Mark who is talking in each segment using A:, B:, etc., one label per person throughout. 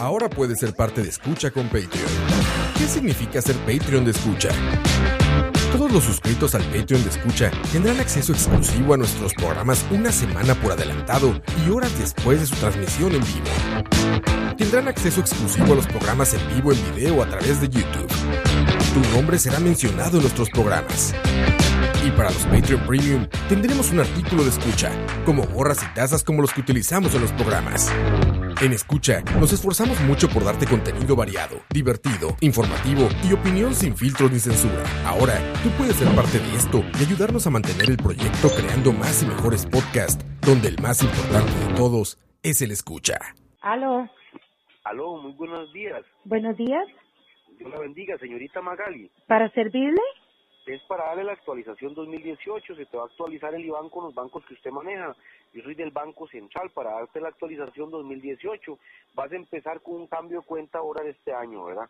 A: Ahora puedes ser parte de Escucha con Patreon. ¿Qué significa ser Patreon de Escucha? Todos los suscritos al Patreon de Escucha tendrán acceso exclusivo a nuestros programas una semana por adelantado y horas después de su transmisión en vivo. Tendrán acceso exclusivo a los programas en vivo en video a través de YouTube. Tu nombre será mencionado en nuestros programas. Y para los Patreon Premium tendremos un artículo de escucha, como gorras y tazas como los que utilizamos en los programas. En Escucha nos esforzamos mucho por darte contenido variado, divertido, informativo y opinión sin filtros ni censura. Ahora, tú puedes ser parte de esto y ayudarnos a mantener el proyecto creando más y mejores podcasts, donde el más importante de todos es el Escucha.
B: Aló,
C: Aló, muy buenos días.
B: buenos días.
C: Dios la bendiga, señorita Magali.
B: ¿Para servirle?
C: Es para darle la actualización 2018. Se te va a actualizar el IBAN con los bancos que usted maneja. Yo soy del Banco Central para darte la actualización 2018. Vas a empezar con un cambio de cuenta ahora de este año, ¿verdad?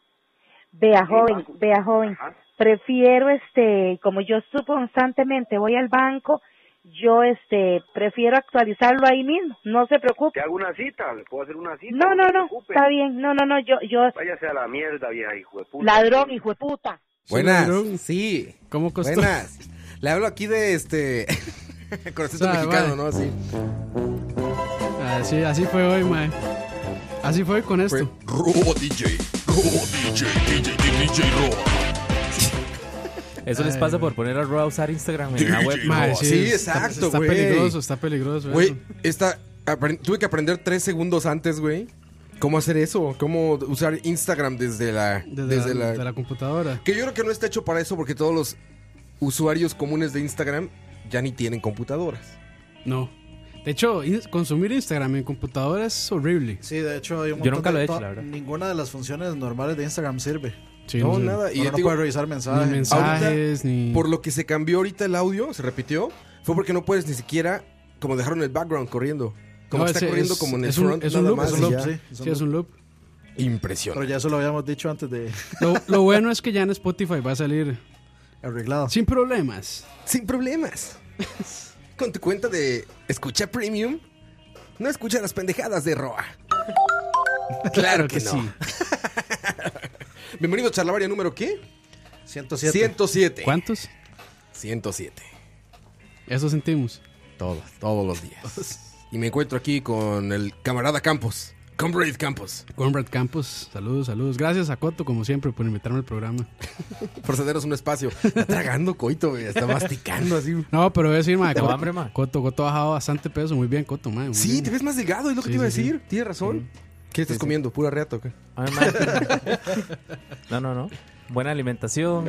B: Vea,
C: Sí,
B: joven,
C: banco.
B: vea, joven.
C: Ajá.
B: Prefiero, este, como yo supo constantemente, voy al banco, yo, este, prefiero actualizarlo ahí mismo, no se preocupe.
C: Te hago una cita, le puedo hacer una cita.
B: No, no,
C: se
B: no,
C: preocupe.
B: está bien, no, no, no, yo, yo,
C: Váyase a la mierda, vieja hijo de puta.
B: ladrón, hijo de puta.
A: Buenas.
D: ¿Ladrón?
E: Sí.
D: ¿Cómo costó?
E: Buenas. Le hablo aquí de este. Con acento
A: Ah,
D: Suave,
E: mexicano,
D: vale.
E: ¿no? Así.
D: Ah, Así, así fue hoy, mae. Así fue hoy con esto.
E: Fue-
A: Robo DJ, Robo DJ, DJ, DJ Robo.
F: Eso les
D: Ay,
F: pasa
D: güey.
F: por poner a Roa a usar Instagram en la web.
D: Mae,
E: No, sí,
D: está-
E: exacto,
D: Está
E: güey.
D: peligroso, está peligroso.
E: Güey,
D: eso.
E: esta. apren- Tuve que aprender tres segundos antes, güey. ¿Cómo hacer eso? ¿Cómo usar Instagram desde la.
D: Desde,
E: Desde,
D: la,
E: la.
D: de la computadora.
E: Que yo creo que no está hecho para eso porque todos los usuarios comunes de Instagram ya ni tienen computadoras.
D: No. De hecho, in- consumir Instagram en computadora es horrible.
G: Sí, de hecho, hay un
F: Yo
G: montón
F: nunca lo
G: de-
F: he hecho,
G: to-
F: la verdad.
G: Ninguna de las funciones normales de Instagram sirve.
D: Sí,
E: no,
D: sé.
E: nada.
G: Y
E: Y
G: no
E: yo digo,
G: puede revisar
D: Ni
G: mensajes.
D: mensajes, ni.
E: por lo que se cambió ahorita el audio, se repitió, fue porque no puedes ni siquiera. Como dejaron el background corriendo. Como
D: No,
E: está
D: ese
E: corriendo
D: es-
E: como en el
D: es un-
E: front.
D: es un
E: nada
D: loop,
E: más
D: es un
G: es
E: y
D: loop,
E: ya.
G: sí, es
D: Sí, es un loop.
G: Pero
E: Impresionante.
G: ya eso lo habíamos dicho antes de
D: Lo, lo bueno es que ya en Spotify va a salir
G: arreglado.
D: sin problemas.
E: Sin problemas. Con tu cuenta de Escucha Premium, no escucha las pendejadas de Roa. Claro que, no.
D: sí.
E: Bienvenido a Charlavaria número ¿qué?
G: 107.
E: 107.
D: ¿Cuántos?
E: 107.
D: Eso sentimos.
E: Todos, todos los días. Y me encuentro aquí con el camarada Campos. Comrade Campos.
D: Conrad Campos, saludos, saludos. Gracias a Coto, como siempre, por invitarme al programa.
E: Por cedernos un espacio. Está tragando coito, güey. Está masticando así.
D: No, pero voy a decir, mae,
F: Tengo
D: Coto-
F: hambre, mae.
D: Coto, Coto ha bajado bastante peso. Muy bien, Coto, mae. muy
E: Sí,
D: bien.
E: te ves más delgado, es lo que
D: Sí,
E: te iba a
D: sí, sí.
E: decir. Tienes razón. ¿Qué estás comiendo? ¿Pura reata o qué?
F: Ay, mae. No, no, no. Buena alimentación.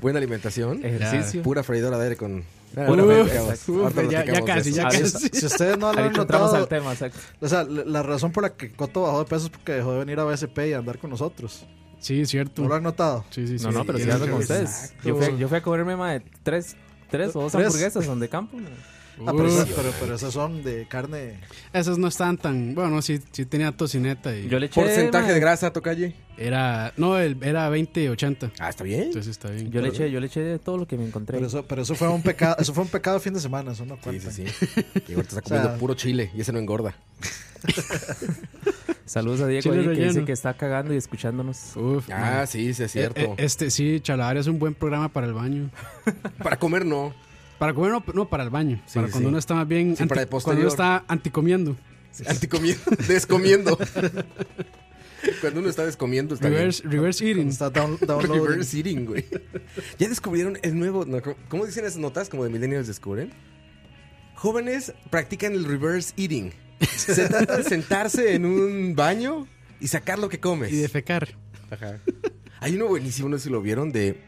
E: Buena alimentación.
F: Ejercicio.
E: Pura freidora de aire con...
F: Pura
E: Ahora
F: freidora.
E: platicamos-
D: Uf,
E: ahorita
D: ya- ya
E: platicamos de
D: casi,
E: eso.
D: ya
F: Adiós.
D: casi.
G: Si ustedes no lo han
F: Ahorita entramos
G: notado,
F: al tema, exacto.
G: o sea, la, la razón por la que Coto bajó de peso es porque dejó de venir a BSP y andar con nosotros.
D: Sí, es cierto.
G: ¿No lo han notado?
D: Sí, sí, sí.
F: No, no, pero si
D: Tienes
F: hablo con
D: razón.
F: ustedes. Yo fui, yo fui a comerme más de tres, tres o dos
G: Tres.
F: hamburguesas son de campo. mae.
G: Ah, pero,
D: Uf.
G: esas- pero, pero esas son de carne.
D: Esas no están tan. Bueno, sí, sí tenía tocineta y.
F: Yo le eché.
E: Porcentaje
F: mae,
E: de grasa, tocalle.
D: Era. No, el- era 20-80.
E: Ah, está bien.
D: Entonces está bien.
F: Yo le eché, yo le eché de todo lo que me encontré.
G: Pero eso, pero eso fue un pecado, eso fue un pecado fin de semana, eso no
E: Sí,
G: cuenta.
E: sí, sí. Que ahorita está comiendo
G: O sea-
E: puro chile y ese no engorda.
F: Saludos a Diego
D: Chile
F: ahí, que
D: relleno.
F: dice que está cagando y escuchándonos.
D: Uf.
E: Ah,
D: man.
E: sí, sí, es cierto.
D: Eh, eh, este sí, Chalabaria es un buen programa para el baño.
E: Para comer no.
D: Para comer, no, no, para el baño.
E: Sí,
D: para cuando
E: sí.
D: uno está más bien.
E: Sí, para el
D: cuando uno
E: posterior.
D: está anticomiendo.
E: Anticomiendo, descomiendo. Cuando uno está descomiendo, está bien.
D: Reverse, reverse eating.
G: Está down- downloading.
E: Reverse eating, güey. Ya descubrieron el nuevo. no, ¿cómo- ¿Cómo dicen esas notas? Como de Millennials descubren. Jóvenes practican el reverse eating. Se trata de sentarse en un baño y sacar lo que comes.
D: Y defecar.
E: Ajá. Hay uno buenísimo, no sé si lo vieron, de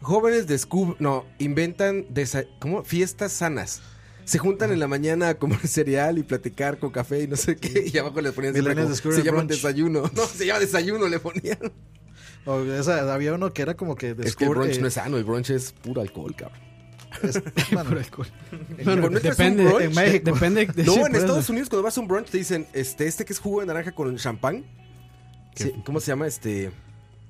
E: jóvenes descub... No, inventan desa- ¿cómo? fiestas sanas. Se juntan en la mañana a comer cereal y platicar con café y no sé qué. Y abajo le ponían siempre
G: Millennials
E: como,
G: descubren
E: se
G: el
E: llaman
G: brunch.
E: desayuno. No, se llama desayuno, le ponían.
G: O esa- había uno que era como que descubre.
E: Es que el brunch
G: eh,
E: no es sano, el brunch es puro alcohol, cabrón.
G: es- bueno,
D: Bueno,
E: Pero no estás en
D: depende.
E: un brunch.
D: de- Depende. de- sí,
E: No, en
D: por eso.
E: Estados Unidos cuando vas a un brunch te dicen, este, este que es jugo de naranja con champán. Sí, ¿Cómo se llama? Este...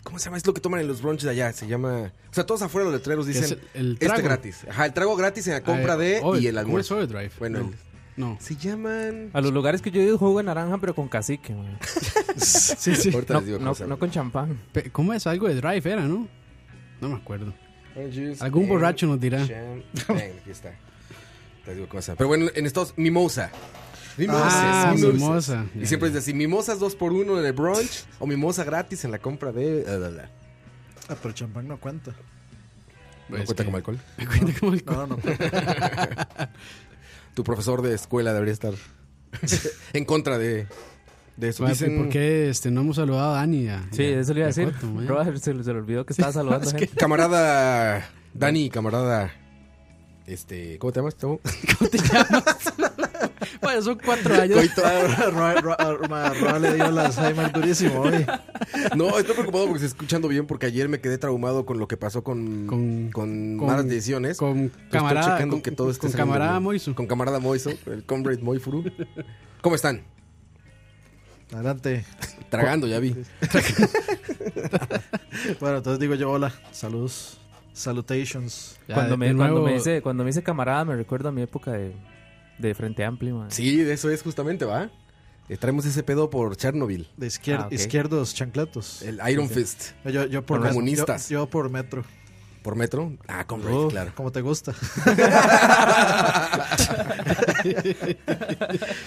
E: ¿Cómo se llama? Es lo que toman en los brunches de allá. Se llama. O sea, todos afuera los letreros
D: es
E: dicen.
D: el- el
E: este
D: trago".
E: gratis. Ajá, el trago gratis en la compra
D: Ah,
E: de
D: Over-
E: y el
D: ¿cómo
E: almuerzo.
D: es Ah, Overdrive?
E: Bueno,
D: no.
E: el-
D: no.
E: Se llaman.
F: A los lugares que yo he ido jugo de naranja, pero con cacique, man.
D: Sí, sí.
E: Ahorita
F: No,
E: les digo
F: no-
E: cómo se llama.
F: no con champán.
D: Pe- ¿Cómo es? Algo de Drive era, ¿no? No me acuerdo.
E: Orange juice
D: Algún
E: and
D: borracho nos dirá.
E: champagne. Aquí está. Te digo cómo se llama. Pero bueno, en Estados mimosa. Mimosas,
D: Ah,
E: mimosas.
D: mimosa.
E: Y
D: Ya,
E: siempre
D: ya.
E: es así, mimosas dos por uno en el brunch o mimosa gratis en la compra de... bla, bla, bla.
G: Ah, pero el champán no cuenta.
E: ¿No
D: Pues
E: cuenta
D: que-
E: como alcohol?
D: Me cuenta como
E: Ah,
D: alcohol.
G: No, no cuenta.
E: Tu profesor de escuela debería estar en contra de, de eso.
D: Suave,
E: Dicen,
D: Pues, ¿Por qué este, no hemos saludado a Dani? a-
F: Sí,
D: a-
F: eso le iba a decir.
D: Coto, man?
F: Robert, se, le- se le olvidó que estaba saludando gente.
E: Camarada Dani, camarada... Este, ¿Cómo te llamas? Tomo?
D: ¿Cómo te llamas? bueno, son cuatro años.
E: Coito.
G: Roa- Roa- Roa- Roa- Roa le dio el Alzheimer durísimo hoy.
E: No, estoy preocupado porque estoy escuchando bien porque ayer me quedé traumado con lo que pasó con, con,
D: Con- con-
E: malas decisiones. Pues
D: Con
E: Estoy
D: camarada,
E: checando
D: con,
E: que todo esté
D: con
E: saliendo
D: camarada
E: bien.
D: Moiso.
E: Con camarada Moiso, el comrade Moifuru. ¿Cómo están?
G: Adelante.
E: Tragando, ya vi.
G: Bueno, entonces digo yo, hola. Saludos. Salutations.
D: Ya,
F: cuando,
D: de-
F: me,
D: de
F: cuando
D: nuevo-
F: me dice, cuando me dice camarada, me recuerda a mi época de, de Frente Amplio, man.
E: Sí, de eso es justamente, ¿va? Eh, traemos ese pedo por Chernobyl,
G: De izquier-
F: Ah, ok.
G: izquierdos, chancletos.
E: el Iron Fist,
G: Yo, yo por
E: Los
G: met-
E: comunistas.
G: Yo, yo por metro. Oh,
E: por metro. Ah, comrade,
D: Oh.
F: Uf.
E: claro.
G: Como te gusta.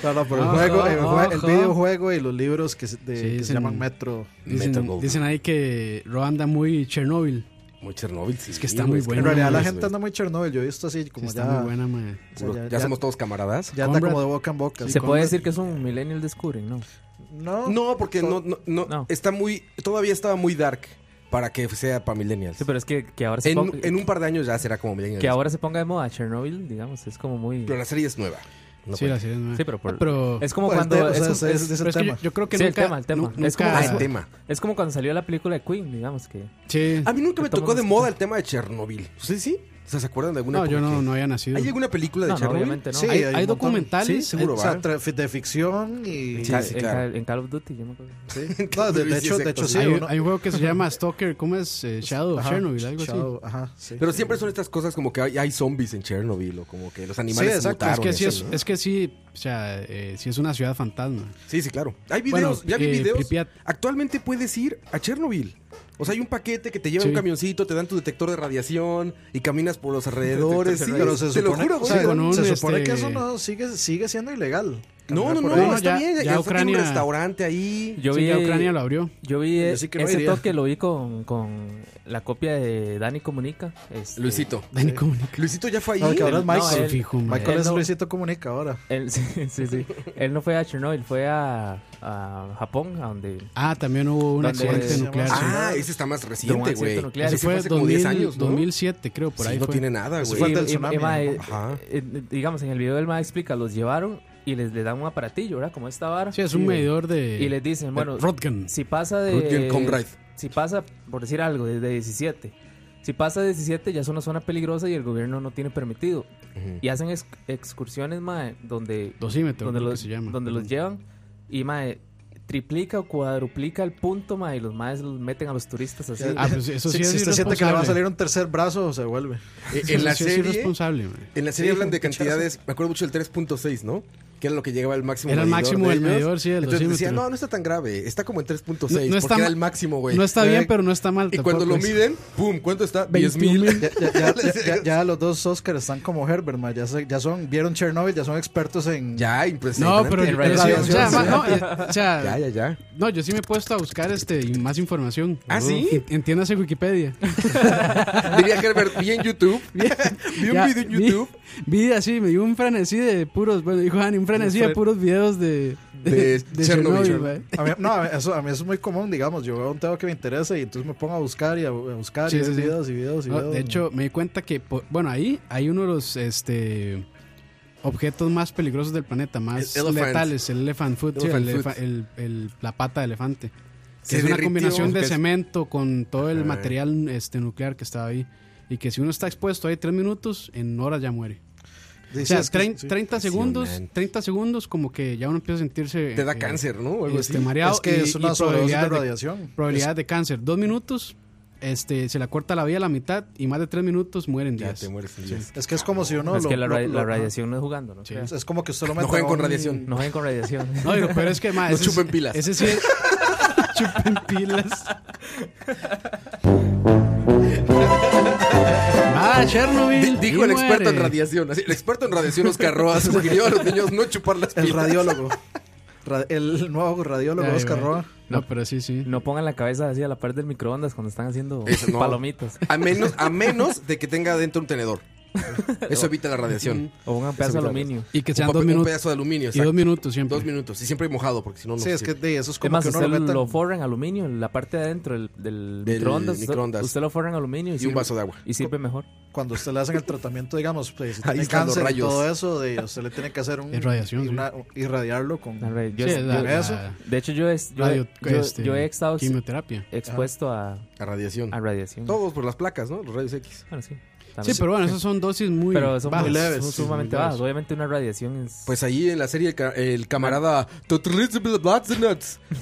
G: no, no, pero el,
D: Ojo,
G: juego, el, jue- el
D: ojo.
G: videojuego y los libros que, se- de-
D: Sí,
G: que se
D: dicen-
G: llaman Metro.
E: Metro
D: Dicen,
E: Goldwyn.
D: dicen ahí que Ro anda muy Chernobyl.
E: Muy Chernobyl, sí.
D: Es que está
E: güey,
D: muy
E: es que
D: bueno,
G: En realidad la
E: mames,
G: gente
E: güey.
G: anda muy Chernobyl. Yo he visto así como
D: está
G: ya.
D: muy buena, man.
G: o sea,
E: Puro-
G: ya,
E: ya,
G: ya-
E: somos todos camaradas.
G: ya anda
D: Comrade.
G: como de boca en boca.
F: Se
D: Sí,
F: puede
D: con-
F: decir que es un Millennial Discovering, ¿no?
G: No,
E: No, porque no, no, no,
F: No.
E: está muy, todavía estaba muy dark para que sea para millennials.
F: Sí, pero es que, que ahora se
E: en,
F: ponga,
E: en un par de años ya será como millennials.
F: que ahora se ponga de moda Chernobyl, digamos, es como muy...
E: Pero la serie es nueva. No
D: sí,
E: cuenta.
D: la serie es nueva.
F: Sí, pero, por-
D: Ah, pero-
F: es como
G: Pues,
F: cuando...
G: de- o
F: es
G: sea,
F: como-
G: ese- ese es el
D: pero es que yo,
G: tema.
D: yo creo que
F: Sí, el
D: nunca...
F: tema, el tema.
D: nu-
F: Es
D: nunca-
F: como-
E: Ah,
F: Ah,
E: el tema.
F: Es como cuando salió la película de Queen, digamos que...
D: Sí.
E: A mí nunca me
F: Todo
E: tocó de
F: mundo
E: moda el tema de Chernobyl. ¿Ustedes sí? ¿O sea, ¿Se acuerdan de alguna
D: No, yo
E: época
D: no,
E: que-
D: no había nacido.
E: ¿Hay alguna película de
F: No, no,
E: Chernobyl?
F: obviamente no.
G: Sí,
D: hay,
G: hay
D: hay
G: un montón.
E: Sí,
D: documentales.
E: seguro
G: o
E: va.
G: sea, tra- de ficción y.
E: Sí, sí,
F: en,
E: claro.
F: Call- en Call of Duty, yo me acuerdo.
G: Sí. No, de, de
E: Sí,
G: hecho, de
E: exacto,
G: hecho
E: sí.
G: sí.
D: hay,
G: uno-
D: hay un juego que se llama Stalker, ¿cómo es? Eh, Shadow of
G: Ajá,
D: Chernobyl, algo así.
G: Shadow, Ajá, sí.
E: Pero siempre son estas cosas como que hay, hay zombies en Chernobyl o como que los animales
G: Sí, exacto,
E: mutaron,
D: Es que sí, es,
E: así, ¿no?
D: es que sí, o sea, eh, sí es una ciudad fantasma.
E: Sí, sí, claro. Hay
D: Bueno,
E: videos, ya vi
D: eh,
E: videos.
D: Pripyat.
E: Actualmente puedes ir a Chernobyl. O sea, hay un paquete que te lleva
D: Sí.
E: un camioncito, te dan tu detector de radiación y caminas por los alrededores. sí,
G: pero se
E: te lo
G: supone,
E: juro,
G: o
E: güey.
G: sea,
D: con un,
G: se supone
D: este-
G: que eso no sigue, sigue siendo ilegal.
E: no,
G: Caminar
E: no,
G: por
E: no,
G: ahí.
D: no,
E: está
D: ya-
E: bien.
D: ya
E: o sea, tiene
D: Ucrania-
E: un restaurante ahí.
F: Yo
D: Sí,
F: vi...
D: ya Ucrania lo abrió.
F: Yo vi
G: Yo sí que no
F: ese
G: iría.
F: toque, lo vi con, con la copia de Dani Comunica. este,
E: Luisito.
D: Dani comunica.
E: Luisito ya fue ahí.
D: Ah,
G: No, que ahora es
F: No,
G: Michael.
F: él-
D: fijo, man.
G: Michael
F: él
G: es
F: no-
G: Luisito Comunica ahora.
F: Él, sí, sí, sí. Él no fue a Chernobyl, fue a, a Japón, a donde...
D: Ah, también hubo un
F: ¿Dónde
D: accidente
F: se llama?
D: nuclear. sí.
E: Ah, ese está más reciente,
F: accidente
E: güey.
F: nuclear.
D: Ese
E: Ese fue
D: fue
E: hace como 10
D: 2000,
E: años, ¿no?
D: 2007, creo, por
E: Sí,
D: ahí
E: no
D: fue.
E: tiene nada,
G: Eso
E: güey.
G: fue
F: Y-
G: antes del
F: y-
G: tsunami,
F: y, ma,
G: ¿no?
F: eh,
E: Ajá.
F: eh, digamos, en el video del ma explica, los llevaron y les, le dan un aparatillo, ¿verdad? Como esta vara.
D: Sí, es un
F: Y-
D: medidor de...
F: Y les
G: Eh,
F: dicen, bueno,
D: Rotgen.
F: si pasa
E: Rutger Comrade.
F: de... Si pasa, por decir algo, desde 17. Si pasa de 17 ya es una zona peligrosa y el gobierno no tiene permitido.
E: Ujú.
F: Y hacen ex- excursiones, mae, donde,
D: Dosímetro,
F: donde,
D: creo que
F: los,
D: se llama.
F: donde los llevan y, mae, triplica o cuadruplica el punto, mae, y los maes los meten a los turistas así.
D: Ah, pues eso sí
G: si,
D: es
G: si usted siente que le va a
D: irresponsable.
G: salir un tercer brazo, se vuelve.
E: Eh,
D: Eso
E: En la
D: sí es
E: serie,
D: irresponsable, man.
E: en la serie
G: Sí,
E: hablan de
G: un pinchazo.
E: cantidades, me acuerdo mucho del 3.6, ¿no? Que era lo que llegaba al máximo.
D: Era el
E: medidor
D: máximo
E: de
D: del
E: ellos.
D: medidor, sí, del
E: Entonces decía,
D: dosímetro.
E: no, no está tan grave, está como en 3.6,
D: No- no
E: porque
D: está
E: era
D: ma-
E: el máximo, güey.
D: No está
E: Eh,
D: bien, pero no está mal.
E: Y cuando lo
D: tampoco, es-
E: miden, ¡pum! ¿Cuánto está? 10
D: 21,000.
E: mil.
G: Ya, ya, ya, ya- ya- ya los dos Oscars están como Herbert, ma, ya, se- ya son, vieron Chernobyl, ya son expertos en...
E: Ya, impresionante.
D: No, pero...
E: En
D: pero sí,
E: realidad,
D: o sea,
E: sí.
D: ma, no, eh, o sea,
E: Ya, ya, ya.
D: No, yo sí me he puesto a buscar este y más información.
E: ¿Ah, sí?
D: En- Entiéndase Wikipedia.
E: Diría Herbert, vi en YouTube. vi un
D: Ya,
E: video en YouTube
D: Vi, vi así, me dio un frenesí de puros, bueno, dijo Dani, un frenesí de puros videos de,
E: de, Chernobyl.
D: güey.
G: A mí, no, a mí eso, a mí eso es muy común, digamos, yo veo un tema que me interesa y entonces me pongo a buscar y a, a buscar
D: Sí,
G: y
D: sí,
G: ver
D: sí.
G: videos y videos y
D: No,
G: videos.
D: de hecho, me di cuenta que, po- bueno, ahí hay uno de los este, objetos más peligrosos del planeta, más
E: El elephant.
D: letales, el elephant foot, sí,
E: Elephant
D: el elefa-
E: foot.
D: el- el- la pata de elefante. Que
E: Se
D: es
E: derritió.
D: una
E: pues. Ah.
D: combinación de
E: Que es-
D: cemento con todo el
E: Ajá.
D: material este, nuclear que estaba ahí. Y que si uno está expuesto ahí tres minutos, en horas ya muere. O sea,
G: es que-
D: trein-
G: sí.
D: 30 segundos,
E: Impresionante.
D: 30 segundos como que ya uno empieza a sentirse...
E: Te da
D: eh,
E: cáncer, ¿no? O algo
D: este,
E: así.
D: mareado
G: Es que
D: y-
G: es
D: y
G: una sobredosis de
D: probabilidad
G: radiación.
D: probabilidad de cáncer. Dos minutos, este, se le corta la vida a la mitad y más de tres minutos mueren
E: Ya
D: días.
E: te mueres en diez.
G: Es que es como si uno.
F: es
G: lo-
F: que la,
G: lo-
F: ra-
G: lo-
F: la radiación no es jugando, ¿no?
D: Sí.
F: creas.
G: Es como que usted lo mete.
E: jueguen
G: a
E: con
G: un-
E: radiación.
F: No jueguen con radiación.
D: No, digo, pero es que más.
E: No chupen pilas.
D: Ese sí es. chupen pilas. ah, Chernobyl.
E: Di- Dijo
D: y
E: el experto en
D: muere.
E: radiación. así, el experto en radiación Oscar Roa sugirió a los niños no chupar las
G: El
E: pilas.
G: radiólogo. Ra- el nuevo radiólogo
D: Ay,
G: Oscar
D: güey.
G: Roa.
D: No, pero sí, sí.
F: No pongan la cabeza así a la par del microondas cuando están haciendo
E: Eso no.
F: palomitas.
E: A menos, a menos de que tenga adentro un tenedor. Eso evita la radiación.
F: O un pedazo de
E: Eso me
F: aluminio.
D: Y que
E: un,
D: sean
E: papel-
D: dos
E: un
D: minutos.
E: pedazo de aluminio.
D: Y dos
E: exacto.
D: minutos siempre.
E: Dos minutos. Y siempre mojado, porque si no, no
G: Sí, es que
E: sirve.
G: de, eso es
F: Es
G: como
F: más,
G: que uno
F: usted
G: lo
F: lo,
G: mete.
F: forra en aluminio, la parte de adentro del, del
E: Del
F: microondas, usted-
E: microondas.
F: Usted lo forra en aluminio y,
E: Y un
F: sirve-
E: vaso de agua.
F: Y sirve mejor.
G: Cuando usted le hacen el tratamiento, digamos, pues, si
E: Ahí
G: tiene
E: están los
G: cáncer y
E: rayos.
G: todo eso, de, usted le tiene que hacer un.
D: Es radiación,
G: y una- Irradiarlo con.
F: La ra- yo-
D: Sí, la-
F: yo-
D: la-
G: eso.
F: de hecho, yo, es, yo,
D: radio-
F: yo-
D: este,
F: yo he estado ex-
D: Quimioterapia.
F: expuesto a,
E: A radiación.
F: a radiación.
E: Todos por las placas, ¿no? Los rayos X.
F: Bueno, sí.
D: Sí,
F: también.
D: pero bueno, esas son dosis muy
F: Pero son,
D: bajas.
F: muy-
G: leves,
F: son
G: sí, muy
F: sumamente bajas. Obviamente una radiación es...
E: Pues ahí en la serie el, ca- el camarada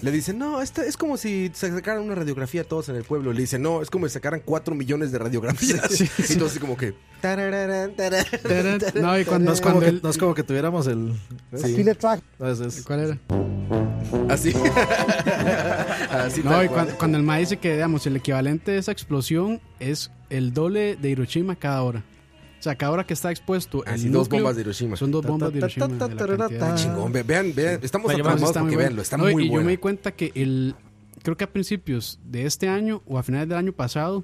E: le dice, no, esta es como si se sacaran una radiografía a todos en el pueblo. Le dice, no, es como si sacaran cuatro millones de radiografías. y todos así como que... "Tarararán, tararán".
D: Tarán. No, y cuando,
G: No es, como
D: cuando
G: que,
D: él-
G: no es como que tuviéramos el.
E: Sí,
G: no, es- es-
D: ¿Cuál era?
E: así. Así
D: No,
E: tal
D: y
E: cual.
D: cuando, cuando el maíz dice que, digamos, el equivalente de esa explosión es el doble de Hiroshima cada hora. O sea, cada hora que está expuesto el
G: Ah,
E: Así, dos
D: núcleo,
E: bombas de Hiroshima.
D: Son dos
G: Ta,
D: bombas de
G: ta, ta,
D: Hiroshima.
G: ta,
D: de la
G: ta, ta,
D: cantidad de-
G: ta.
E: Chingón, ve- vean, vean, estamos
F: Oye,
E: atrapados
D: Está muy
E: porque
D: bueno.
E: veanlo, está
D: No, y-
E: muy
D: y yo
E: bueno.
D: me di cuenta que el creo que a principios de este año o a finales del año pasado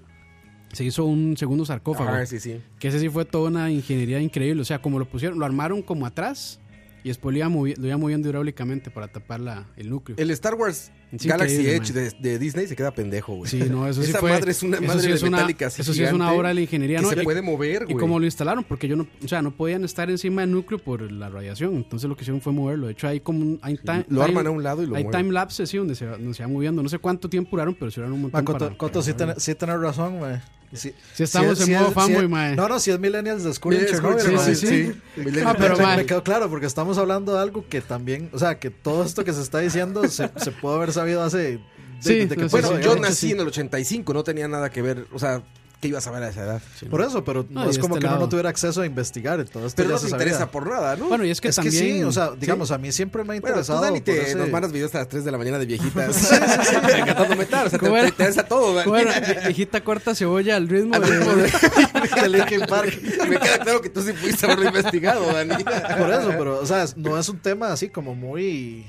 D: se hizo un segundo sarcófago,
E: Ah, sí, sí.
D: que ese sí fue toda una ingeniería increíble, o sea, como lo pusieron, lo armaron como atrás y después lo iba, movi- lo iba moviendo hidráulicamente para tapar la, el núcleo.
E: El Star Wars
D: Sí,
E: Galaxy
D: increíble,
E: Edge de, de Disney se queda pendejo, güey.
D: Sí, no, eso sí
E: Esa
D: fue-
E: madre es una
D: eso
E: madre
D: sí
E: de
D: es una-
E: metálica así
D: Eso sí es una
E: gigante
D: obra de la ingeniería,
E: que
D: ¿no?
E: se
D: Y-
E: puede mover,
D: Y
E: güey.
D: como lo instalaron, porque yo no, o sea, no podían estar encima del núcleo por la radiación. Entonces lo que hicieron fue moverlo. De hecho, hay como un. Hay time-
E: Lo arman
D: time-
E: a un lado y lo
D: Hay
E: mueven.
D: time lapses, sí, donde se, va- donde se va moviendo. No sé cuánto tiempo duraron, pero se duraron un
G: Ma,
D: montón.
G: Coto,
D: para-
G: Coto, sí,
D: para-
G: ten- sí tenés razón, mae. Sí,
D: Sí estamos en modo
G: es-
D: fanboy,
G: es-
D: mae.
G: No, no, si es Millennials Descubren
E: Millennials
G: Chernobyl.
E: descubren
G: mae,
E: Chernobyl,
D: Ah, pero,
G: me,
D: mae.
G: me quedó claro, porque estamos hablando de algo que también, o sea, que todo esto que se está diciendo se, se pudo haber sabido hace...
D: Sí,
G: desde que
D: no, sí, pues
G: pasó,
D: sí,
E: Bueno,
D: sí,
E: yo
G: digamos.
E: nací en el 85, no tenía nada que ver, o sea, ¿qué iba a saber a esa edad?
G: Por eso, pero no,
D: No, y
G: es
D: de
G: como
D: este
G: que uno
D: lado.
G: no tuviera acceso a investigar. y Todo esto
E: Pero
G: ya
E: no
G: se
E: te
G: sabía.
E: interesa por nada, ¿no?
D: Bueno, y es que
G: Es que
D: también.
G: sí, o sea, digamos, a mí siempre me ha
E: Bueno, tú
G: interesado...
E: Dani te,
G: por ese-
E: nos mandas videos a las 3 de la mañana de viejitas. Encantando metal, o sea, te,
D: ¿Cómo
E: te,
D: era?
E: te interesa todo, Dani.
D: Bueno, vi- viejita corta cebolla al ritmo
E: Al
D: de-
E: ritmo de-
G: de Linkin Park.
E: Me queda claro que tú sí pudiste haberlo investigado, Dani.
G: Por eso, pero, o sea, es- no es un tema así como muy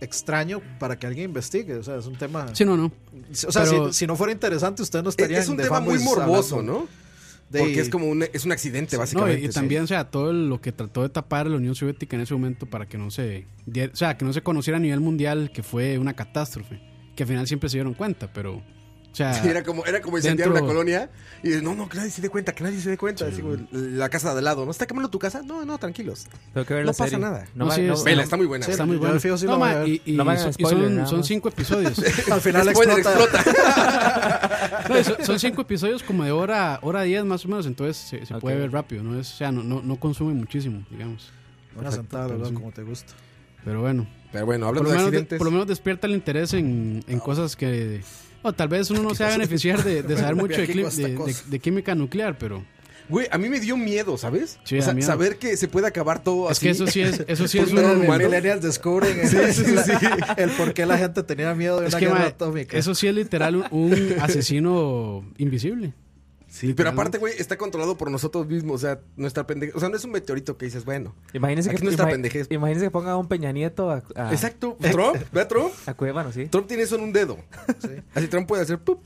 G: extraño para que alguien investigue. O sea, es un tema...
D: Sí, no, no.
G: Si- O sea,
D: Pero-
G: si, si no fuera interesante, usted no
E: Es,
G: estaría
E: es un
G: de
E: tema muy
G: fanboys
E: morboso,
G: hablando
E: ¿no?
G: de-
E: Porque es como un, es un accidente,
D: No,
E: básicamente.
D: y, y
E: sí.
D: también, o sea, todo lo que trató de tapar la Unión Soviética en ese momento para que no se. diera- o sea, que no se conociera a nivel mundial que fue una catástrofe. Que al final siempre se dieron cuenta, pero. O sea.
E: Sí, era como, era como incendiar
D: Dentro-
E: una colonia y dices, no, no, que nadie se dé cuenta, que nadie se dé cuenta. Así como la casa de al lado, ¿no? ¿Está quemando tu casa? No, no, tranquilos.
F: Tengo que ver
E: No
F: la
E: pasa
F: serie.
E: nada.
D: No,
F: No, ma-
D: sí,
F: no-
D: es-
E: Vela,
F: no-
E: está muy buena.
G: Sí,
D: Está muy
G: yo
D: bueno.
G: de fijo sí
D: No,
G: lo voy
D: ma,
G: a ver.
D: y, y
F: No
D: son,
F: me hagan
D: y son-
F: spoiler, nada
D: son
F: más.
D: cinco episodios.
G: Al final
E: Spoiler,
G: explota.
E: explota.
D: No, y son, son cinco episodios como de hora, hora diez más o menos, entonces se, se
F: Ok.
D: puede ver rápido, ¿no? Es, o sea, no, no, no consume muchísimo, digamos.
G: Una sentada, ¿verdad? Como te gusta.
D: Pero bueno,
E: Pero bueno,
D: por
E: hablando
D: lo,
E: de
D: menos,
E: accidentes.
D: por lo menos despierta el interés en, en cosas que... o tal vez uno no se va a beneficiar de, de saber mucho de,
E: Viajico
D: cli-
E: hasta
D: de-
E: cosas.
D: de- de química nuclear, pero
E: Güey, a mí me dio miedo, ¿sabes?
D: Sí,
E: o
D: da
E: sea,
D: miedo.
E: saber que se puede acabar todo
D: es
E: así.
D: que eso sí es, eso sí
E: Por
D: es
E: un lado,
D: un-
E: humano.
G: Millennials descubren el, la- el por qué la gente tenía miedo de
D: es
G: una
D: que,
G: guerra
D: ma,
G: atómica.
D: eso sí es literal un, un asesino invisible.
E: Sí, pero aparte, güey, está controlado por nosotros mismos. O sea, nuestra pendeja. O sea, no es un meteorito que dices, bueno.
F: Imagínense que,
E: Aquí no está
F: ima-
E: pendejez.
F: imagínense que ponga a un Peña Nieto a, a,
E: Exacto. Trump, ve a Trump.
F: a Cueva, bueno, sí.
E: Trump tiene eso en un dedo. Así Trump puede hacer ¡pup!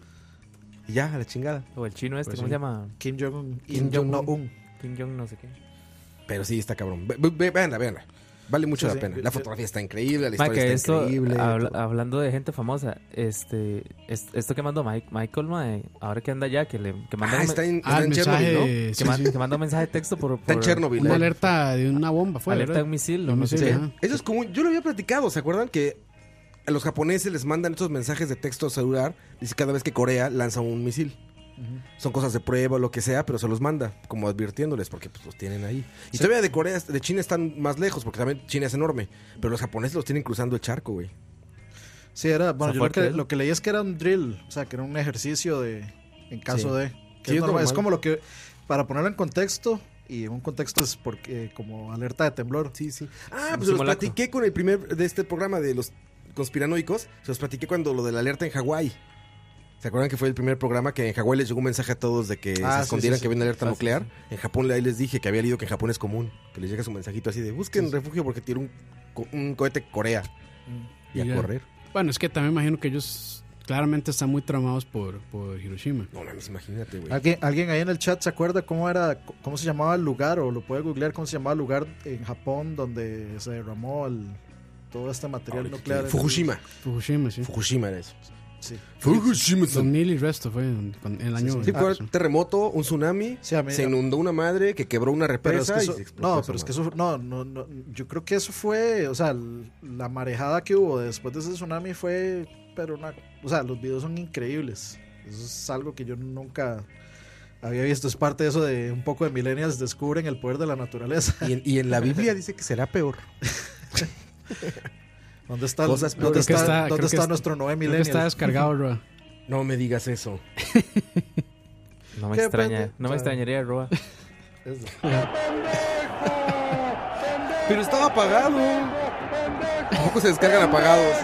E: Y ya, a la chingada.
F: O el chino este, ¿cómo se llama?
G: Kim Jong-un.
E: Kim
G: Kim Jong-un.
F: Kim Jong no sé qué.
E: Pero sí, está cabrón. Ve- ve- ve- Véanla, véanla. Vale mucho
G: Sí,
E: la
G: sí.
E: pena. La fotografía está increíble, la
F: Ma,
E: historia
F: que
E: está
F: esto,
E: increíble. Ah,
F: habla-
E: todo.
F: hablando de gente famosa, este, es- esto que mandó Mike, Michael, ma, ahora que anda ya, que le que manda,
E: Ah,
F: un,
E: está
F: me-
E: en,
D: Ah,
E: está
D: el
E: en Chernobyl, ¿no?
D: mensaje,
F: que,
D: sí,
F: ma-
D: sí.
F: que manda un mensaje de texto por,
E: Está en
F: por-
E: Chernobyl.
D: Una
E: eh.
D: alerta de una bomba fue,
F: alerta de
D: ¿verdad?
F: un misil,
D: De un
F: no sé
D: misil,
F: qué.
D: ajá.
E: Eso es como, yo lo había platicado, ¿se acuerdan que a los japoneses les mandan estos mensajes de texto celular? Dice cada vez que Corea lanza un misil. Son cosas de prueba, lo que sea, pero se los manda, como advirtiéndoles, porque pues, los tienen ahí. Y todavía de Corea, de China están más lejos, porque también China es enorme. Pero los japoneses los tienen cruzando el charco, güey.
G: Sí, era, bueno, yo lo
F: fuerte
G: que,
F: eso.
G: lo que leí es que era un drill, o sea, que era un ejercicio de, en caso
E: Sí.
G: de. que
E: Sí,
G: es,
E: es
G: normal, es
E: normal.
G: como lo que, para ponerlo en contexto, y en un contexto es porque, eh, como alerta de temblor.
E: Sí, sí. Ah, pues se
F: Un
E: los
F: simulacro.
E: platiqué con el primer de este programa de los conspiranoicos. Se los platiqué cuando lo de la alerta en Hawái. ¿Se acuerdan que fue el primer programa que en Hawái les llegó un mensaje a todos de que
G: Ah, sí,
E: se escondieran
G: sí, sí.
E: que había una alerta
F: Ah, sí,
E: nuclear? En Japón ahí les dije que había leído que en Japón es común, que les llega su mensajito así de busquen refugio porque tiró un, co- un cohete Corea
G: Mm.
E: y a
D: Mira.
E: correr.
D: Bueno, es que también imagino que ellos claramente están muy tramados por, por Hiroshima.
E: No mames, imagínate, güey.
G: ¿Alguien, ¿Alguien ahí en el chat se acuerda cómo era, cómo se llamaba el lugar, o lo puede googlear, cómo se llamaba el lugar en Japón donde se derramó el- todo este material
E: Ahora que te
G: nuclear?
E: digo, Fukushima.
D: Fukushima, sí.
E: Fukushima era eso.
G: Sí.
E: Fukushima. son-
D: 2000 y resto fue en, cuando- en el año.
E: Sí, fue un terremoto, un tsunami,
G: ah, Sí, a mí-
E: se inundó una madre que quebró una
G: Pero es
E: represa
G: que
E: y
G: eso,
E: se explotó
G: no,
E: esa
G: pero es que
E: madre.
G: eso, no, no, no, yo creo que eso fue, o sea, l- la marejada que hubo después de ese tsunami fue, pero una, o sea, los videos son increíbles. Eso es algo que yo nunca había visto. Es parte de eso de un poco de millennials descubren el poder de la naturaleza.
E: Y en- y en la Biblia dice que será peor.
G: ¿Dónde está,
E: Cosas
G: dónde
E: peores.
D: Creo
G: está,
D: que está-
G: dónde
D: creo que
G: está
D: es-
G: nuestro Noé
D: Creo que está
G: millennial?
D: descargado, Roa.
E: No me digas eso.
F: No me
G: ¿Qué
F: extraña,
G: pendejo?
F: no me
G: Ah.
F: extrañaría, Roa.
G: Es-
E: Pero estaba apagado. Tampoco se descargan apagados.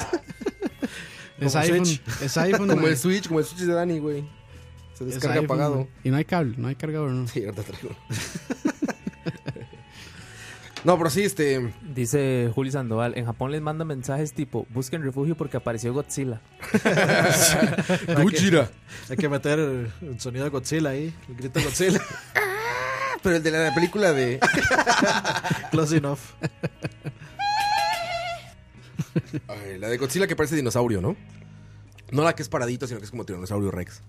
D: Es
G: Como
D: iPhone.
G: Switch.
D: Es iPhone.
E: Como
D: man.
E: el Switch, como el Switch de Dani, güey. Se
D: Es
E: descarga
D: iPhone,
E: apagado.
D: man. Y no hay cable, no hay cargador, ¿no?
E: Sí, ahorita traigo. No, pero sí, este.
F: Dice Juli Sandoval, en Japón les mandan mensajes tipo, busquen refugio porque apareció Godzilla.
E: Gujira.
G: Hay que meter el sonido de Godzilla ahí, el grito de Godzilla,
E: Pero el de la película de.
G: close enough.
E: Ay, la de Godzilla que parece dinosaurio, ¿no? No la que es paradito, sino que es como tiranosaurio Rex.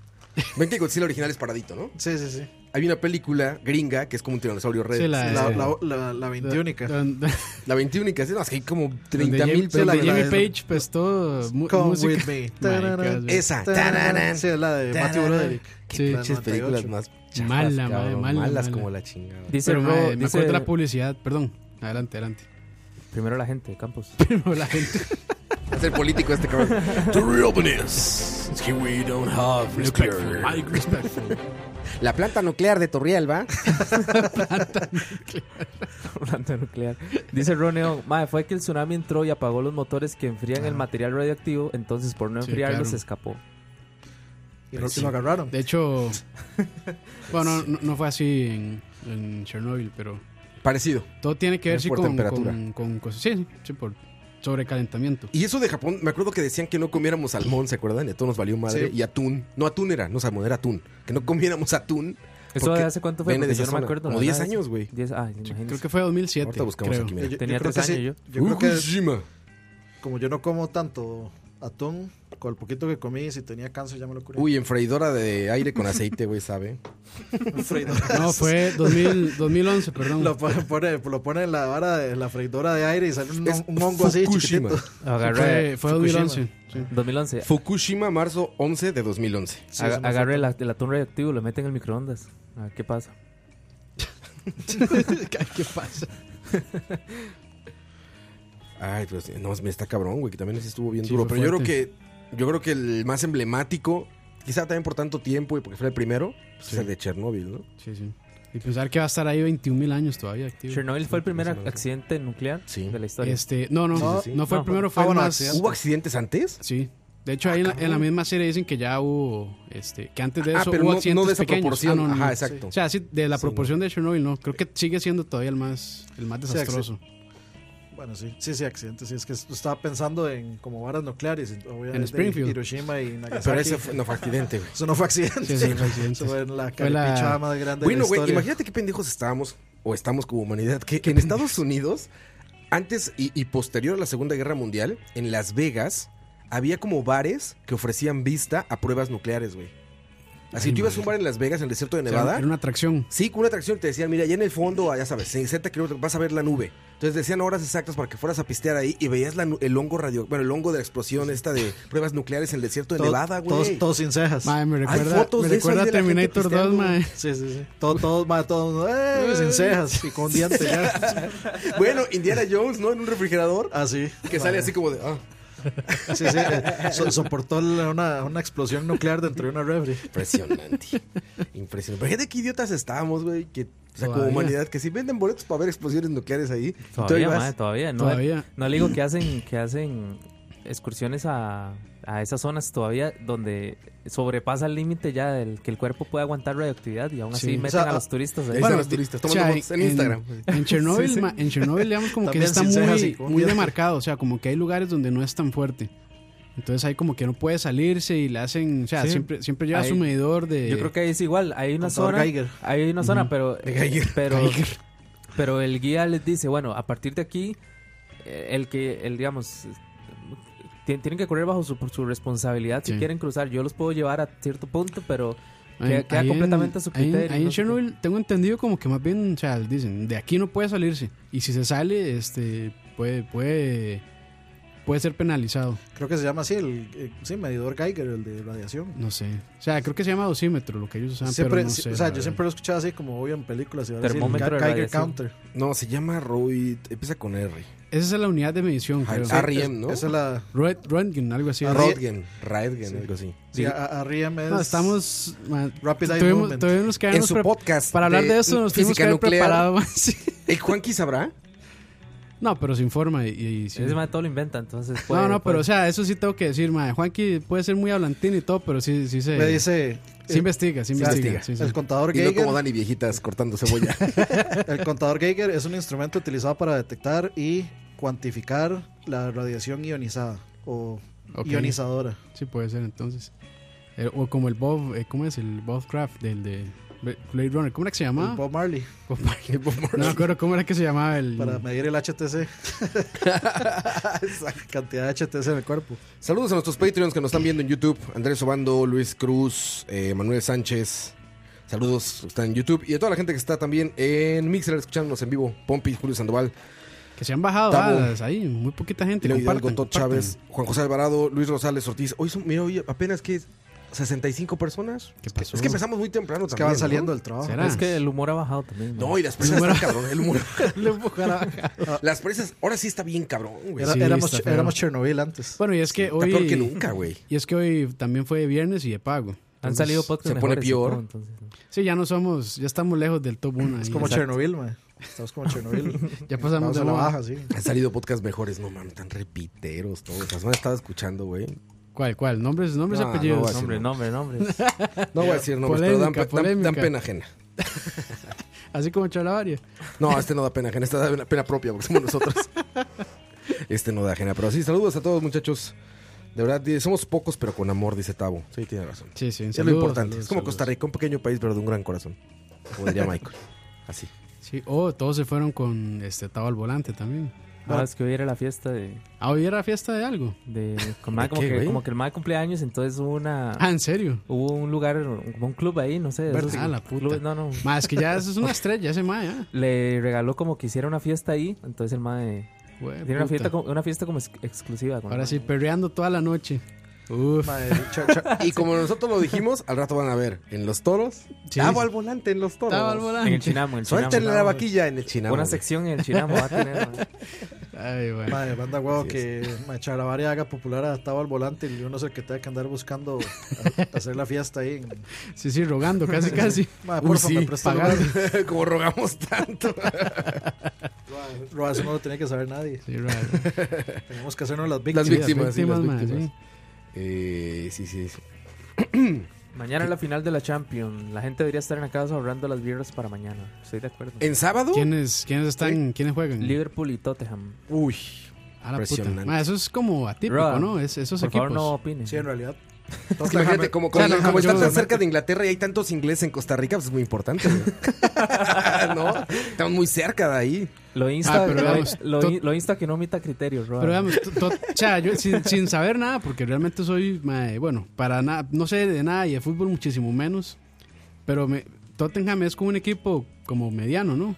E: Ven que Godzilla original es paradito, ¿no?
G: Sí, sí, sí.
E: Hay una película gringa que es como un tiranosaurio Rex.
D: Ah, Sí, la-
G: La, la, la, la veintiúnica.
D: Donde-
E: La 21 y que así, no, es que hay como
D: donde
E: 30 mil
D: Jim- donde
G: la-
D: Jimmy
G: la-
D: Page prestó mu-
G: Come
D: música.
G: with me.
D: My God,
G: Es-
E: Esa.
G: Tararán. Sí, es la de
E: Tararán.
G: Matthew Broderick.
D: Sí.
G: La de
E: Pinches
G: 98.
E: películas más chafas,
D: Mala,
E: cabrón,
D: madre, mala,
E: malas
D: mala.
E: como la chingada.
F: Dice,
D: Pero,
F: Ro-
D: mae, me
F: dice-
D: acuerdo de la publicidad, perdón. Adelante, adelante.
F: primero la gente, Campos.
D: Pero la gente.
E: Va a ser político este cabrón.
A: The real one is is here we don't have nuclear.
D: Ay, respectful.
E: La planta nuclear de Torreal, ¿va?
F: Planta nuclear. Dice Roneo, mae, fue que el tsunami entró y apagó los motores que enfrían el material radioactivo, entonces por no
D: Sí,
F: enfriarlo
D: claro.
F: se escapó.
G: Y lo, y lo agarraron.
D: De hecho, bueno, no, no fue así en, en Chernobyl, pero
E: Parecido.
D: todo tiene que ver
E: Es
D: sí,
E: por
D: con,
E: temperatura.
D: con, con cosas. Sí, sí, sí, por sobrecalentamiento.
E: Y eso de Japón, me acuerdo que decían que no comiéramos salmón, ¿se acuerdan? Y a todos nos valió madre.
G: Sí.
E: Y atún. No, atún era, no salmón, era atún. Que no comiéramos atún.
F: ¿Eso
E: porque
F: de hace cuánto fue?
E: viene
F: Porque
E: de
F: yo
E: esa
F: no me
E: zona.
F: acuerdo.
E: Como
F: ¿no?
E: 10
F: ¿Sabes?
E: años, güey.
F: 10, ah, imagínense.
D: Creo que fue 2007.
E: Ahorita buscamos
D: creo.
E: aquí,
G: Yo-
E: mira.
G: yo
F: Tenía
G: creo
F: tres
G: que
F: años
G: sí. Yo creo que,
E: Fukushima.
G: como yo no como tanto atún, con el poquito que comí, si tenía cáncer ya me lo curé.
E: Uy, en freidora de aire con aceite, güey, ¿sabe?
G: Un freidor.
D: No, fue 2000, 2011, perdón.
G: Lo pone, pone- lo pone en la vara de la freidora de aire y sale un, un hongo así
E: Fukushima.
G: chiquitito.
F: Agarré,
D: fue fue
G: Fukushima.
D: 2011. sí.
F: 2011,
E: Fukushima, marzo 11 de 2011.
G: Sí,
F: aga-
G: eso no es
F: agarré la- el atún radioactivo, lo meten en el microondas. A ver qué pasa.
D: ¿Qué pasa?
E: Ay, pues no, me está cabrón, güey, que también ese estuvo bien
D: Sí,
E: duro.
D: fue
E: Pero yo creo
D: fuerte.
E: que yo creo que el más emblemático, quizá también por tanto tiempo y porque fue el primero, pues, es el de Chernóbil, ¿no?
D: Sí, sí. Y pensar que va a estar ahí 21 mil años todavía activo.
F: Chernobyl fue el primer
E: más o menos.
F: accidente nuclear
E: Sí.
F: de la historia.
D: Este, no, no,
G: Sí,
D: no,
G: sí,
E: sí.
D: fue
F: No,
D: el primero, fue
G: fue- ah,
D: el
G: bueno,
D: más...
G: accidente.
E: ¿Hubo accidentes antes?
D: Sí. De
E: Ah,
D: hecho, ahí en la, en la misma serie dicen que ya hubo, este, que antes de eso
E: ah, pero
D: hubo
E: no,
D: accidentes
E: no de esa
D: pequeños.
E: proporción.
D: Ah, no, no,
E: Ajá,
D: no.
E: exacto.
D: O sea, sí, de la
E: Sí,
D: proporción de Chernobyl, no. Creo que sigue siendo todavía el más, el más
G: Sí,
D: desastroso.
G: Bueno, sí, sí, sí, accidente. Sí, es que estaba pensando en como varas nucleares. obviamente,
D: En Springfield.
G: Hiroshima y Nagasaki.
E: Pero ese fue, no fue accidente, güey.
G: Eso no fue accidente.
D: Sí, sí, no fue accidente.
G: Eso fue la
D: Fue la-
G: caripichada más grande de
E: Bueno,
G: la
E: güey,
G: historia.
E: imagínate qué pendejos estábamos o estamos como humanidad que en Estados Unidos antes y, y posterior a la Segunda Guerra Mundial en Las Vegas había como bares que ofrecían vista a pruebas nucleares, güey. Así tú ibas a un bar en Las Vegas, en el desierto de
D: O sea,
E: Nevada.
D: Era una atracción.
E: Sí, con una atracción te decían, mira, allá en el fondo, ah, ya sabes, en 60 kilómetros vas a ver la nube. Entonces decían horas exactas para que fueras a pistear ahí y veías la nu- el hongo radio, bueno, el hongo de la explosión esta de pruebas nucleares en el desierto de
G: Todo-
E: Nevada, güey.
G: Todos, todos sin cejas.
D: Mae, me
E: Hay
D: recuerda,
E: fotos
D: me
E: de eso
D: recuerda
E: ahí de
D: a
E: la gente
D: Terminator 2,
E: pisteando.
D: mae.
G: Sí, sí, sí. Todo, todo, va, todo, ¡eh! sin cejas y con dientes. ya.
E: Bueno, Indiana Jones, ¿no? En un refrigerador ah,
G: Así.
E: que sale así como de, ah,
G: Sí, sí. eh, so- soportó la- una, una explosión nuclear dentro de una refri.
E: impresionante. impresionante. Pero fíjate qué idiotas estamos, güey, que o sea, como
D: Todavía.
E: humanidad, que si venden boletos para ver explosiones nucleares ahí, y tú ahí
F: Todavía,
E: vas.
F: mae, todavía. No,
D: Todavía.
F: no le digo que hacen, que hacen excursiones a, a esas zonas todavía donde sobrepasa el límite ya del que el cuerpo puede aguantar radioactividad y aún
D: Sí.
F: así meten
G: O sea,
F: a los turistas
E: Ahí
F: ahí.
E: están
D: Bueno,
E: los turistas
D: O
E: tomando
D: sea,
E: fotos en, Instagram.
D: En Chernobyl, ma- en Chernobyl, digamos, como que
G: También
D: está
G: sin cejas y
D: muy,
G: con
D: muy
G: dientes.
D: demarcado. O sea, como que hay lugares donde no es tan fuerte. Entonces hay como que no puede salirse y le hacen. O sea,
F: Sí.
D: siempre, siempre lleva
F: Ahí-
D: su medidor de.
F: Yo creo que ahí es igual, hay una
G: Contador
F: zona,
G: Geiger.
F: hay una zona, pero pero pero el guía les dice, bueno, a partir de aquí eh, el que el digamos tien- tienen que correr bajo su, por su responsabilidad si
D: Sí.
F: quieren cruzar. Yo los puedo llevar a cierto punto, pero
D: Ahí-
F: queda- queda
D: ahí en-
F: completamente a su
D: ahí en-
F: criterio,
D: Ahí en
F: no sé qué.
D: Chernobyl tengo entendido como que más bien, o sea, dicen, de aquí no puede salirse. Y si se sale, este, puede, puede, puede ser penalizado.
G: Creo que se llama así, el eh, sí, medidor Geiger, el de radiación.
D: No sé. O sea, creo que se llama dosímetro lo que ellos usan.
G: siempre,
D: Ah, pero no
G: si-
D: sé,
G: o sea,
D: la
G: yo
D: verdad.
G: siempre lo escuchaba así como hoy en películas. Y ahora sí, el
F: Termómetro
G: Ge-
F: de
G: Geiger
F: radiación.
G: Counter.
E: No, se llama Roy, empieza con R.
D: Esa es la unidad de medición,
E: Ah,
D: creo.
E: sí. REM, ¿no?
G: Esa es la.
D: Rönt- Röntgen, algo así.
G: Ah,
D: es.
E: Rodgen, Raedgen, algo así.
G: Sí, a, a REM es.
D: No, Ah, estamos. man,
G: Rapid Eye
D: tuvimos-
G: Movement.
D: todavía nos quedamos
E: En su
D: pre-
E: podcast
D: Para hablar
E: de
D: de eso, nos tuvimos
E: física
D: que haber
E: nuclear.
D: preparado. man, sí.
E: ¿El Juanqui sabrá?
D: No, pero se informa. Y, y- sí.
F: Ese mae todo lo inventa, entonces
D: no,
F: puede-
D: no, pero
F: puede-
D: o sea, eso sí tengo que decir, madre. Juanqui puede ser muy hablantín y todo, pero sí, sí se.
G: Me dice.
D: eh, sí investiga, sí
E: se
D: investiga.
E: investiga.
D: sí, sí.
G: El contador
E: Y no
G: Geiger.
E: como Dani Viejitas cortando cebolla.
G: El contador Geiger es un instrumento utilizado para detectar y cuantificar la radiación ionizada o
D: Ok.
G: ionizadora.
D: Sí, puede ser entonces. Eh, o como el Bob, eh, ¿cómo es? El Bob Craft del de Blade Runner. ¿Cómo era que se
G: El
D: llamaba?
G: Bob Marley
D: Bob Marley. no me acuerdo cómo era que se llamaba el.
G: para medir el HTC. Cantidad de HTC en el cuerpo.
E: Saludos a nuestros Patreons que nos están viendo en YouTube. Andrés Obando, Luis Cruz, eh, Manuel Sánchez. Saludos, que están en YouTube. Y a toda la gente que está también en Mixer escuchándonos en vivo. Pompi, Julio Sandoval,
D: Que se han bajado
E: Tabo.
D: alas ahí, muy poquita gente.
E: Leo Hidalgo,
D: compartan,
E: Todd
D: compartan.
E: Chávez, Juan José Alvarado, Luis Rosales Ortiz. Hoy son, mira, hoy apenas que 65 personas.
D: ¿Qué pasó?
E: Es que empezamos muy temprano
G: Es que
E: también.
G: van
E: ¿no?
G: saliendo del
E: Ah,
G: trabajo.
D: ¿Será?
F: es que el humor ha bajado también. mae.
E: No, y las presas están cabrón, el humor.
D: Era-
E: Las presas, ahora sí está bien cabrón, güey.
G: Era-
D: Sí,
G: éramos,
D: está feo.
G: éramos Chernobyl antes.
D: Bueno, y es que
E: Está peor que
D: hoy.
E: nunca, güey.
D: Y es que hoy también fue de viernes y de pago.
F: han salido podcasts
E: se pone
F: mejores y
E: peor.
F: todo, entonces, ¿no?
D: Sí, ya no somos, ya estamos lejos del top 1.
G: Es como Chernobyl, man. Estamos como Chernobyl.
D: Ya pasamos
G: Estamos
D: de
G: a la
D: la
G: baja, sí.
E: Han salido podcasts mejores, no mames, tan repiteros todos. La semana estaba escuchando, güey.
D: ¿Cuál, cuál? Nombres, nombres,
E: No, no
D: apellidos.
E: voy a-
F: Nombre, nombre, nombre.
E: No voy a decir nombres, pero dan,
D: Polémica,
E: dan- dan
D: polémica.
E: pena ajena.
D: Así como Chalabaria.
E: No, este no da pena ajena, este da pena, pena propia porque somos nosotros. Este no da ajena, pero sí, saludos a todos muchachos. De verdad, di- somos pocos, pero con amor, dice Tavo. Sí, tiene razón.
D: Sí, sí.
E: es
D: saludos,
E: lo importante.
D: saludos,
E: es como
D: saludos.
E: Costa Rica, un pequeño país, pero de un gran corazón. Como diría Michael. Así.
D: Sí, oh, todos se fueron con este Tavo al volante también.
F: Ah, es que hoy era la fiesta de,
D: Ah, hoy era fiesta de algo.
F: de- con mae,
E: ¿De
F: como,
E: qué,
F: que,
E: güey?
F: como que el mae cumpleaños, entonces hubo una
D: Ah, ¿en serio?
F: hubo un lugar, como un club ahí, no sé. de
D: Vértigo.
F: esos
D: Ah, la puta.
F: clubes- no, no.
D: Más que ya eso es una estrella ese mae, ¿eh?
F: Le regaló como que hiciera una fiesta ahí, entonces el mae
D: Güey,
F: tiene una
D: puta.
F: fiesta, como- una fiesta como ex- exclusiva. con el
D: Ahora
F: mae.
D: sí, perreando toda la noche. Uf.
G: Mae, cha- cha-
E: Y como nosotros lo dijimos, al rato van a ver en los toros.
D: Sí.
E: Tavo al volante en los toros.
D: Tavo al volante.
F: En el Chinamo, en el Chinamo.
E: Suéltenle la vaquilla en el chinamo.
F: Una
E: güey.
F: sección en el Chinamo va a tener. mae.
D: Ay, güey.
G: mae, banda huevo que mae, Charabaria haga popular a Tavo al volante y uno es el que tenga que andar buscando a- hacer la fiesta ahí. En,
D: Sí, sí, rogando, casi, casi.
G: Mae,
D: Uy,
G: porfa, me
D: sí,
G: presta el
D: pagando.
E: como rogamos tanto.
G: Roa, eso no lo tenía que saber nadie.
D: Sí, raro.
G: Tenemos que hacernos las
E: Las
G: víctimas.
E: víctimas, sí,
D: víctimas,
E: las
D: man,
E: víctimas. Eh, sí, sí, sí.
F: Mañana es la final de la Champions. La gente debería estar en la casa ahorrando las birras para mañana. Estoy de acuerdo.
E: ¿En sábado?
D: ¿Quiénes, quiénes están, quiénes juegan?
F: Liverpool y Tottenham.
E: Uy,
D: A la puta.
E: Impresionante.
D: Ma, eso es como atípico,
F: Roa,
D: ¿no? Es, esos
F: Por
D: equipos.
F: favor, no opinen.
G: Sí, en realidad.
E: Es que imagínate, como, como,
D: O sea, no,
E: como
D: yo-
E: están tan cerca de Inglaterra y hay tantos ingleses en Costa Rica, pues es muy importante. güey. ¿No? Estamos muy cerca de ahí.
F: Lo insta,
D: Ah, pero
F: lo-
D: veamos,
F: lo,
D: to-
F: in- lo insta que no omita criterios, Roa.
D: Pero veamos, to- to- o sea, yo sin, sin saber nada, porque realmente soy, mae, bueno, para nada, no sé de nada y de fútbol muchísimo menos, pero me, Tottenham es como un equipo como mediano, ¿no?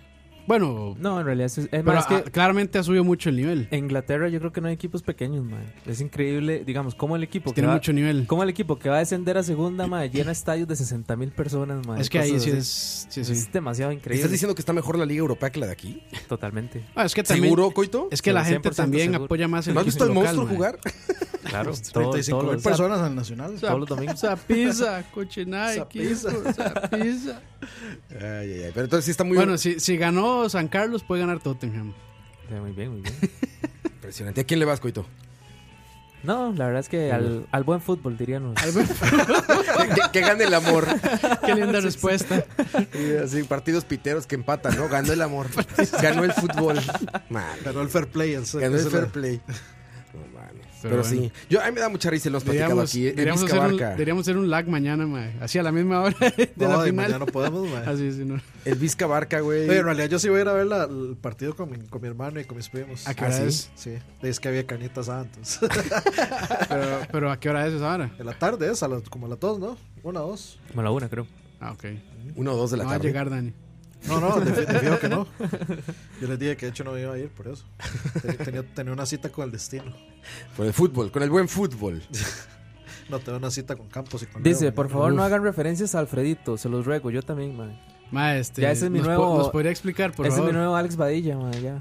D: Bueno,
F: No, en realidad es, es
D: pero
F: más que Eh,
D: ah, claramente ha subido mucho el nivel,
F: en Inglaterra yo creo que no hay equipos pequeños, man. Es increíble, digamos, cómo el equipo que
D: tiene
F: va,
D: mucho nivel.
F: cómo el equipo que va a descender a segunda, man, llena estadios de 60 mil personas, man.
D: Es que ahí
F: Cosas eh, este,
D: sí
F: así.
D: es... sí, sí.
F: Es demasiado increíble.
E: ¿Estás diciendo que está mejor la Liga Europea que la de aquí?
F: Totalmente.
D: Ah, es que también,
E: ¿Seguro, Coito?
D: Es que la gente
F: 100%
D: también
F: seguro.
D: apoya más el
E: ¿No has visto
D: equipo
E: al
D: local,
E: monstruo
D: mae.
E: jugar?
F: Claro, todo- todos
G: 35 mil
F: los- o sea,
G: personas al Nacional.
F: todos los domingos.
D: Zapisa, cochinada,
G: Zapisa.
D: equipo, zapisa.
E: Ay, ay, ay. Pero entonces sí está muy
D: Bueno, si, si ganó San Carlos, puede ganar Tottenham.
F: O sea, Muy bien, muy bien.
E: impresionante. ¿A quién le vas, Coito?
F: No, la verdad es que al, al buen fútbol, diríamos.
E: Que, que- que gane el amor.
D: Qué linda respuesta.
E: Y así, partidos piteros que empatan, ¿no? Ganó el amor. Ganó el fútbol. Man,
G: Ganó el fair play. el-
E: ganó el
G: ese-
E: fair play. No mames. Pero,
D: Pero
E: sí.
D: bueno.
E: Yo, a mí me da mucha risa, lo hemos platicado
D: Deberíamos,
E: aquí. eh,
D: deberíamos
E: Vizca
D: hacer un,
E: Barca.
D: deberíamos hacer un lag mañana, mae. Así a la misma hora de
G: No,
D: la
G: de
D: final.
G: mañana no podemos, mae.
D: Así es, sí, no.
E: El Vizca Barca, güey.
G: Oye, en realidad yo sí voy a ir a ver la- el partido con mi, con mi hermano y con mis primos.
D: ¿A qué
E: Ah,
D: hora
E: ¿sí?
D: es?
G: Sí, es que había canitas antes.
D: Pero, pero ¿a qué hora es esa hora?
G: en la tarde es, a las- como a las 2, ¿no? Una, dos.
F: Como la una, creo.
D: Ah, ok.
E: Uno o dos de la
D: No va a
E: tarde.
D: llegar, Dani.
G: No, no, de, de fijo que no. Yo les dije que de hecho no iba a ir por eso. Ten- Tenía, tenía una cita con el destino.
E: Con el fútbol, con el buen fútbol.
G: No, tenía una cita con Campos y con Leo,
F: Dice,
G: mae.
F: por favor, no hagan referencias a Alfredito, se los ruego, yo también, man.
D: Mae, este,
F: Ya ese es mi
D: nos, po-
F: nuevo-
D: ¿Nos podría explicar, por
F: Ese es
D: favor?
F: mi nuevo Alex Badilla, man, ya.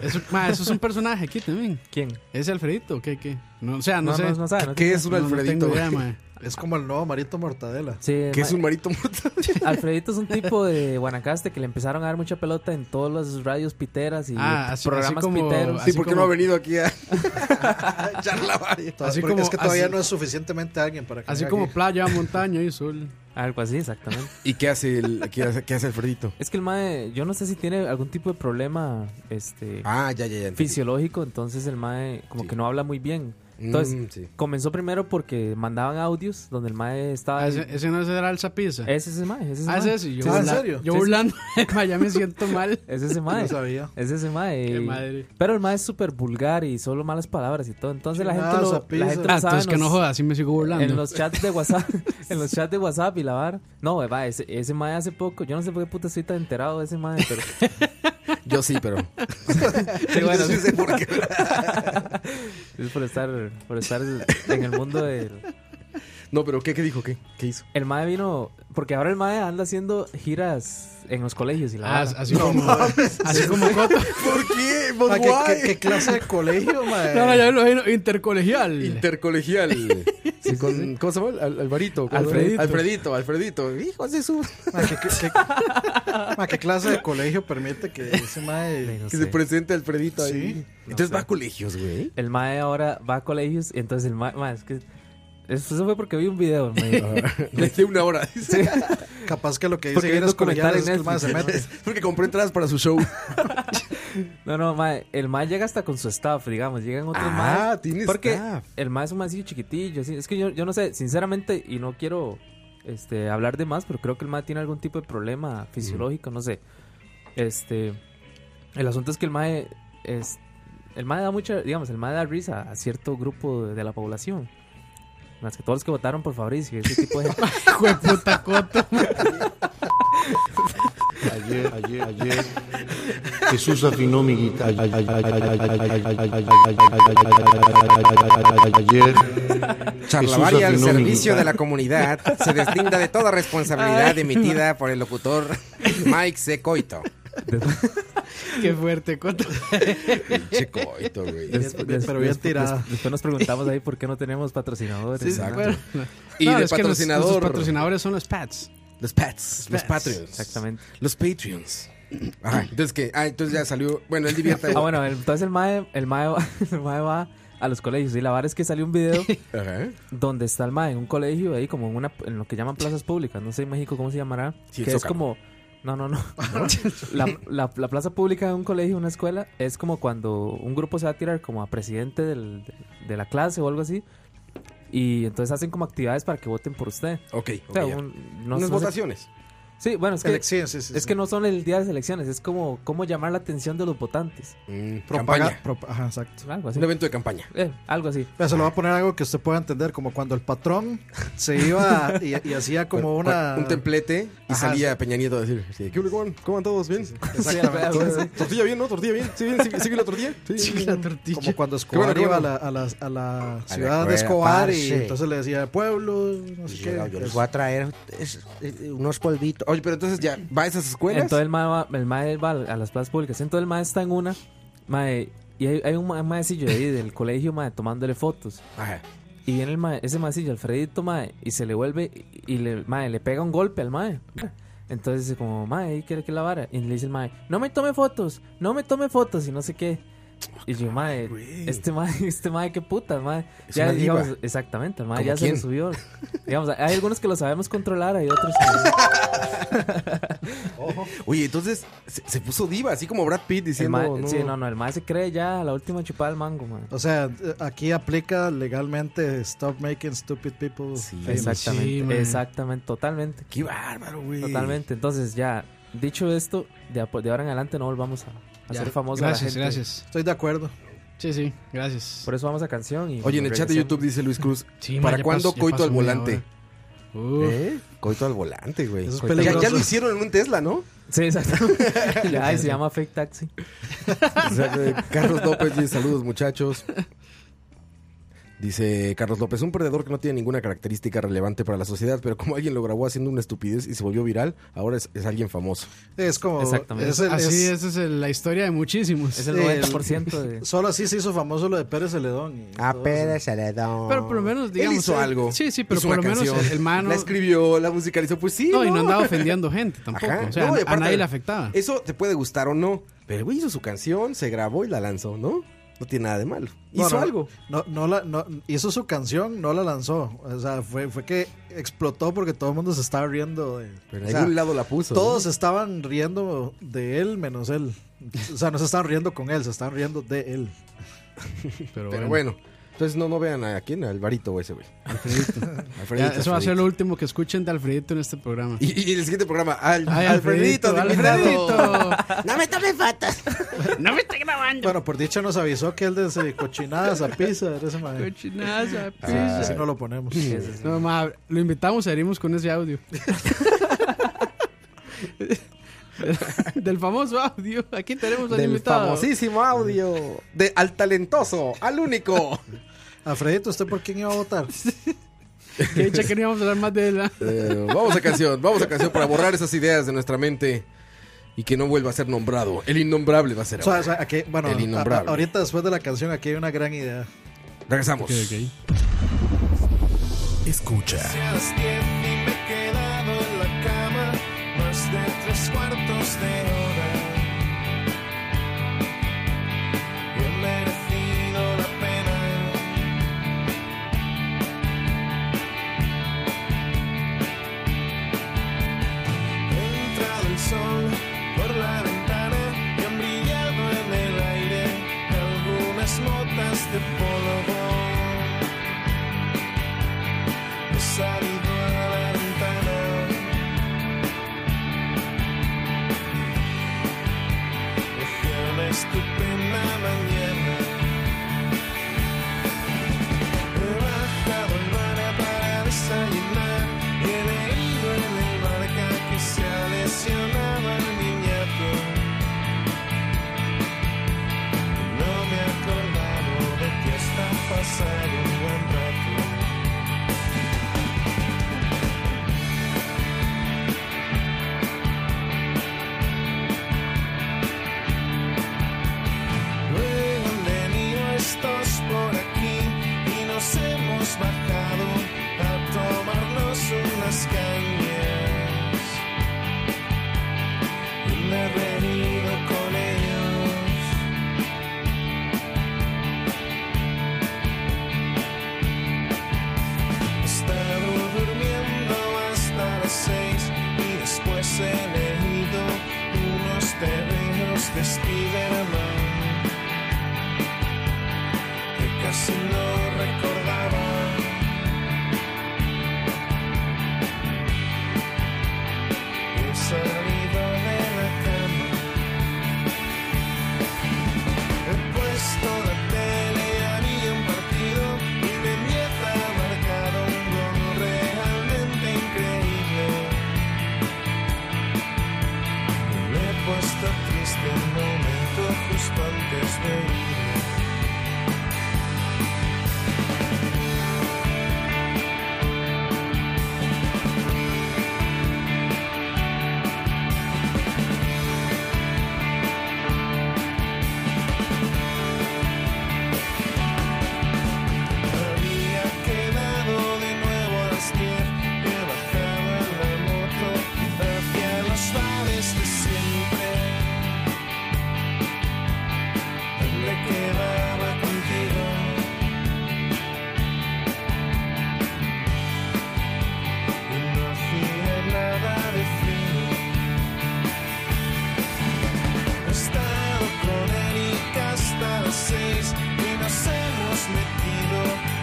D: Eso, mae, eso es un personaje aquí también.
F: ¿Quién?
D: ¿Es Alfredito? o ¿Qué, qué? No, o sea, no, sé.
F: no, no sabe, no
E: ¿Qué
F: tiene-
E: es un
D: No, no
E: Alfredito,
D: tengo idea,
E: güey?
D: mae.
G: Es como el nuevo Marito Mortadela.
F: Sí,
E: ¿Qué es
F: ma-
E: un marito muerto?
F: Alfredito es un tipo de Guanacaste que le empezaron a dar mucha pelota en todas las radios piteras y
D: Ah, así-
F: programas
D: así como-
F: piteros.
E: Sí,
D: Así
E: porque
D: como-
E: no ha venido aquí a a charla varias.
G: Toda-
D: Así
G: porque
D: como-
G: es que todavía
D: así-
G: no es suficientemente alguien para que
D: Así
G: venga
D: como
G: aquí.
D: playa, montaña y sol.
F: Algo así, exactamente.
E: ¿Y qué hace el, qué hace, qué hace Alfredito?
F: Es que el mae, yo no sé si tiene algún tipo de problema este
E: Ah, ya, ya, ya. entendí.
F: fisiológico, entonces el mae como
E: Sí.
F: que no habla muy bien.
E: Mm,
F: Entonces,
E: sí.
F: comenzó primero porque mandaban audios donde el mae estaba
D: Ah, ese, ese no será el Zapisa.
F: Ese es ese mae, ese es ese
D: Ah,
F: mae.
D: ese sí, yo,
G: Sí, ¿en
D: burla-
G: serio?
D: yo
F: Sí, sí.
D: burlando. mae, ya me siento mal.
F: Es ese mae.
G: No sabía.
F: Es ese mae.
D: Qué
F: y-
D: madre.
F: Pero el mae es súper vulgar y solo malas palabras y todo. Entonces la
G: Sí,
F: gente
G: nada,
F: lo,
G: zapiza.
F: la gente
D: Ah,
F: lo sabe.
D: entonces que
F: en
D: no
F: los-
D: joda, así me sigo burlando.
F: En los chats de WhatsApp, en los chats de WhatsApp y la vara. No, va, ese, ese mae hace poco, yo no sé por qué puta estoy tan enterado de ese mae, pero
E: Yo sí, pero.
F: bueno,
E: Yo sí sé por qué.
F: es por estar, por estar en el mundo del...
E: No, pero ¿qué, qué dijo? ¿Qué? ¿Qué hizo?
F: El mae vino, porque ahora el mae anda haciendo giras en los colegios y la
D: Ah,
F: vara.
D: así como, así como Coto.
E: ¿Por qué?
G: Ah, ¿qué- qué, qué clase de colegio, mae?
D: Pues, No, no, ya me lo imagino, intercolegial.
E: Intercolegial. Sí, con- ¿Cómo se llama? Al- Alvarito. ¿cómo se llama?
F: Alfredito.
E: Alfredito, Alfredito. Hijo de su.
G: Mae, Ah, ¿qué, qué- qué- mae, ¿qué clase de colegio permite que ese
F: Ay,
G: mae...
F: no
E: Que
F: sé.
E: se presente Alfredito ahí.
G: Sí.
E: Entonces
F: sé.
E: va a colegios, güey.
F: El mae ahora va a colegios y entonces el mae, mae, es que... Eso eso fue porque vi un video, mae.
E: De una hora. dice.
G: Capaz que lo que
F: Porque
G: dice
F: hay
G: Guinness Collar
F: documental
G: es que
F: en
G: el mae se
F: Netflix.
G: mete.
E: Porque compré entradas para su show.
F: No, no, mae, el mae llega hasta con su staff, digamos, llegan otros
E: Ah,
F: maes,
E: tiene
F: Porque
E: staff.
F: el mae es un maecillo chiquitillo, así, es que yo, yo no sé, sinceramente, y no quiero este, hablar de más, pero creo que el mae tiene algún tipo de problema fisiológico, no sé. Este, el asunto es que el mae es, el mae da mucha, digamos, el mae da risa a cierto grupo de, de la población. Más que todos los que votaron por Fabricio, ese tipo de gente.
D: Hijo de puta Coto.
H: Ayer, ayer, ayer. Jesús afinó mi guitarra. Ayer.
E: Charlavaria al
H: Jesús afinó mi
E: servicio
H: guitarra.
E: de la comunidad se deslinda de toda responsabilidad emitida por el locutor Mike Secoito.
D: Qué fuerte, Coto.
E: Pinche coito, güey.
F: Des-
G: Pero
F: des-
G: bien
F: des-
G: tirada.
F: des- después nos preguntamos ahí por qué no tenemos patrocinadores. ¿no?
E: Exacto.
D: Bueno,
E: Y de
D: es que los-
E: patrocinador.
D: nuestros patrocinadores son los Pats.
E: Los Pats, los
D: Pats.
E: Patreons.
F: Exactamente.
E: Los Patreons. Ajá, entonces que, ah, entonces ya salió. Bueno, él divierte.
F: Ah, bueno, el- entonces el mae, el, mae va, el mae va a los colegios. Y la vara es que salió un video
E: Ajá.
F: donde está el mae en un colegio ahí, como en, una, en lo que llaman plazas públicas. No sé en México cómo se llamará.
E: Sí, el
F: que es
E: Zócalo.
F: como. No, no, no. La, la- la plaza pública de un colegio, una escuela, es como cuando un grupo se va a tirar como a presidente del- de la clase o algo así. Y entonces hacen como actividades para que voten por usted.
E: Ok,
F: O
E: ok,
F: sea,
E: ya.
F: un- no-
E: Unas
F: no sé-
E: votaciones.
F: Sí, bueno, es que,
G: Ele- sí, sí, sí,
F: es
G: sí.
F: que no son el día de las elecciones, es como cómo llamar la atención de los votantes.
E: Mm,
G: Propaga-
E: campaña.
G: propa- ajá, exacto.
F: Algo así.
E: Un evento de campaña.
F: Eh, algo así.
G: Pero se lo voy a poner algo que usted pueda entender, como cuando el patrón se iba y, y hacía como
E: Bueno,
G: una...
E: Un templete y
G: Ajá,
E: salía Peña Nieto a decir, sí, ¿qué hubo, Juan? ¿Cómo van todos? ¿Bien?
G: Exactamente.
E: ¿Tortilla bien, no? ¿Tortilla bien? ¿Sí, bien? ¿Sigue, sigue la tortilla? Sí,
G: Como cuando
E: Qué bueno,
G: Escobar
E: qué
G: iba a
E: bueno.
G: la, a la, a la ciudad de
I: cueva,
G: Escobar y
I: parce.
G: entonces le decía, pueblo, no sé qué. Pues,
I: Yo, yo les voy a traer es- eh, unos polvitos.
E: Oye, pero entonces ya va a esas escuelas.
F: Entonces el mae va, el mae va a las plazas públicas. Entonces el mae está en una. mae, y hay, hay un ma- maecillo ahí del colegio mae, tomándole fotos.
E: Ajá.
F: Y viene el mae, ese maecillo, Alfredito, mae, y se le vuelve y- y le, mae, le pega un golpe al mae. Entonces dice como, mae, ¿y ¿qué que la vara? Y le dice el mae, no me tome fotos, no me tome fotos y no sé qué. Y yo, mae, este mae, este mae, qué puta, mae.
E: Es
F: Ya,
E: una diva.
F: digamos, exactamente, el mae
E: ¿Como
F: ya se
E: quién?
F: lo subió. digamos, hay algunos que lo sabemos controlar, hay otros que no.
E: Oye, entonces se, se puso diva, así como Brad Pitt
F: El
E: diciendo.
F: mae-
E: no,
F: Sí, no, no, el mae se cree ya la última chupada del mango, mae.
G: O sea, eh, aquí aplica legalmente Stop Making Stupid People. famous.
D: sí,
F: Exactamente,
D: mae.
F: exactamente, totalmente,
E: Qué bárbaro, güey.
F: totalmente. Entonces ya, dicho esto, de, a- de ahora en adelante no volvamos a, a ser famosos.
D: Gracias,
F: a la gente.
D: gracias.
G: Estoy de acuerdo.
D: Sí, sí, gracias.
F: Por eso vamos a canción. Y
E: Oye, en el chat de YouTube dice Luis Cruz,
D: Sí, ma,
E: ¿para
D: ya
E: cuándo
D: pasó- ya
E: coito
D: pasó
E: al
D: media
E: volante?
D: hora. Uf.
E: ¿Eh? Coito al volante, güey.
G: Eso es
E: Ya, ya
G: peligroso.
E: lo hicieron en un Tesla, ¿no?
F: Sí, exacto. Ya, ay, se llama Fake Taxi.
E: O sea, que Carlos López dice saludos muchachos. Dice Carlos López, un perdedor que no tiene ninguna característica relevante para la sociedad, pero como alguien lo grabó haciendo una estupidez y se volvió viral, ahora es, es alguien famoso.
G: Es como...
F: Exactamente.
G: es el-
D: Así,
G: es-
D: esa es el- la historia de muchísimos.
F: Es el
G: Sí,
F: 90% de...
G: Solo así se hizo famoso lo de Pérez Celedón. y
E: Ah,
I: A
G: todo
I: Pérez Celedón.
D: Pero por lo menos, digamos.
E: Él hizo
D: eh,
E: algo.
D: Sí, sí, pero
E: hizo
D: por lo
E: una
D: menos
E: canción,
D: el, el mano.
E: La escribió, la musicalizó, pues sí.
D: No, y no andaba ofendiendo gente tampoco.
E: Ajá.
D: O sea,
E: No, y
D: a
E: aparte- Eh,
D: nadie le afectaba.
E: Eso te puede gustar o no, pero el güey hizo su canción, se grabó y la lanzó, ¿no? No tiene nada de malo.
G: No,
E: Hizo
G: no,
E: algo.
G: No, no la, no, hizo su canción, no la lanzó. O sea, fue, fue que explotó porque todo el mundo se estaba riendo de.
E: Pero
G: o
E: en
G: sea,
E: algún lado la puso.
G: todos estaban riendo de él menos él. O sea, no se estaban riendo con él, se estaban riendo de él.
D: Pero,
E: Pero
D: bueno.
E: bueno. Entonces no, no vean a quién, al varito ese, güey. Alfredito.
D: ya, eso va a ser lo último que escuchen de Alfredito en este programa.
E: Y, y- y el siguiente programa, al,
D: Ay,
E: Alfredito, de invitado.
I: No me tome fotos.
D: no me está grabando.
G: Bueno, por dicha nos avisó que él de ese cochinadas a pizza era ese man.
D: Cochinaza,
E: Ah,
D: pizza.
G: Así no lo ponemos.
D: No, ma, lo invitamos, salimos con ese audio. Del famoso audio. Aquí tenemos al
E: Del
D: Pues invitado.
E: famosísimo audio. De, al talentoso, al único.
G: Alfredito, ¿usted por quién iba a votar?
D: Que dicha que no íbamos a hablar más de él. ¿ah?
E: Eh, vamos a canción, vamos a canción para borrar esas ideas de nuestra mente y que no vuelva a ser nombrado. El innombrable va a ser.
G: O sea, o
E: ahora.
G: sea, aquí- bueno,
E: El innombrable.
G: a- a- ahorita después de la canción, aquí hay una gran idea.
E: Regresamos.
A: Escucha.
J: He salido a la Había quedado de nuevo Astier que bajaba la moto hacia los bares de siempre. Me quedaba contigo. Y no hacía nada de frío. He estado con Erika hasta las seis y nos hemos metido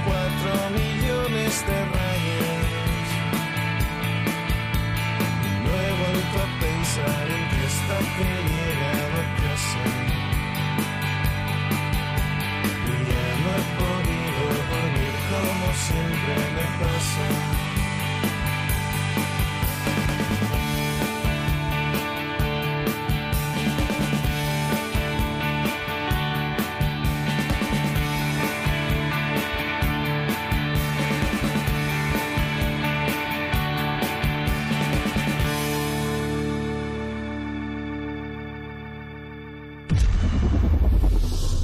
J: cuatro millones de rayos. No he vuelto a pensar en que esta que he llegado a casa. Y ya no he podido dormir como siempre me pasa.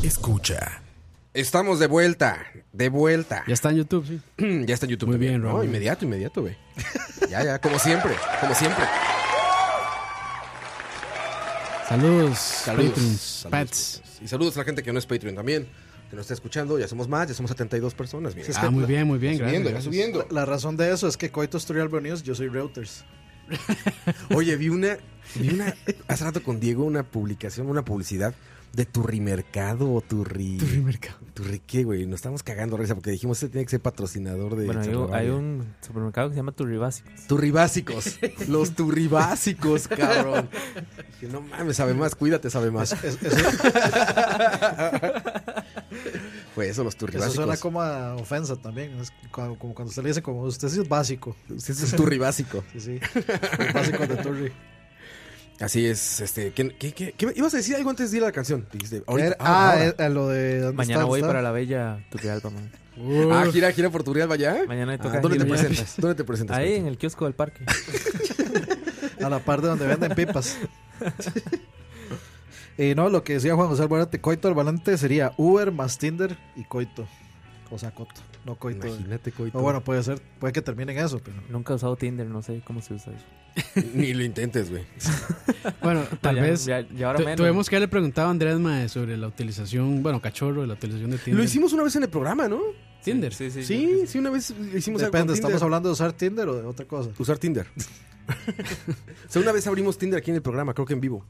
A: Escucha.
E: Estamos de vuelta, de vuelta.
D: Ya está en YouTube, sí.
E: Ya está en YouTube.
D: Muy
E: también.
D: bien,
E: No,
D: Raúl.
E: inmediato, inmediato, güey. Ya, ya, como siempre, como siempre.
D: Saludos,
E: Saludos.
D: patrons,
E: Saludos,
D: pets.
E: patrons. Y saludos a la gente que no es Patreon también. Que nos está escuchando, ya somos más, ya somos 72 personas. Mira,
D: Ah, muy bien, muy bien,
E: subiendo,
D: gracias.
E: ya subiendo.
G: La razón de eso es que Coito Asturial News, yo soy Reuters.
E: Oye, vi una, vi una, hace rato con Diego, una publicación, una publicidad de Turrimercado o Turri...
D: Turrimercado.
E: Turri, ¿qué, güey? Nos estamos cagando de risa porque dijimos que tiene que ser patrocinador de...
F: Bueno, hay un,
E: Charlavaria.
F: hay un supermercado que se llama Turribásicos.
E: Turribásicos. Los turribásicos, cabrón. Que no mames, sabe más, cuídate, sabe más.
G: Es- eso,
E: Pues eso, los
G: eso suena
E: turribásicos.
G: como a ofensa también. Es como, como cuando usted le dice, como usted sí es básico.
E: Sí, eso es turribásico.
G: Sí, sí. Los básicos de Turri.
E: Así es, este, ¿qué, qué, qué, qué- ibas a decir algo antes de ir a la canción? Dijiste, ahorita,
G: Era-
E: ah,
G: ah,
E: ahora.
G: eh, eh, lo de. ¿dónde
F: Mañana
G: está?
F: voy
G: ¿Dónde
F: para
G: está?
F: la bella Turrialba, man.
E: Ah, gira, gira por Turrialba ya.
F: Mañana me
E: Ah,
F: toca
E: ¿Dónde te
F: gira.
E: presentas? ¿Dónde te presentas?
F: Ahí en el kiosco del parque.
G: A la par de donde venden pipas. y no, lo que decía Juan José Alvarate, Coito Alvalante sería Uber más Tinder y Coito. O sea, Coto, no Coito.
E: Imagínate, coito.
G: O Oh, bueno, puede ser, puede que terminen eso, pero.
F: Nunca he usado Tinder, no sé cómo se usa eso.
E: Ni lo intentes, güey.
D: Bueno, tal
F: Ya-
D: vez
F: Ya, ya ahora
D: tu-
F: menos.
D: tuvimos que haberle preguntado a Andrés Mae sobre la utilización, bueno, cachorro, de la utilización de Tinder.
E: Lo hicimos una vez en el programa, ¿no?
D: Tinder.
F: Sí, sí, yo creo
E: Sí,
F: que sí.
E: sí, una vez hicimos algo
G: Depende,
E: con Tinder.
G: ¿estamos hablando de usar Tinder o de otra cosa?
E: Usar Tinder. o sea, una vez abrimos Tinder aquí en el programa, creo que en vivo.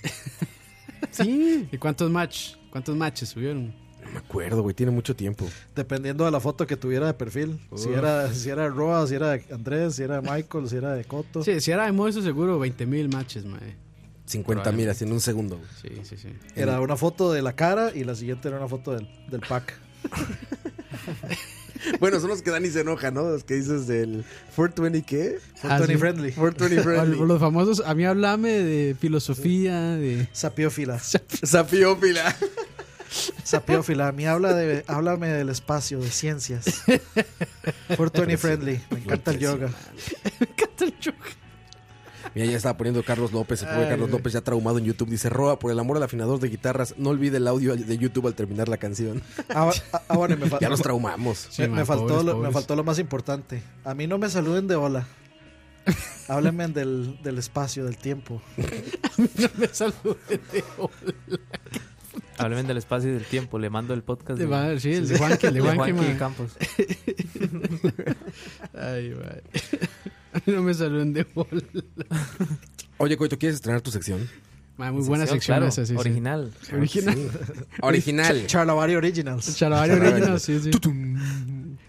E: Sí.
D: ¿Y cuántos match? ¿Cuántos matches subieron?
E: No me acuerdo, güey, tiene mucho tiempo.
G: Dependiendo de la foto que tuviera de perfil. Si era, si era de Roa, si era de Andrés, si era de Michael, si era de Coto.
D: Sí, si era de Moiso seguro 20 mil matches, mae.
E: 50 mil, así en un segundo. güey.
D: Sí, sí, sí.
G: Era una foto de la cara y la siguiente era una foto del, del pack.
E: Bueno, son los que Dani se enoja, ¿no? Los que dices del 420, ¿qué?
D: Ah,
G: Tony
D: sí.
G: Friendly.
E: 420
D: Bueno,
E: Friendly.
D: Los famosos, a mí hablame de filosofía, de...
G: Sapiófila.
E: Zapiófila.
G: Sapiófila, a mí habla de, háblame del espacio, de ciencias. For Tony Friendly, me encanta el yoga.
E: Mira, ya estaba poniendo Carlos López. El pobre Carlos López ya traumado en YouTube. Dice, Roa, por el amor al afinador de guitarras, no olvide el audio de YouTube al terminar la canción.
G: Ah, ah, ah, bueno, y me, fal-
E: Ya los traumamos.
D: Sí,
G: me-
D: man,
G: me faltó
D: pobres,
G: lo, me
D: pobres.
G: faltó lo más importante. A mí no me saluden de hola. Háblenme del, del espacio, del tiempo.
D: No me salude de este hola.
F: Háblame del espacio y del tiempo. Le mando el podcast
D: De madre, sí, el de Juanqui, el de
F: de
D: Juanqui,
F: Juanqui
D: mae.
F: Campos.
D: Ay, mae. A mí no me saluden de hola.
E: Oye, Coito, ¿quieres estrenar tu sección?
D: Mae, muy buena sección
F: claro,
D: esa, sí, sí.
F: Original.
D: Original.
E: Original.
G: Ch- Charlavaria Originals.
D: Charabario original, sí, sí. Tutum.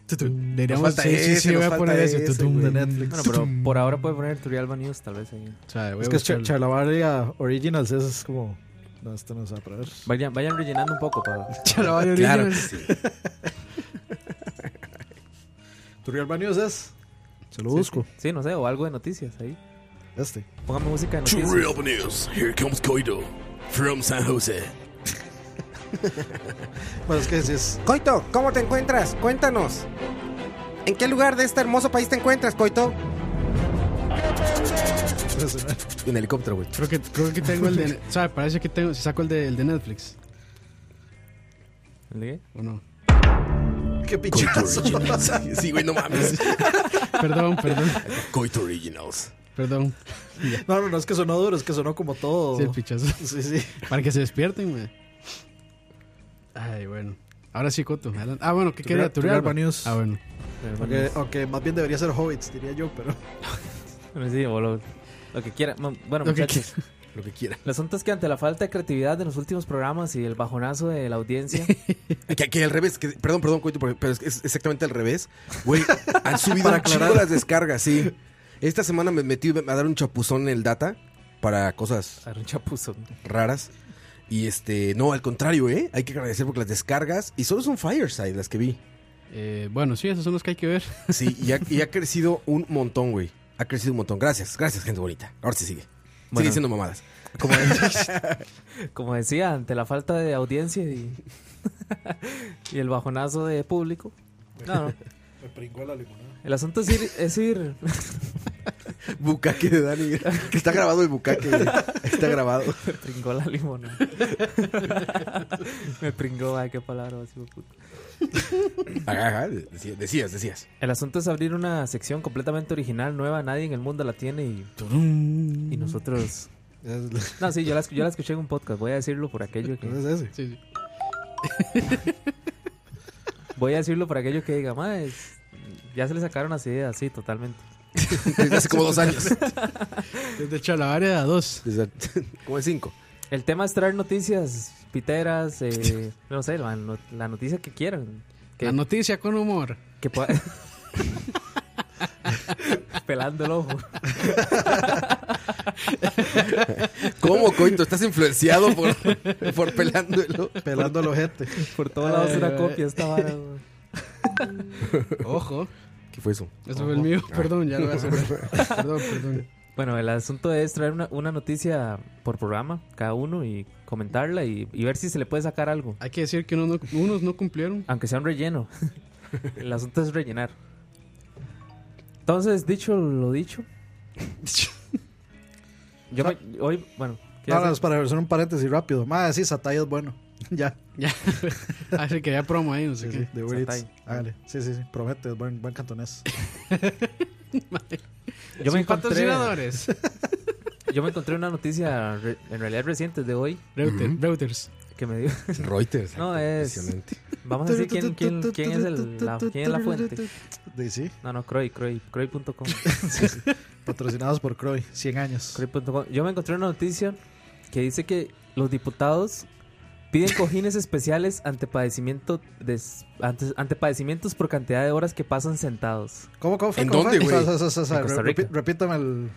D: Deberíamos,
E: falta
D: sí, sí,
E: ese,
D: sí,
E: nos
D: voy a
E: falta
D: poner ese,
E: ese,
D: tutum,
E: güey.
D: de Netflix.
F: Bueno, pero por ahora puede poner Turrialba News, tal vez. ahí.
D: O sea, voy a
G: Es que Char-
D: buscarlo.
G: Charlavaria Originals es como. No, esto no se va a parar.
F: Vayan, vayan rellenando un poco para...
D: Charabario
E: Claro que
D: original.
E: sí.
G: ¿Tu Real Man News es? Se lo busco.
F: Sí, no sé, o algo de noticias ahí.
G: Este.
F: Póngame música de
A: To
F: noticias.
A: real news, here comes Coito from San Jose.
G: Bueno, es que si es.
I: Coito, ¿cómo te encuentras? Cuéntanos. ¿En qué lugar de este hermoso país te encuentras, Coito?
E: En helicóptero, güey.
D: Creo que, creo que tengo el de. ¿Sabe? Parece que tengo. Si saco el de, el de Netflix.
F: ¿El de qué?
D: ¿O no?
G: Qué pichazo.
E: Sí, güey, no mames.
D: Perdón, perdón.
E: Coito Originals.
D: Perdón.
G: No, no, no, es que sonó duro, es que sonó como todo.
D: Sí, el pichazo.
G: Sí, sí.
D: Para que se despierten, güey. Ay, bueno. Ahora sí, Coto. adelante. Ah, bueno, ¿qué
G: Turrial-
D: queda? Turrialba.
G: Turrialba News.
D: Ah, bueno.
G: Aunque, aunque más bien debería ser Hobbits, diría yo, pero.
F: Sí, o lo, lo que quiera. Mo- Bueno,
D: Lo que
F: muchachos.
E: Lo que quieran.
F: El asunto es que ante la falta de creatividad de los últimos programas y el bajonazo de la audiencia,
E: Que, que al revés, que- perdón, perdón, Coito, porque- pero es, es exactamente al revés. Güey, han subido
G: Para
E: un chingo
G: aclarar.
E: las descargas, sí. Esta semana me metí a dar un chapuzón en el data para cosas
F: era un chapuzo.
E: raras. Y este, no, al contrario, ¿eh? Hay que agradecer porque las descargas, y solo son Fireside las que vi.
D: Eh, bueno, sí, esos son los que hay que ver.
E: Sí, y ha, y ha crecido un montón, güey. Ha crecido un montón. Gracias, gracias, gente bonita. Ahora sí sigue. Sigue
F: Bueno.
E: diciendo mamadas.
F: Como decía, ante la falta de audiencia y, y el bajonazo de público. No, no.
G: Me pringó la limonada.
F: El asunto es ir, es ir
E: Bucaque de Dani. Está grabado el bucaque, güey. Está grabado.
F: Me pringó la limonada. Me pringó, ay, qué palabra. más hijo de puta.
E: Ajá, ajá, decías, decías, decías.
F: El asunto es abrir una sección completamente original, nueva, nadie en el mundo la tiene y, y nosotros... No, sí, yo la, esc- yo la escuché en un podcast, voy a decirlo por aquello que...
G: ¿No es ese?
D: Sí, sí.
F: Voy a decirlo por aquello que diga, más ya se le sacaron las ideas, sí, totalmente.
E: Desde hace como dos años.
D: Desde Chalabaria a dos.
E: Desde- como el cinco.
F: El tema es traer noticias piteras, eh, no sé, la, no- la noticia que quieran. Que,
D: La noticia con humor.
F: que pueda- Pelando el ojo.
E: ¿Cómo, Coito? Estás influenciado por, por pelándolo.
G: Pelando al ojete.
F: Por todos lados
D: Ay,
F: una
D: ay.
F: copia esta vara, güey.
D: Ojo.
E: ¿Qué fue eso?
D: Eso fue el mío. Perdón, ya lo voy a cerrar. Perdón, perdón.
F: Bueno, el asunto es traer una, una noticia por programa, cada uno, y comentarla y, y ver si se le puede sacar algo.
D: Hay que decir que unos no, unos no cumplieron.
F: Aunque sea un relleno. el asunto es rellenar. Entonces, dicho lo dicho. Yo me- hoy, bueno. ¿qué
G: No,
F: hace?
G: no, es para hacer un paréntesis rápido. Más, sí, Satay es bueno. Ya.
D: Ya. Así Ah, que ya promo ahí, no sé
G: Sí, sí,
D: qué.
G: de Uber Eats.
F: Satay.
G: Hágale. Sí, sí, sí. Promete, es buen, buen cantonés.
F: yo, me
D: Sin
F: encontré,
D: patrocinadores.
F: yo me encontré una noticia re- en realidad reciente de hoy
D: Reuter- Reuters.
F: que me dio.
E: Reuters.
F: No, es-
E: Impresionante.
F: Vamos a decir quién, quién- quién es, el- la, quién es la fuente.
G: De- sí,
F: No, no, Croy, Croy, Croy.com.
G: patrocinados por Croy, 100 años.
F: Correo.com. Yo me encontré una noticia que dice que los diputados piden cojines especiales ante, padecimiento de, ante, ante padecimientos por cantidad de horas que pasan sentados.
G: ¿Cómo, cómo fue?
E: ¿En
G: ¿Cómo
E: dónde,
G: fue?
E: güey?
G: Sa- sa- sa- sa-
F: En Costa
G: repi-
F: Rica.
G: Repítame el.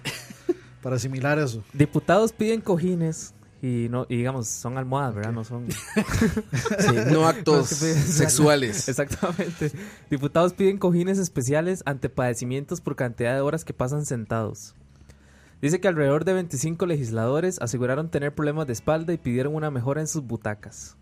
G: Para asimilar eso.
F: Diputados piden cojines y no y digamos son almohadas, ¿verdad? No son
E: Sí, no actos
F: No, es que-
E: sexuales.
F: exactamente. Diputados piden cojines especiales ante padecimientos por cantidad de horas que pasan sentados. Dice que alrededor de 25 legisladores aseguraron tener problemas de espalda y pidieron una mejora en sus butacas.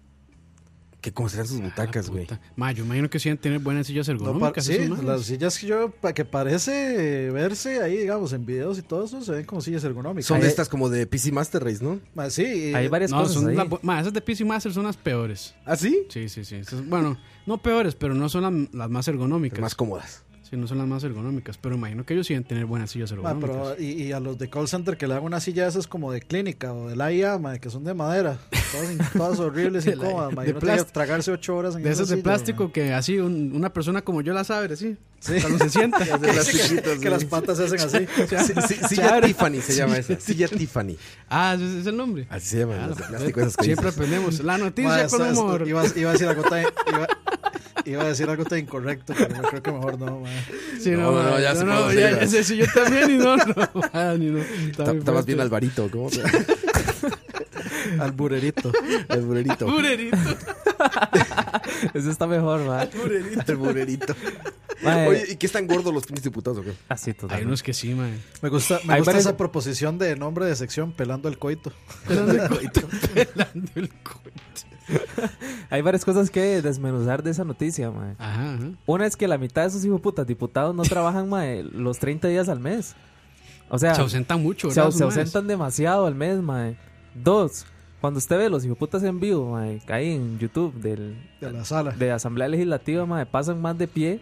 E: ¿Qué cómo serán
F: Ah,
E: sus butacas, güey?
D: Puta. Ma, yo imagino que sí deben tener buenas sillas
G: No, pa-
D: ergonómicas.
G: sí,
D: esos maes.
G: las sillas que yo pa- que parece verse ahí, digamos, en videos y todo eso, se ven como sillas ergonómicas.
E: Son
G: Ahí-
E: de estas como de PC Master Race, ¿no?
G: ma, sí, y-
F: Hay varias
D: No,
F: cosas
D: son
F: ahí.
D: las bu- ma, esas de PC Master son las peores.
E: ¿Ah, sí?
D: Sí, sí, sí. Esas- bueno, no peores, pero no son las, las más ergonómicas.
E: Más cómodas.
D: Sí, no son las más ergonómicas, pero imagino que ellos sí deben tener buenas sillas
G: ma,
D: ergonómicas.
G: pero- y, y a los de call center que le dan una silla de esas como de clínica o del AIA, ma, que son de madera, todas, in- todas horribles,
D: Del AIA.
G: incómodas, ma, y
D: De
G: uno tiene que
D: plástico.
G: tragarse ocho horas en
D: de
G: esa
D: esas de
G: silla,
D: plástico
G: ma.
D: que así un- una persona como yo la sabe, así.
G: Sí.
D: Cuando se sienta.
G: Que- que, las patas se hacen así.
E: Sí, sí, silla Tiffany se llama esa. Silla Tiffany.
D: ah, ese ese es el nombre.
E: Así se llaman
D: Ah,
E: las de
D: la-
E: plástico esas que
D: Siempre
E: dices.
D: aprendemos. La
G: Ma,
D: noticia pues,
G: esto-
D: con
G: esto-
D: humor.
G: Iba, iba a decir algo tan, iba, iba a decir algo tan incorrecto, pero yo creo que mejor no. ma.
D: Sí, no,
E: No, no,
D: ma,
E: ya
D: no,
E: se
D: no,
E: puede
D: ya-
E: hacer.
D: ya sé, sí, yo también y no, no, ma, ni no.
E: Está- Estabas bien Alvarito, ¿cómo?
G: Al burerito.
E: El burerito.
D: Purerito.
F: Eso está mejor, ¿verdad?
E: El burerito.
F: Mae,
E: Oye, ¿y qué están gordos los pinches diputados o qué?
F: así
D: Hay
F: total.
D: unos que sí, mae.
G: Me gusta, me
F: Hay
G: gusta
F: varias-
G: esa proposición de nombre de sección, pelando el coito.
D: Pelando el cu-
F: Hay varias cosas que desmenuzar de esa noticia, mae.
D: Ajá, ajá.
F: Una es que la mitad de esos hijos diputados no trabajan mae, los 30 días al mes. O sea,
D: Se ausentan mucho,
F: se,
D: ¿verdad?
F: se
D: esos maes?
F: ausentan demasiado al mes, mae. Dos, cuando usted ve los hijoputas en vivo, mae, ahí en YouTube del,
G: De la sala.
F: de Asamblea Legislativa, mae, pasan más de pie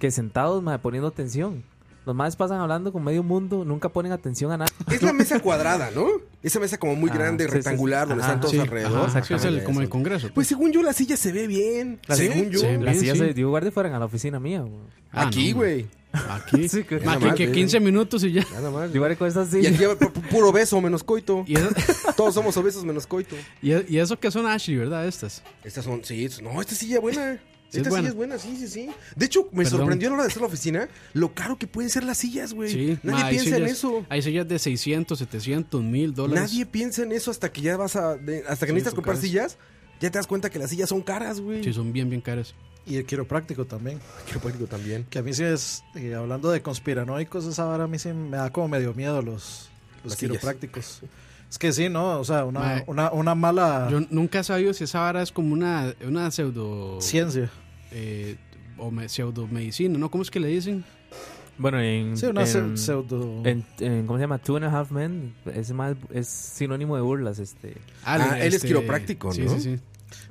F: que sentados, mae, poniendo atención. Los más pasan hablando con medio mundo, nunca ponen atención a nada.
E: Es la mesa cuadrada, ¿no? Esa mesa como muy
F: Ah,
E: grande,
F: sí, sí,
E: rectangular,
F: sí.
E: donde
F: Ajá,
E: están todos
F: sí,
E: alrededor.
D: Ajá, sí, es el- como el Congreso.
E: Pues según yo, la silla se ve bien.
F: La
E: según yo.
D: sí.
F: La
D: Bien,
F: silla se dio lugar de fueran a la oficina mía, güey.
D: Ah,
E: Aquí,
D: no,
E: güey.
D: Aquí.
F: Sí, que-
D: Mae,
E: Nada más,
D: que, que
E: sí.
D: 15 minutos y ya.
E: Nada más.
F: Yo guardé con esas
E: Y
F: sillas.
E: aquí pu- pu- puro beso menos coito.
D: Y, eso-
E: Todos somos obesos menos coito.
D: y- y eso que son Ashley, ¿verdad? Estas.
E: Estas son, sí, es- no, esta silla buena.
D: Sí, es
E: esta silla
D: buena.
E: es buena, sí, sí, sí. De hecho, me
D: Perdón.
E: sorprendió a la hora de hacer la oficina lo caro que pueden ser las sillas, güey.
D: Sí.
E: Nadie
D: mae, hay
E: piensa en
D: sillas-
E: eso.
D: Hay sillas de 600, 700, 1000 dólares.
E: Nadie piensa en eso hasta que ya vas a. de- hasta que
D: Sí,
E: necesitas
D: son
E: comprar
D: caras.
E: sillas, ya te das cuenta que las sillas son caras, güey.
D: Sí, son bien, bien caras.
G: Y el quiropráctico también.
E: Qué pánico también.
G: Que a mí sí es, eh, hablando de conspiranoicos, esa vara a mí sí me da como medio miedo los, los
E: Las sillas.
G: quiroprácticos. Es que sí, ¿no? O sea, una,
D: Mae.
G: una, una
E: Ah.
G: mala
D: Yo nunca he sabido si esa vara es como una, una pseudo.
G: ciencia.
D: eh, o me, pseudomedicina, ¿no? ¿Cómo es que le dicen?
F: Bueno, en,
G: Sí, una
F: en-
G: pseu- pseudo...
F: en- en- ¿Cómo se llama? Two and a Half Men. Es, más, es sinónimo de burlas, este...
E: Ah, él es quiropráctico,
D: sí,
E: ¿no?
D: Sí, sí,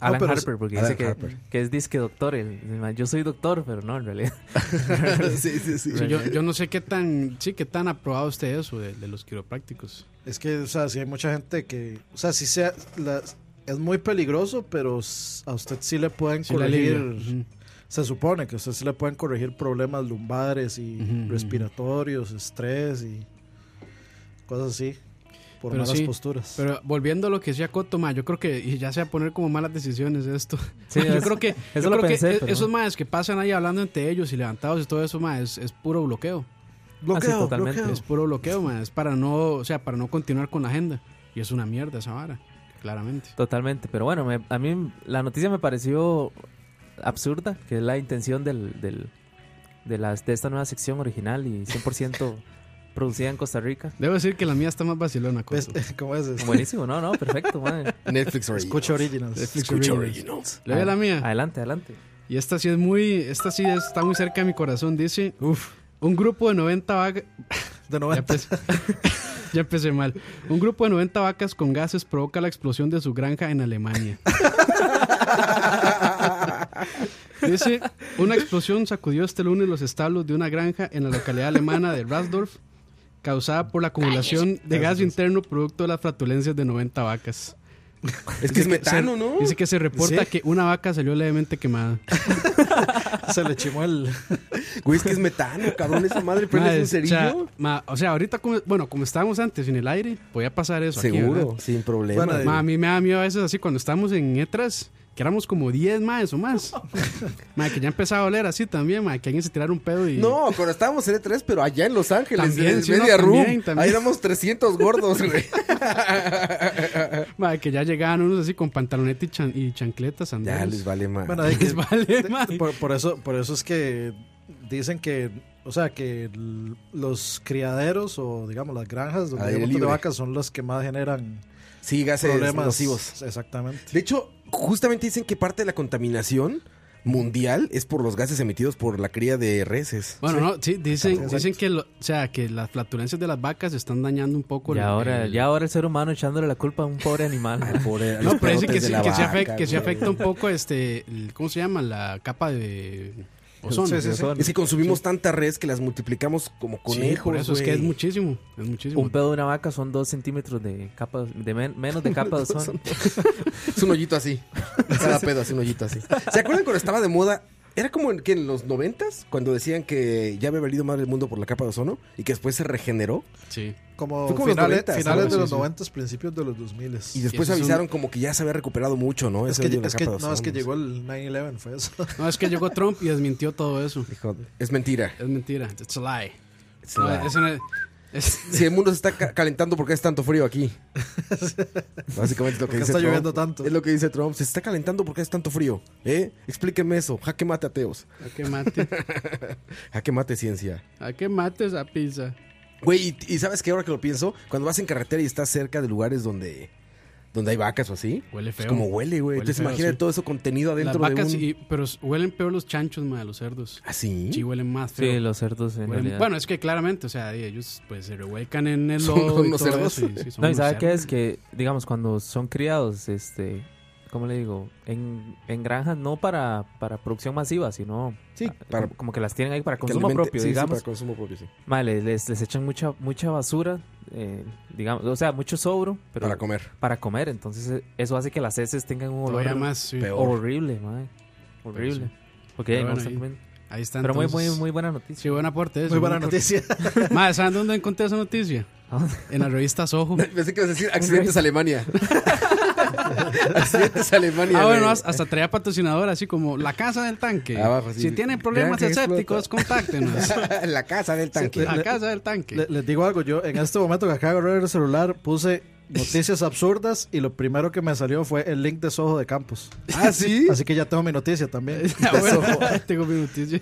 F: Alan
G: pero
F: Harper, porque
E: Alan
F: dice que,
E: Harper.
F: que es disque doctor. el- el man, yo soy doctor, pero no, en realidad.
E: sí, sí, sí.
D: Sí, yo, yo no sé qué tan, sí, qué tan aprobado usted eso de, de los quiroprácticos.
G: Es que, o sea, sí hay mucha gente que... O sea, sí sea... la- es muy peligroso, pero s- a usted sí le pueden
D: Sí, la
G: corregir...
D: alivia. Ujú.
G: Se supone que a usted sí le pueden corregir problemas lumbares y
D: Ujú, ujú.
G: respiratorios, estrés y cosas así. Por
D: Pero
G: malas
D: sí,
G: posturas.
D: Pero volviendo a lo que decía Coto, ma, yo creo que y ya sea poner como malas decisiones esto.
F: Sí,
D: yo
F: es-
D: creo que, yo
F: lo
D: creo que
F: pensé,
D: e-
F: pero
D: esos
F: no.
D: maes que pasan ahí hablando entre ellos y levantados y todo eso, ma, es, es puro bloqueo.
F: Bloqueo, Ah, sí, totalmente. bloqueo.
D: Es puro bloqueo, ma, es para no, o sea, para no continuar con la agenda. Y es una mierda esa vara, claramente.
F: Totalmente, pero bueno, me- a mí la noticia me pareció absurda, que es la intención del, del- de, las, de esta nueva sección original y 100% producida en Costa Rica.
D: Debo decir que la mía está más vacilona, Coto.
G: ¿Ves? ¿Cómo es esto?
F: Buenísimo, no, no, perfecto, madre.
E: Netflix Originals.
G: Escucha Originals.
E: Escucha Originals.
D: Le
F: ah,
D: doy a la mía.
F: Adelante, adelante.
D: Y esta sí es muy, esta sí está muy cerca de mi corazón, dice. Uf. Un grupo de 90 vacas... Ya
G: De 90.
D: empecé, ya empecé mal. Un grupo de 90 vacas con gases provoca la explosión de su granja en Alemania. Dice, una explosión sacudió este lunes los establos de una granja en la localidad alemana de Rasdorf, causada por la acumulación de gas interno producto de las flatulencias de 90 vacas.
E: Es que es metano, ¿no?
D: Dice que se reporta
G: Sí.
D: que una vaca salió levemente quemada.
G: Se le chimó el...
E: Güey, es que es metano, cabrón. Esa madre
D: Madre,
E: prende un
D: o sea,
E: cerillo.
D: ma- o sea, ahorita, como, bueno, como estábamos antes en el aire, podía pasar eso. aquí, ¿verdad?
E: Seguro, sin problema.
G: Bueno,
D: Ma, a mí me da miedo a veces así cuando estamos en etras, que éramos como 10 más o más. ma, que ya empezaba a oler así también, ma, que alguien se tirara un pedo y...
E: No, cuando estábamos en E3, pero allá en Los Ángeles,
D: También,
E: en el
D: sí, no,
E: Media Room,
D: también, también.
E: ahí éramos 300 gordos, güey.
D: ma, que ya llegaban unos así con pantaloneta y, chan- y chancletas,
E: Ya
D: sandalias.
E: les vale más.
G: Bueno, de que-
D: Les vale,
G: de-
D: ma.
G: por, por eso, por eso es que dicen que, o sea, que l- los criaderos o digamos las granjas donde hay
E: Aire
G: un montón de
E: libre.
G: vacas son las que más generan
E: sí, gases
G: problemas
E: nocivos.
G: Exactamente.
E: De hecho, justamente dicen que parte de la contaminación mundial es por los gases emitidos por la cría de reses.
D: Bueno, no, sí, dicen,
G: Exacto.
D: dicen que, lo- o sea, que las flatulencias de las vacas están dañando un poco
F: Y
D: el-
F: ahora,
D: el-
F: ya ahora el ser humano echándole la culpa a un pobre animal. mae.
E: Ah, Por
D: No, pero dicen que, sí, que, se afecta, que se afecta un poco este, el- ¿cómo se llama? La capa de ozono.
G: Sí, sí, sí.
E: Es que consumimos tanta res que las multiplicamos como
D: Sí,
E: conejos.
D: por eso es que
E: güey.
D: es muchísimo, es muchísimo.
F: Un pedo de una vaca son dos centímetros de capa, de men- menos de capa de ozono.
E: Es un hoyito así. Cada pedo hace un hoyito así. ¿Se acuerdan cuando estaba de moda? Era como en, que en los noventas, cuando decían que ya había valido madre el mundo por la capa de ozono y que después se regeneró.
D: Sí.
G: Como,
E: Fue como los
G: finales,
E: 90,
G: finales
E: ¿no?
G: de
E: Sí,
G: los
E: sí.
G: 90, principios de los 2000.
E: Y
G: Es
E: después
D: eso es un-
E: avisaron como que ya se había recuperado mucho, ¿no? Ese
G: que,
E: hoyo en la
G: es que-
E: capa de
G: no, es
E: ozono.
G: que llegó el 9-11, fue eso.
D: No, es que llegó Trump y desmintió todo eso. Ah,
E: Hijo de- Es mentira.
D: Es mentira. It's a lie.
E: Es
D: No,
E: la-
D: eso no es-
E: Si el mundo se está ca- calentando, ¿por qué es tanto frío aquí? Básicamente es lo que dice
G: Porque está
E: Trump.
G: lloviendo tanto.
E: Es lo que dice Trump. Se está calentando porque es tanto frío. ¿Eh? Explíquenme eso. Jaque mate ateos.
D: A que mate.
E: Jaque mate ciencia.
D: A que mate esa pizza.
E: Güey, y, y sabes que ahora que lo pienso, cuando vas en carretera y estás cerca de lugares donde, donde hay vacas o así,
D: Huele
E: es
D: feo.
E: como huele, güey.
D: Huele
E: Entonces
D: feo,
E: imagínate
D: sí.
E: todo eso contenido
D: Las
E: adentro
D: vacas,
E: de un... ¿Ah,
D: y- pero huelen peor los chanchos, ma, los cerdos.
E: ¿Así?
D: Sí, huelen más feo.
F: ¿Mm? Sí, los cerdos en
D: Huelen-
F: realidad.
D: bueno, es que claramente, o sea, ellos pues se revuelcan en el
E: Son
D: lodo y
E: unos
D: todo
E: cerdos.
D: eso, y sí, son
F: no, ¿y
D: unos
F: sabe qué
D: cerdos.
F: es? Que, digamos, cuando son criados, este... ¿Cómo le digo? En, en granjas no para, para producción masiva, sino
E: Sí,
F: ah,
E: para-
F: como, como que las tienen ahí para
E: que
F: consumo
E: alimente-
F: propio,
E: sí, sí,
F: digamos.
E: para consumo propio, sí.
F: Ma, les, les- les echan mucha mucha basura, eh, digamos, o sea, mucho sobro, pero
E: Para comer.
F: para comer, entonces eh, eso hace que las heces tengan un olor
D: Todavía más, sí.
E: peor.
F: horrible, mae. horrible. Porque
D: Pero
F: no
D: bueno,
F: está
D: ahí-
F: comiendo.
D: Ahí están.
F: Pero muy, muy, muy buena
D: Sí,
F: noticia.
D: buen aporte.
G: Muy buena noticia.
D: Más, ¿saben dónde encontré esa noticia?
F: ¿A dónde?
D: En la revista Soho.
E: Pensé que ibas a decir accidentes Alemania. accidentes Alemania.
D: Ah, bueno,
E: güey.
D: hasta hasta traía patrocinador, así como la casa del tanque.
E: Abajo, sí.
D: si tienen problemas
E: Vean que
D: escépticos, contáctenos.
E: la casa del tanque.
D: la casa del tanque.
G: Le- les digo algo, yo en este momento que acabo de agarrar el celular puse noticias absurdas y lo primero que me salió fue el link de Soho de Campos.
D: ah, sí.
G: Así que ya tengo mi noticia también.
D: Ah, bueno, tengo mi noticia.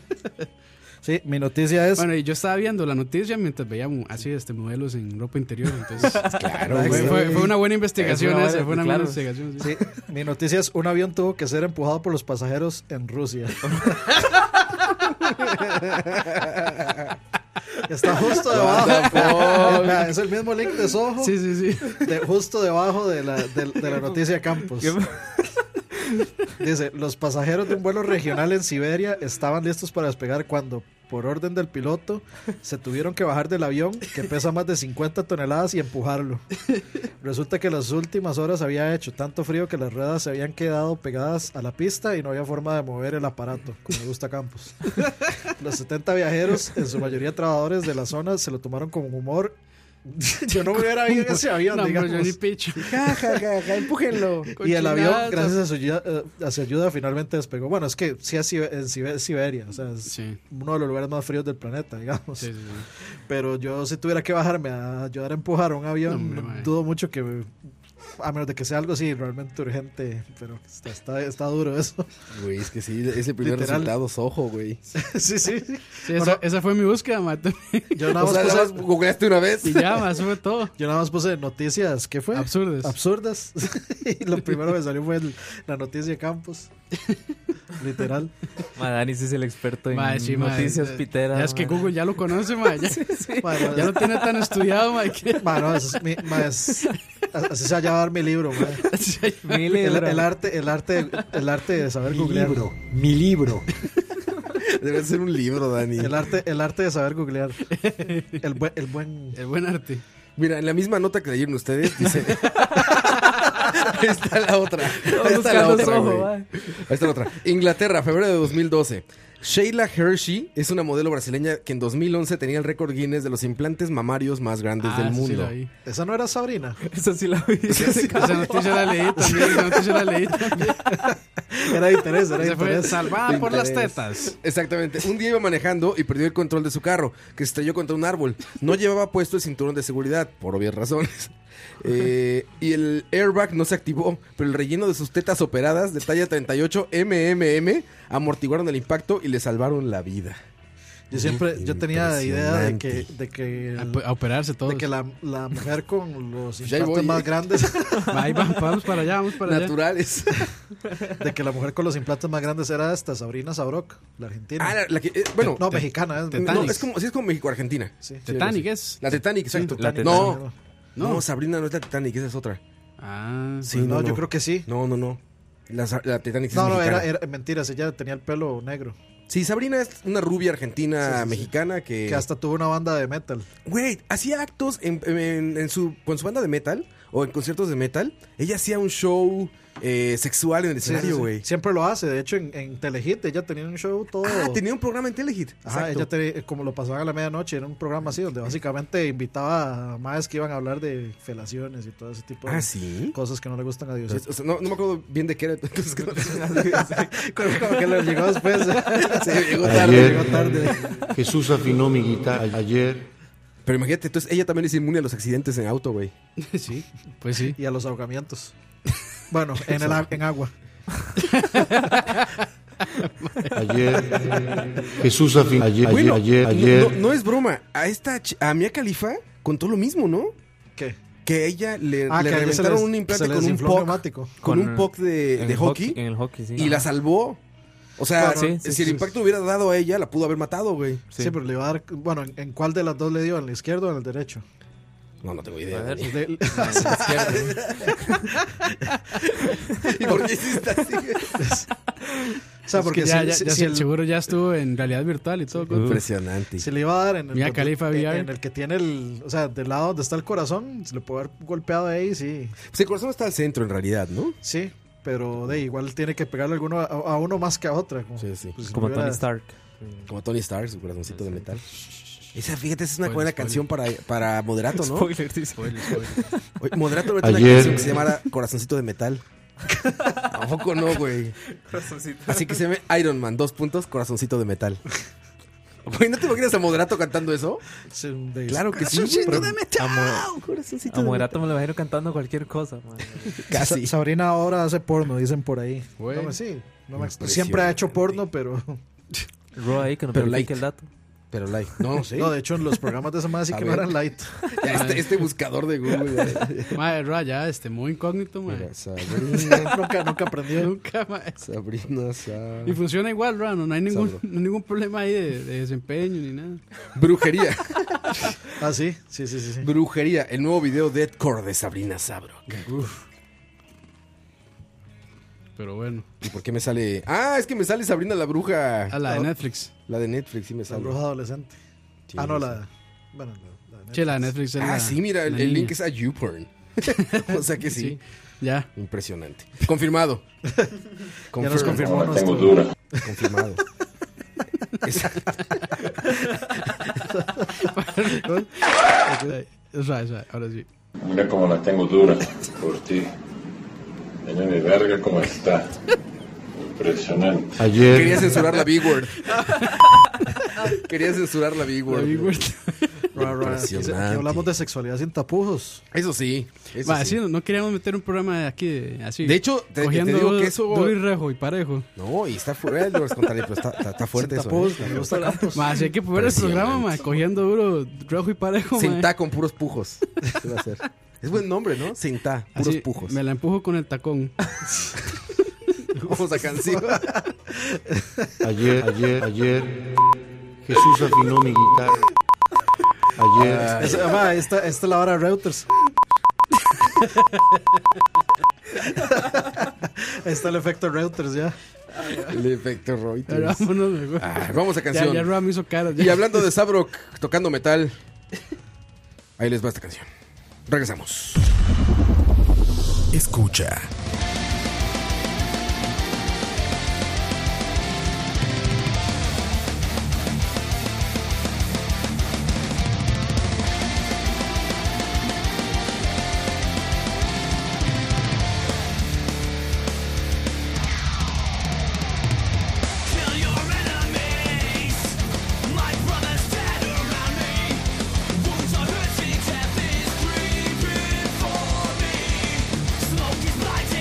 G: Sí, mi noticia es...
D: Bueno, y yo estaba viendo la noticia mientras veíamos así este modelos en ropa interior. Entonces,
E: Claro,
D: fue,
E: güey.
D: fue- fue una buena investigación
F: Es una
D: esa,
F: buena-
D: fue una
F: claro.
D: buena investigación. sí.
G: sí, mi noticia es un avión tuvo que ser empujado por los pasajeros en Rusia. Está justo debajo. es el mismo link de Soho.
D: Sí, sí, sí.
G: de- justo debajo de la, de, de la noticia de Campos. Dice, los pasajeros de un vuelo regional en Siberia estaban listos para despegar cuando, por orden del piloto, se tuvieron que bajar del avión que pesa más de 50 toneladas y empujarlo. Resulta que las últimas horas había hecho tanto frío que las ruedas se habían quedado pegadas a la pista y no había forma de mover el aparato, como le gusta a Campos. Los 70 viajeros, en su mayoría trabajadores de la zona, se lo tomaron con humor. Yo no me hubiera ido en ese avión,
D: No,
G: digamos.
D: hombre, yo ni picho.
E: Ja, ja, ja, ja, empújenlo.
G: Y el avión,
D: Cochinadas.
G: gracias a su, ayuda, eh, a su ayuda, finalmente despegó. Bueno, es que sí es Sibe- en Sibe- Siberia, o sea, es
D: Sí,
G: uno de los lugares más fríos del planeta, digamos.
D: sí, sí, sí.
G: Pero yo si tuviera que bajarme a ayudar a empujar un avión,
D: No, hombre, mae.
G: dudo mucho que, a menos de que sea algo así realmente urgente, pero está, está, está duro eso.
E: Güey, es que sí, es el primer
G: Literal.
E: resultado, sojo, güey.
G: sí, sí.
D: Sí, esa,
G: Ahora-
D: esa fue mi búsqueda, Mato.
G: Yo nada,
E: O
G: más
E: sea, nada más
G: puse,
E: googleaste una vez.
D: Y ya, más sobre todo.
G: yo nada más puse noticias, ¿qué fue?
D: Absurdas.
G: Absurdas. y lo primero que salió fue el- la noticia de Campos. Literal.
F: Ma, Dani sí es el experto en
D: Ma, sí, ma,
F: noticias
D: eh,
F: piteras.
D: Ya es que
F: ma.
D: Google ya lo conoce, ma, ya,
G: Bueno,
D: ya lo tiene tan estudiado, ma, que
G: Mano, eso es mi- ma, es- así se va a llamar mi libro, ma.
F: Mi
G: El,
F: libro.
G: el arte, el arte, el arte de saber googlear.
H: mi libro.
E: Debe ser un libro, Dani.
G: El arte, el arte de saber googlear. El buen, el buen.
D: el buen arte.
E: Mira, en la misma nota que leyeron ustedes, dice. Ahí está la otra. Ahí está la
F: buscando
E: otra.
F: sojo,
E: güey.
F: va.
E: Ahí está la otra. Inglaterra, febrero de 2012. Sheila Hershey es una modelo brasileña que en 2011 tenía el récord Guinness de los implantes mamarios más grandes
D: Ah,
E: del
D: sí,
E: mundo.
D: la vi.
G: Esa no era Sabrina.
F: Eso sí la vi.
D: Esa noticia la leí también, esa noticia la leí también.
G: Era de interés, era de
D: Esa fue
G: interés.
D: salvada por las
E: Interés.
D: tetas.
E: Exactamente. Un día iba manejando y perdió el control de su carro, que se estrelló contra un árbol. No llevaba puesto el cinturón de seguridad, por obvias razones. Eh, y el airbag no se activó, pero el relleno de sus tetas operadas de talla 38 MMM amortiguaron el impacto y le salvaron la vida.
G: Yo siempre, yo tenía idea de que, de que,
F: Ah,
D: A,
F: pues,
D: a operarse todo.
G: de que la, la mujer con los
E: Ya ahí voy,
G: implantes
E: eh.
G: más grandes,
D: Ahí va, vamos para allá, vamos para allá.
E: Naturales.
G: de que la mujer con los implantes más grandes era esta Sabrina Sabrok, la argentina.
E: Ah, la- la que- eh, bueno,
G: no, mexicana. es-
D: Titanic.
E: no, es como, sí, es como México-Argentina.
G: Sí.
D: Titanic es.
E: La Titanic, exacto.
F: la Titanic.
E: no,
D: No.
E: no, Sabrina no es la Titanic, esa es otra.
D: Ah,
E: Sí,
G: no, yo creo que sí.
E: No, no, no. La, la Titanic
G: No,
E: es
G: no,
E: mexicana.
G: era, era mentiras, ella tenía el pelo negro.
E: Sí, Sabrina es una rubia argentina
G: Sí, sí, sí.
E: mexicana que.
G: Que hasta tuvo una banda de metal.
E: Güey, hacía actos en, en- en su, con su banda de metal o en conciertos de metal. Ella hacía un show eh, sexual en el
G: Sí, sí,
E: escenario,
G: sí.
E: güey.
G: Siempre lo hace. De hecho, en, en Telehit ella tenía un show todo.
E: Ah, tenía un programa en Telehit.
G: Ajá,
E: Exacto.
G: ella tenía- como lo pasaban a la medianoche, era un programa así donde básicamente invitaba a madres que iban a hablar de felaciones y todo ese tipo de
E: Ah, sí.
G: cosas que no le gustan a Dios.
E: O sea, no, no me acuerdo bien de qué era. entonces, creo que-
G: Como que le llegó después.
E: Sí, llegó tarde,
H: Ayer,
E: llegó tarde.
H: Jesús afinó mi guitarra. Ayer,
E: Pero imagínate, entonces ella también es inmune a los accidentes en auto, güey.
D: sí, pues sí.
G: Y a los ahogamientos. Bueno, en, el, a- en agua.
H: Ayer Jesús afirmó. Ayer, ayer,
E: Bueno,
H: ayer,
E: no-
H: ayer.
E: No, no es broma. A esta chi- a Mia Khalifa contó lo mismo, ¿no?
G: ¿Qué?
E: Que ella le,
G: Ah,
E: le
G: que a ella se
E: reventaron
G: les-
E: un implante
G: se les
E: con un
G: infló
E: poc,
G: neumático.
E: con
F: Con-
E: un poc de,
F: En
E: eh, de
F: el
E: hockey,
F: En el hockey, sí.
E: y la salvó. O sea,
F: Bueno, sí,
E: si
F: sí,
E: el
F: sí,
E: impacto hubiera dado a ella, la pudo haber matado, güey.
G: Sí. pero le va a dar. Bueno, ¿en, en cuál de las dos le dio? ¿En la izquierda o en el derecho?
E: No, no tengo
F: A
E: idea.
F: ver,
G: Le- le-
E: ¿Y por qué hiciste así?
G: o sea,
D: Es que
G: porque
D: ya,
G: si,
D: ya-
G: si-
D: ya
G: si
D: se-
G: el-
D: seguro ya estuvo en realidad virtual y todo. güey.
E: Impresionante.
G: si le iba a dar en el,
D: Mira,
G: que,
D: Khalifa,
G: en,
D: VR.
G: en el que tiene el. O sea, del lado donde está el corazón, se le puede haber golpeado ahí, sí.
E: Pues el corazón está al centro, en realidad, ¿no?
G: Sí, pero de igual tiene que pegarle alguno a, a uno más que a otra. Como,
E: Sí, sí.
G: pues, si
F: Como
G: hubiera-
F: Tony Stark.
E: Como Tony Stark, su corazoncito de metal. Esa, fíjate, esa es una
D: Spoiler,
E: buena
D: spoiler.
E: canción para, para Moderato, ¿no?
F: Spoiler, dice.
E: Oye, Moderato mete una
H: Ayer.
E: canción que se llamara Corazoncito de Metal. ¿A poco no, güey? Así que se ve Iron Man, dos puntos, Corazoncito de Metal. Güey, ¿no te imaginas a Moderato cantando eso?
G: Sí, de-
E: Claro que sí. pero-
F: A
E: Corazoncito de
F: Moderato me lo imagino cantando cualquier cosa, man.
E: Casi.
G: Sa- Sabrina ahora hace porno, dicen por ahí.
D: Güey.
G: No me- sí, no me-
E: Impresionante.
G: siempre ha hecho porno, pero.
F: Roa ahí que nos
E: Pero
F: verifique
E: light.
F: el dato.
E: Pero like, no, sí.
G: No, de hecho, en los programas de esa madre sí
E: A
G: que no
E: ver.
G: eran light.
E: Ya, este, este buscador de Google. ya.
D: Madre, Ra, ya, este, muy incógnito, madre.
E: Mira, Sabrina,
G: nunca, nunca aprendió.
D: Nunca, madre.
E: Sabrina, Sa-
D: Y funciona igual, Ra, no, no hay ningún,
E: Sabro.
D: no hay ningún problema ahí de, de desempeño ni nada.
E: Brujería.
G: Ah, sí, sí, sí, sí. sí.
E: Brujería, el nuevo video Deadcore de Sabrina Sabro.
D: Pero bueno,
E: ¿Y por qué me sale? Ah, es que me sale Sabrina la bruja.
D: a la de Netflix.
E: La de Netflix, sí me
G: La
E: sale.
G: bruja adolescente.
E: Sí,
G: ah, no,
E: sí.
G: la. Bueno, la, la de
D: Che, la de
G: Netflix.
D: Netflix. es
E: Ah,
D: la-
E: sí, mira, el,
D: la
E: el
D: niña.
E: link es a YouPorn. o sea que sí.
D: Sí. Ya.
E: Impresionante. Confirmado.
G: Ya nos
E: Confirm-
G: confirmó nuestro.
E: Confirmado. Exacto.
D: Es Ra, es Ra, ahora sí.
J: Mira cómo la tengo dura por ti. Mira mi verga cómo está. Impresionante.
H: Ayer,
E: Quería censurar la Big Word. Quería censurar la Big Word.
D: La Big Word.
G: Ra, ra, aquí se- aquí
E: Impresionante.
G: hablamos de sexualidad sin tapujos.
E: Eso sí. eso
D: Madre,
E: sí.
D: sí, no, no queríamos meter un programa de aquí de- así.
E: De hecho, te- te,
D: cogiendo
E: digo
D: duro-
E: que eso.
D: duro y rejo y parejo.
E: No, y está fuera, ya les contaré, pero está, está- está fuerte
G: sin
E: eso.
G: tapujos,
E: ¿eh?
G: me gusta Campos.
D: Más, hay que poner el programa,
E: Impresionante.
D: ma, cogiendo duro, rojo y parejo, ma.
E: Sentá con puros pujos. ¿Qué va a hacer? Es buen nombre, ¿no? Sentá, puros
D: Así,
E: pujos.
D: Me la empujo con el tacón.
E: Vamos a canción.
H: ayer, ayer, ayer. Jesús afinó mi guitarra. Ayer,
G: Es- ma, esta, esta es la hora de Reuters. Ahí está el efecto Reuters ya.
E: El efecto
D: Pero
E: Reuters.
D: vámonos mejor.
E: Ah, vamos a
D: ya,
E: canción.
D: ya Ram hizo cara.
E: Y hablando de Sabrok tocando metal, ahí les va esta canción. Regresamos.
A: Escucha.
J: Smoke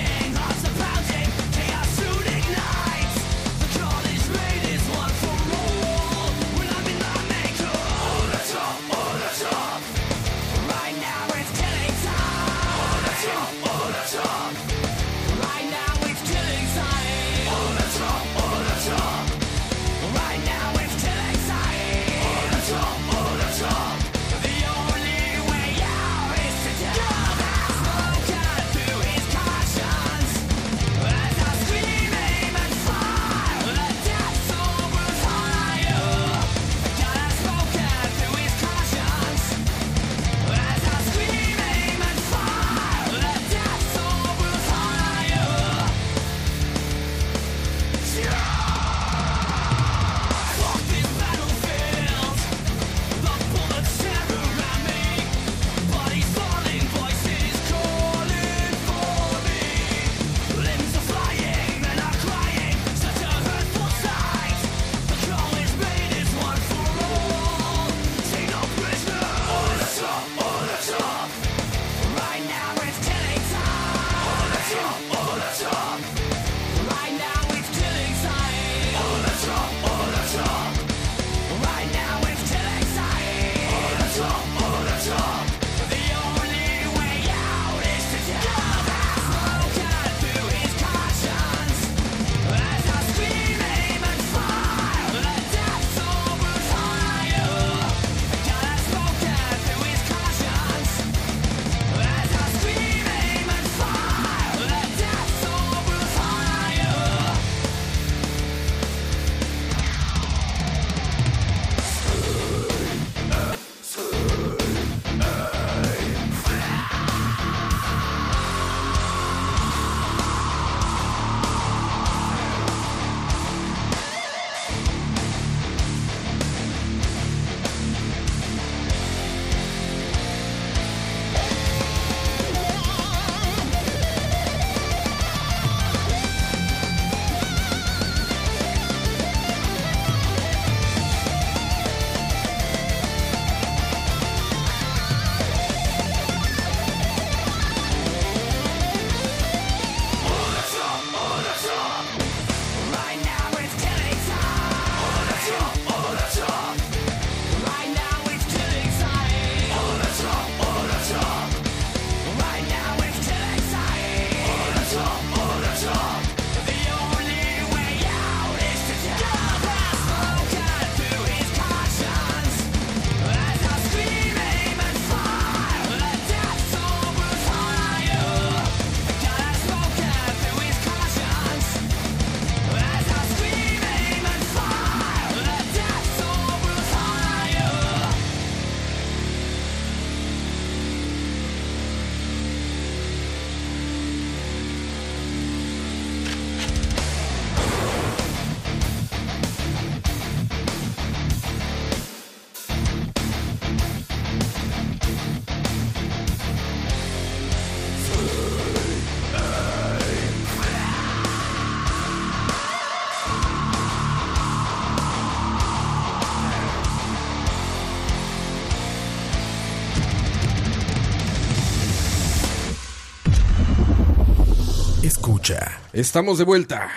J: is blinding.
A: escucha. Estamos de vuelta.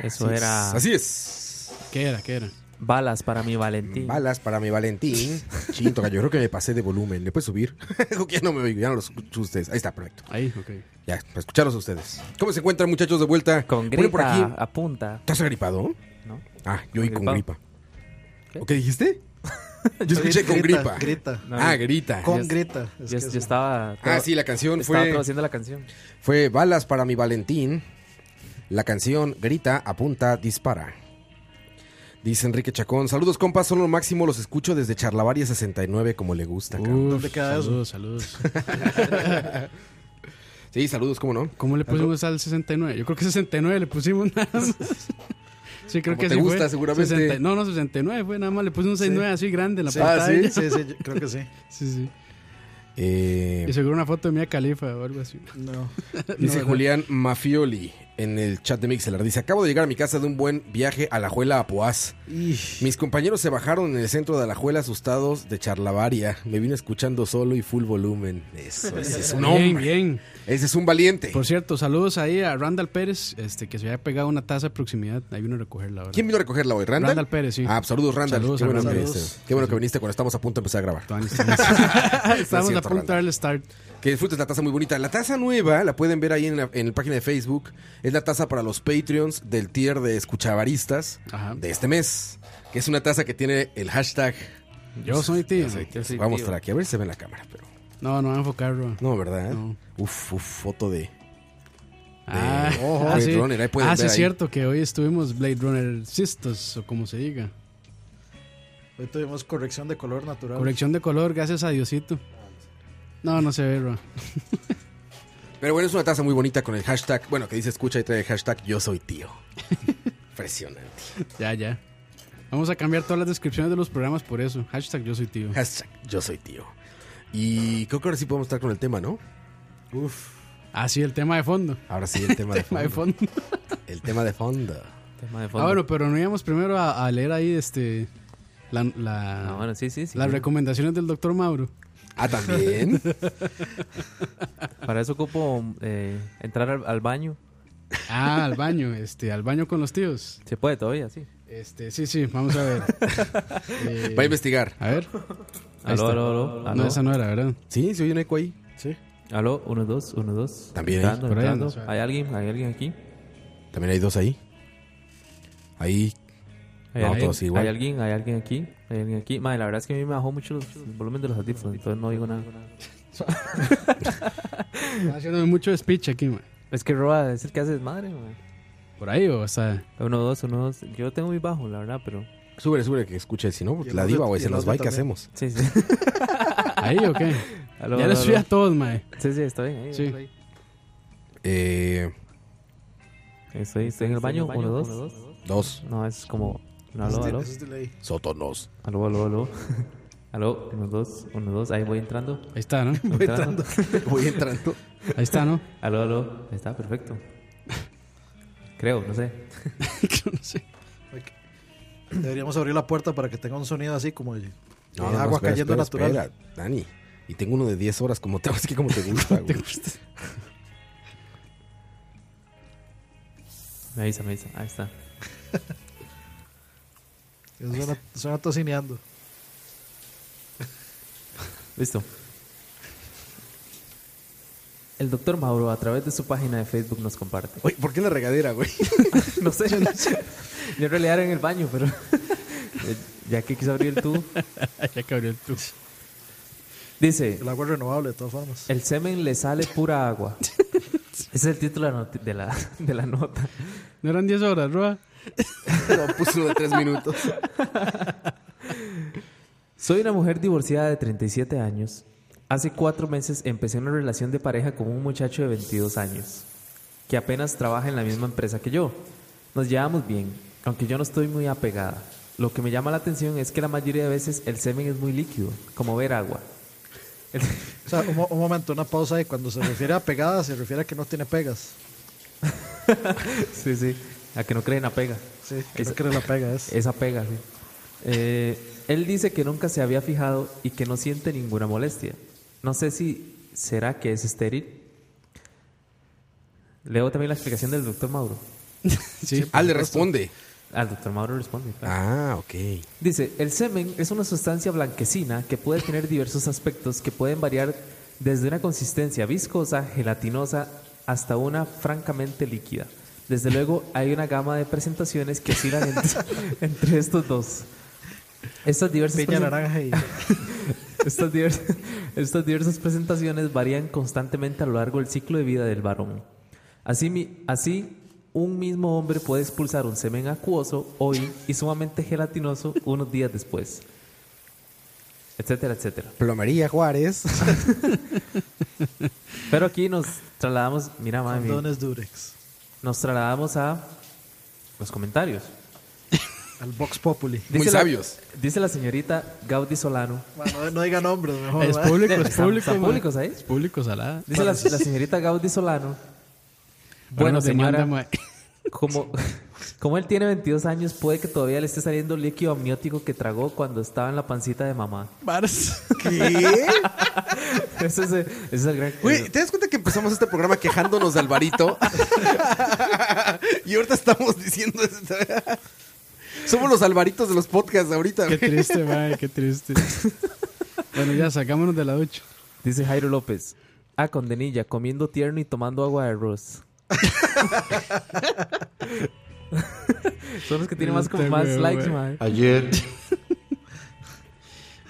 F: Eso
A: Así es,
F: era
A: Así es.
D: ¿Qué era? ¿Qué era?
F: balas para mi Valentín.
E: Balas para mi Valentín. Chinto, yo creo que me pasé de volumen. ¿Le puedes subir? ya no me oigo, ya no los escucho ustedes. Ahí está, perfecto.
D: Ahí, ok.
E: Ya, para escucharos a ustedes. ¿Cómo se encuentran, muchachos, de vuelta?
F: Con
E: Ponen
F: gripa
E: por aquí.
F: apunta.
E: ¿Estás agripado?
F: No.
E: Ah, yo y con gripa.
F: Agripado. ¿Qué?
E: ¿O qué dijiste? Yo escuché con gripa.
G: Grita.
F: No,
E: Ah,
F: yo-
E: grita.
G: Con
F: Yo-
G: grita. es
F: yo,
G: que
F: yo
G: eso.
F: estaba.
E: Ah, sí, la canción
F: Estaba
E: fue,
F: traduciendo la canción.
E: fue Balas para mi Valentín. La canción Grita, apunta, dispara. Dice Enrique Chacón, saludos compas, son lo máximo, los escucho desde Charlavaria 69 como le gusta. cabrón".
D: Uh.
G: ¿Dónde queda eso?
D: saludos, saludos.
E: Sí, saludos, ¿cómo no?
D: ¿Cómo le pusimos al 69? Yo creo que 69 le pusimos nada más. Sí, creo
E: Como
D: que
E: te
D: sí
E: gusta,
D: fue.
E: seguramente.
D: 60 no, no, 69 fue nada más. Le puse un 69 así grande en la
G: Sí,
D: pantalla.
G: sí, sí, sí, yo creo que sí.
D: Sí, sí.
E: Eh,
D: Y seguro una foto de Mia Califa o algo así.
G: No.
E: Dice
D: No, no.
E: Julián Mafioli en el chat de Mixelar. Dice, acabo de llegar a mi casa de un buen viaje a la Juela a Poás. Mis compañeros se bajaron en el centro de Alajuela asustados de charlavaria. Me vine escuchando solo y full volumen. Eso, ese es un
D: Bien,
E: hombre.
D: bien.
E: Ese es un valiente.
D: Por cierto, saludos ahí a Randall Pérez, este que se había pegado una taza de proximidad. Ahí vino a recogerla ahora.
E: ¿Quién vino a recogerla hoy? ¿Randall?
D: Randall Pérez, sí.
E: Ah, saludos, Randall.
D: Saludos
E: Qué
D: a
E: bueno,
D: Randall.
E: Que viniste. Qué bueno que viniste cuando estamos a punto de empezar a grabar.
D: Tuani, Estamos estamos
E: cierto,
D: a punto
E: Randall.
D: de darle start.
E: Que disfrutes la taza muy bonita. La taza nueva la pueden ver ahí en la, en la página de Facebook. Es la taza para los Patreons del tier de escuchabaristas
D: Ajá.
E: de este mes. Que es una taza que tiene el hashtag.
D: Yo soy tío.
F: Yo soy
E: Vamos a
F: tío.
E: mostrar aquí, a ver si se ve en la cámara, pero.
D: No, no va a enfocarlo.
E: No, ¿verdad?
D: No.
E: Uf, uf, foto de.
D: Ah,
E: Ojo,
D: ah,
E: Blade
D: sí.
E: Runner, ahí pueden
D: Ah,
E: ver
D: sí, es
E: ahí.
D: cierto que hoy estuvimos Blade Runner Sisters, o como se diga.
G: Hoy tuvimos corrección de color natural.
D: Corrección de color, gracias a Diosito. No, no se ve, bro.
E: Pero bueno, es una taza muy bonita con el hashtag. Bueno, que dice escucha y trae el hashtag yo soy tío. Impresionante.
D: Ya, ya. Vamos a cambiar todas las descripciones de los programas por eso. Hashtag yo soy tío.
E: Hashtag yo soy tío. Y creo que ahora sí podemos estar con el tema, ¿no? Uf.
D: Ah, sí, el tema de fondo.
E: Ahora sí, el tema de
D: Tema de
E: fondo.
D: fondo.
E: El tema de fondo.
F: Tema de fondo.
D: Ah, bueno, pero no íbamos primero a, a leer ahí este la, la-
F: Ah, bueno, sí, sí, sí.
D: las recomendaciones del doctor Mauro.
E: Ah, también.
F: Para eso ocupo eh, entrar al, al baño.
D: Ah, al baño, este, al baño con los tíos.
F: Se puede todavía, sí.
D: Este, sí, sí, vamos a ver. Eh,
E: Va a investigar.
D: a ver. Ahí está.
F: Aló, aló, aló. Aló,
D: No, esa no era, ¿verdad?
E: Sí, se oye un eco ahí. Sí.
F: aló, uno, dos, uno, dos.
E: También hay.
F: Entrando,
D: Por ahí
F: entrando.
D: anda, o sea.
F: ¿Hay alguien? ¿Hay alguien aquí?
E: También hay dos ahí. Ahí.
F: ¿Hay,
E: No,
F: alguien?
E: todos igual.
F: ¿Hay alguien? ¿Hay alguien aquí? ¿Hay alguien aquí? Madre, la verdad es que a mí me bajó mucho los- el volumen de los audífonos, entonces no digo nada.
D: Está haciendo mucho speech aquí, man.
F: Es que Roa es el que hace desmadre, man.
D: Por ahí, o sea.
F: Uno, dos, uno, dos. Yo lo tengo muy bajo, la verdad, pero...
E: Sube, sube que escuche, si no,
G: Y el
E: la
G: otro-
E: diva, güey,
G: y
E: se
G: el
E: nos
G: otro
E: va y qué
G: también.
E: hacemos.
F: Sí, sí.
D: Ahí, ¿o qué?
F: Aló,
D: Ya
F: aló,
D: les fui
F: aló.
D: a todos, mae.
F: Sí, sí, estoy ahí.
D: Sí.
F: Estoy,
E: Eh,
F: estoy, estoy en el baño, uno, dos.
E: dos.
F: No, es como... No,
G: Eso
F: aló,
G: es de-
F: aló.
G: eso es de ley.
E: Sótonos.
F: Aló, aló, aló. Aló, uno, dos, uno, dos. Ahí voy entrando.
D: Ahí está, ¿no?
F: Voy entrando.
E: Voy entrando.
D: Ahí está, ¿no?
F: Aló, aló. Ahí Está perfecto. Creo, no sé.
D: Yo no sé.
G: Deberíamos abrir la puerta para que tenga un sonido así como de, de
E: No, no, no,
G: agua
E: espera,
G: cayendo
E: espera,
G: natural.
E: espera, Dani. Y tengo uno de 10 horas como te, es que como te gusta, güey.
F: Me avisa, me avisa. Ahí está.
G: Eso Suena, suena tocineando.
F: Listo. El doctor Mauro, a través de su página de Facebook, nos comparte.
E: Oye, ¿por qué en la regadera, güey?
F: No sé. Yo en realidad era en el baño, pero. ya que quiso abrir el tubo.
D: Ya que abrió el tubo.
F: Dice:
G: El agua es renovable, de todas formas.
F: El semen le sale pura agua. Ese es el título de la noti- de la, de la nota.
D: No eran 10 horas, Roa.
E: No, puse uno de 3 minutos.
F: Soy una mujer divorciada de 37 años. Hace cuatro meses empecé una relación de pareja con un muchacho de 22 años, que apenas trabaja en la misma empresa que yo. Nos llevamos bien, aunque yo no estoy muy apegada. Lo que me llama la atención es que la mayoría de veces el semen es muy líquido, como ver agua. El-
G: O sea, un, mo- un momento, una pausa ahí. Cuando se refiere a pegadas, se refiere a que no tiene pegas.
F: sí, sí, a que no creen a pega.
G: Sí, que
F: Esa-
G: no cree la pega. Es.
F: Esa pega, sí. Eh, él dice que nunca se había fijado y que no siente ninguna molestia. No sé si será que es estéril. Leo también la explicación del doctor Mauro.
D: Sí.
E: Ah, le responde.
F: Al doctor Mauro responde. claro.
E: Ah, ok.
F: Dice, el semen es una sustancia blanquecina que puede tener diversos aspectos que pueden variar desde una consistencia viscosa, gelatinosa, hasta una francamente líquida. Desde luego hay una gama de presentaciones que oscilan entre, entre estos dos. Estas diversas,
G: Peña
F: presen-
G: naranja y.
F: estas, divers- estas diversas presentaciones varían constantemente a lo largo del ciclo de vida del varón. Así, mi- así, un mismo hombre puede expulsar un semen acuoso hoy y sumamente gelatinoso unos días después. Etcétera, etcétera.
I: Plomería Juárez.
F: Pero aquí nos trasladamos, mira, mami,
G: Condones Durex.
F: nos trasladamos a los comentarios.
G: Al Vox Populi.
F: Dice
E: Muy
F: la-
E: sabios.
F: dice la señorita Gaudí Solano.
G: Bueno, no diga nombres, mejor.
D: Es
G: ¿verdad?
D: público, es
F: Están-
D: público.
F: están
D: ma.
F: públicos ahí.
D: Es público, salada.
F: Dice la, la señorita Gaudí Solano.
D: Ahora
F: Bueno,
D: nos demanda, ma.
F: señora, como, como él tiene 22 años, puede que todavía le esté saliendo el líquido amniótico que tragó cuando estaba en la pancita de mamá.
D: Varas.
F: Ese es, el- ese es el gran...
E: Güey, ¿te das cuenta que empezamos este programa quejándonos de Alvarito? y ahorita estamos diciendo esto. Somos los Alvaritos de los podcasts ahorita.
D: Qué
E: güey.
D: triste, ma, qué triste. Bueno, ya sacámonos de la ducha.
F: Dice Jairo López. Ah, con denilla, comiendo tierno y tomando agua de arroz. Son los que tienen más, como
D: Este
F: más
D: huevo,
F: likes,
D: güey.
F: man.
H: Ayer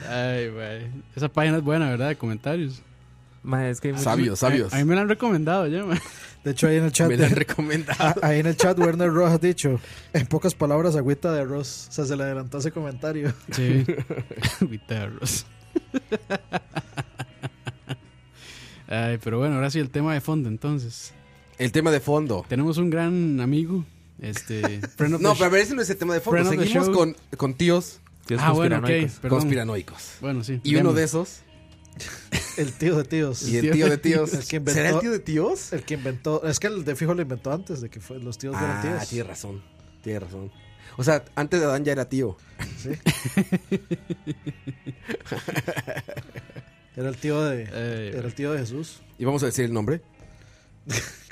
D: Ay, güey. Esa página es buena, ¿verdad? De comentarios.
F: es que hay muchos-
E: Sabios, sabios.
D: A, a mí me la han recomendado ya, ma.
G: De hecho, ahí en el chat.
E: Me la han recomendado.
G: Ah, Ahí en el chat Werner Rojas ha dicho, en pocas palabras, agüita de arroz. O sea, se le adelantó ese comentario.
D: Sí. Guitarros. Ay, pero bueno, ahora sí el tema de fondo, entonces.
E: El tema de fondo.
D: Tenemos un gran amigo, este... friend of
E: No,
D: the
E: pero a ver, ese no es el tema de fondo.
D: Friend of the
E: Seguimos
D: show.
E: con, con tíos
F: Dios
D: Ah, bueno, ok,
F: conspiranoicos.
D: perdón.
E: conspiranoicos.
D: Bueno, sí.
E: Y uno
D: demos.
E: de esos,
G: El tío de tíos.
E: y el tío de tíos.
G: El que inventó-
E: ¿Será el tío de tíos?
G: El que inventó, es que el de fijo lo inventó antes de que fue, los tíos
E: Ah,
G: eran tíos.
E: tiene razón. Tiene razón. O sea, antes de Adán ya era tío.
G: Era el tío de,
D: Ay,
G: era el tío de Jesús.
E: Y vamos a decir el nombre.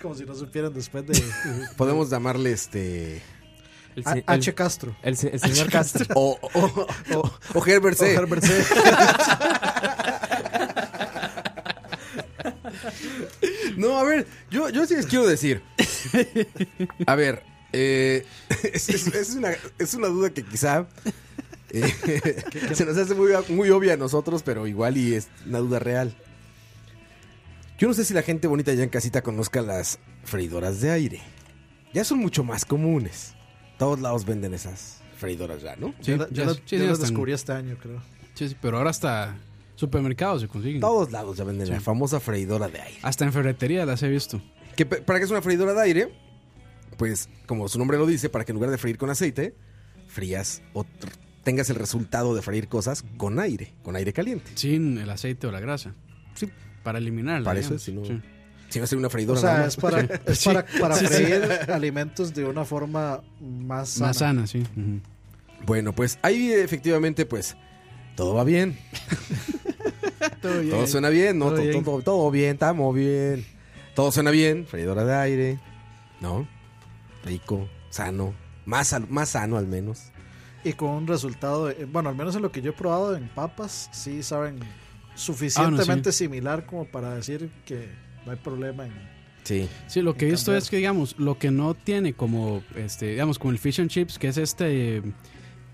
G: Como si no supieran después de
E: Podemos llamarle este.
F: El,
G: A-
D: Ah,
F: se- el-
G: H. Castro.
F: el se- el señor Castro.
E: O, o, o, o Herbert C.
G: O Herbert C.
E: No, a ver, yo, yo sí les quiero decir. A ver, eh, es, es- es una, es una duda que quizá eh, se nos hace muy, muy obvia a nosotros, pero igual y es una duda real. Yo no sé si la gente bonita allá en casita conozca las freidoras de aire. Ya son mucho más comunes. Todos lados venden esas freidoras ya, ¿no?
D: Sí,
G: yo la- yo
D: ya-
G: la-
D: sí,
G: yo
D: ya
G: la
D: están.
G: descubrí este año, creo.
D: Sí, sí, pero ahora hasta supermercados se consiguen.
E: Todos lados ya venden la famosa freidora de aire.
D: Hasta en ferretería las he visto.
E: Que pe- para qué es una freidora de aire, pues como su nombre lo dice, para que en lugar de freír con aceite, frías o tr- tengas el resultado de freír cosas con aire, con aire caliente.
D: Sin el aceite o la grasa.
E: Sí.
D: Para eliminarla.
E: Para eso,
D: digamos.
E: si no-
D: Sí.
E: Si no sería una
G: O
E: freidora nada
G: sea,
E: más.
G: es para, es para, para
D: Sí, sí.
G: freír alimentos de una forma más sana.
D: Más sana, sí. Ujú.
E: Bueno, pues ahí efectivamente, pues todo va bien,
D: Todo bien.
E: todo suena bien, ¿no?
D: Todo
E: Todo,
D: bien.
E: todo- todo bien, estamos bien. Todo suena bien, freidora de aire, ¿no? Rico, sano, más, sal- más sano al menos.
G: Y con un resultado, de- bueno, al menos en lo que yo he probado en papas, sí
D: Ah,
G: saben suficientemente similar como para decir que no hay problema en...
E: Sí.
D: Sí, lo que he
G: En
D: visto
G: cambiar.
D: es que, digamos, lo que no tiene como, este, digamos, como el fish and chips, que es este,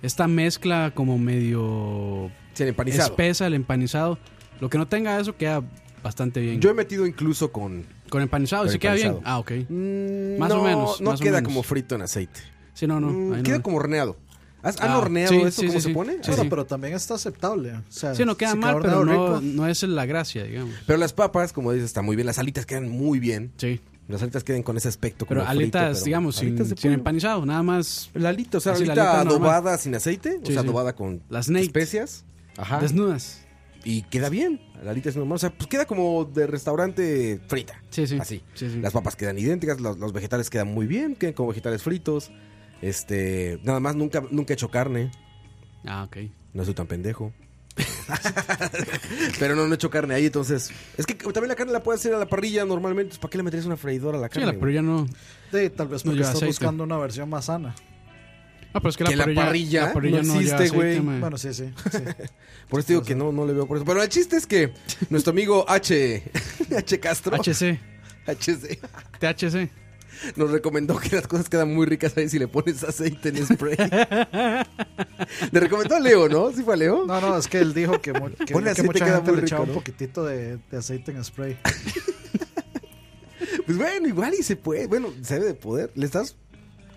D: esta mezcla como medio
E: Sí, el empanizado.
D: espesa, el empanizado, lo que no tenga eso queda bastante bien.
E: Yo he metido incluso con...
D: Con empanizado,
E: Con
D: sí queda bien.
E: empanizado.
D: Ah, ok.
E: Mm,
D: Más o
E: no,
D: menos,
E: No
D: más o
E: queda
D: menos.
E: como frito en aceite.
D: Sí, no, no.
E: Mm,
D: ahí no.
E: queda como horneado. ¿Has- ¿Han
D: Ah,
E: horneado
D: sí,
E: eso?
D: sí,
E: ¿Cómo
D: sí,
E: se
D: sí.
E: pone?
D: Sí,
E: Ahora,
G: Bueno, pero también está aceptable. O sea,
D: Sí, no queda
G: si
D: mal,
G: queda
D: pero
G: horneado
D: no,
G: rico,
D: no es la gracia, digamos.
E: Pero las papas, como dices, están muy bien. Las alitas quedan muy bien.
D: Sí,
E: Las alitas quedan con ese aspecto.
D: pero
E: como frito,
D: alitas,
E: pero-
D: digamos, sin,
E: alitas de
D: sin
E: pollo.
D: empanizado, nada más
E: La alita, o sea,
D: Así, la
E: alita,
D: alita normal.
E: adobada sin aceite. o
D: Sí,
E: sea,
D: sí.
E: adobada con
D: Las naked.
E: especias. Ajá.
D: desnudas.
E: Y queda bien. La alita es normal. O sea, pues queda como de restaurante frita.
D: Sí, sí.
E: Así.
D: Sí, sí.
E: Las papas quedan idénticas, los, los vegetales quedan muy bien, quedan como vegetales fritos. Este, nada más nunca, nunca he hecho carne.
D: Ah, ok.
E: No soy tan pendejo. Pero no, no he hecho carne ahí, entonces. Es que también la carne la puedes hacer a la parrilla normalmente. pues, ¿Para qué le meterías una freidora a la
D: Sí,
E: carne?
D: la
E: güey?
D: parrilla no.
G: Sí, tal vez
D: No
G: porque
D: lleva
G: estás
D: aceite.
G: buscando una versión más sana.
D: Ah, pero es que,
E: Que
D: la
E: la
D: parrilla,
E: parrilla no
D: la parrilla lleva
E: existe,
D: aceite,
E: güey.
D: mae.
G: Bueno, sí, sí. sí.
E: Por eso digo que no, no le veo por eso. Pero el chiste es que nuestro amigo H. H. Castro.
D: HC,
E: HC.
D: THC.
E: Nos recomendó que las cosas quedan muy ricas ahí si le pones aceite en spray. le recomendó a Leo, ¿no? ¿Sí fue a Leo?
G: No, no, es que él dijo que, mu- que- que
E: Ponle aceite,
G: mucha
E: queda
G: gente
E: muy
G: le echaba
E: rico,
G: un
E: ¿no?
G: poquitito de, de aceite en spray.
E: Pues bueno, igual y se puede. Bueno, se debe de poder. Le estás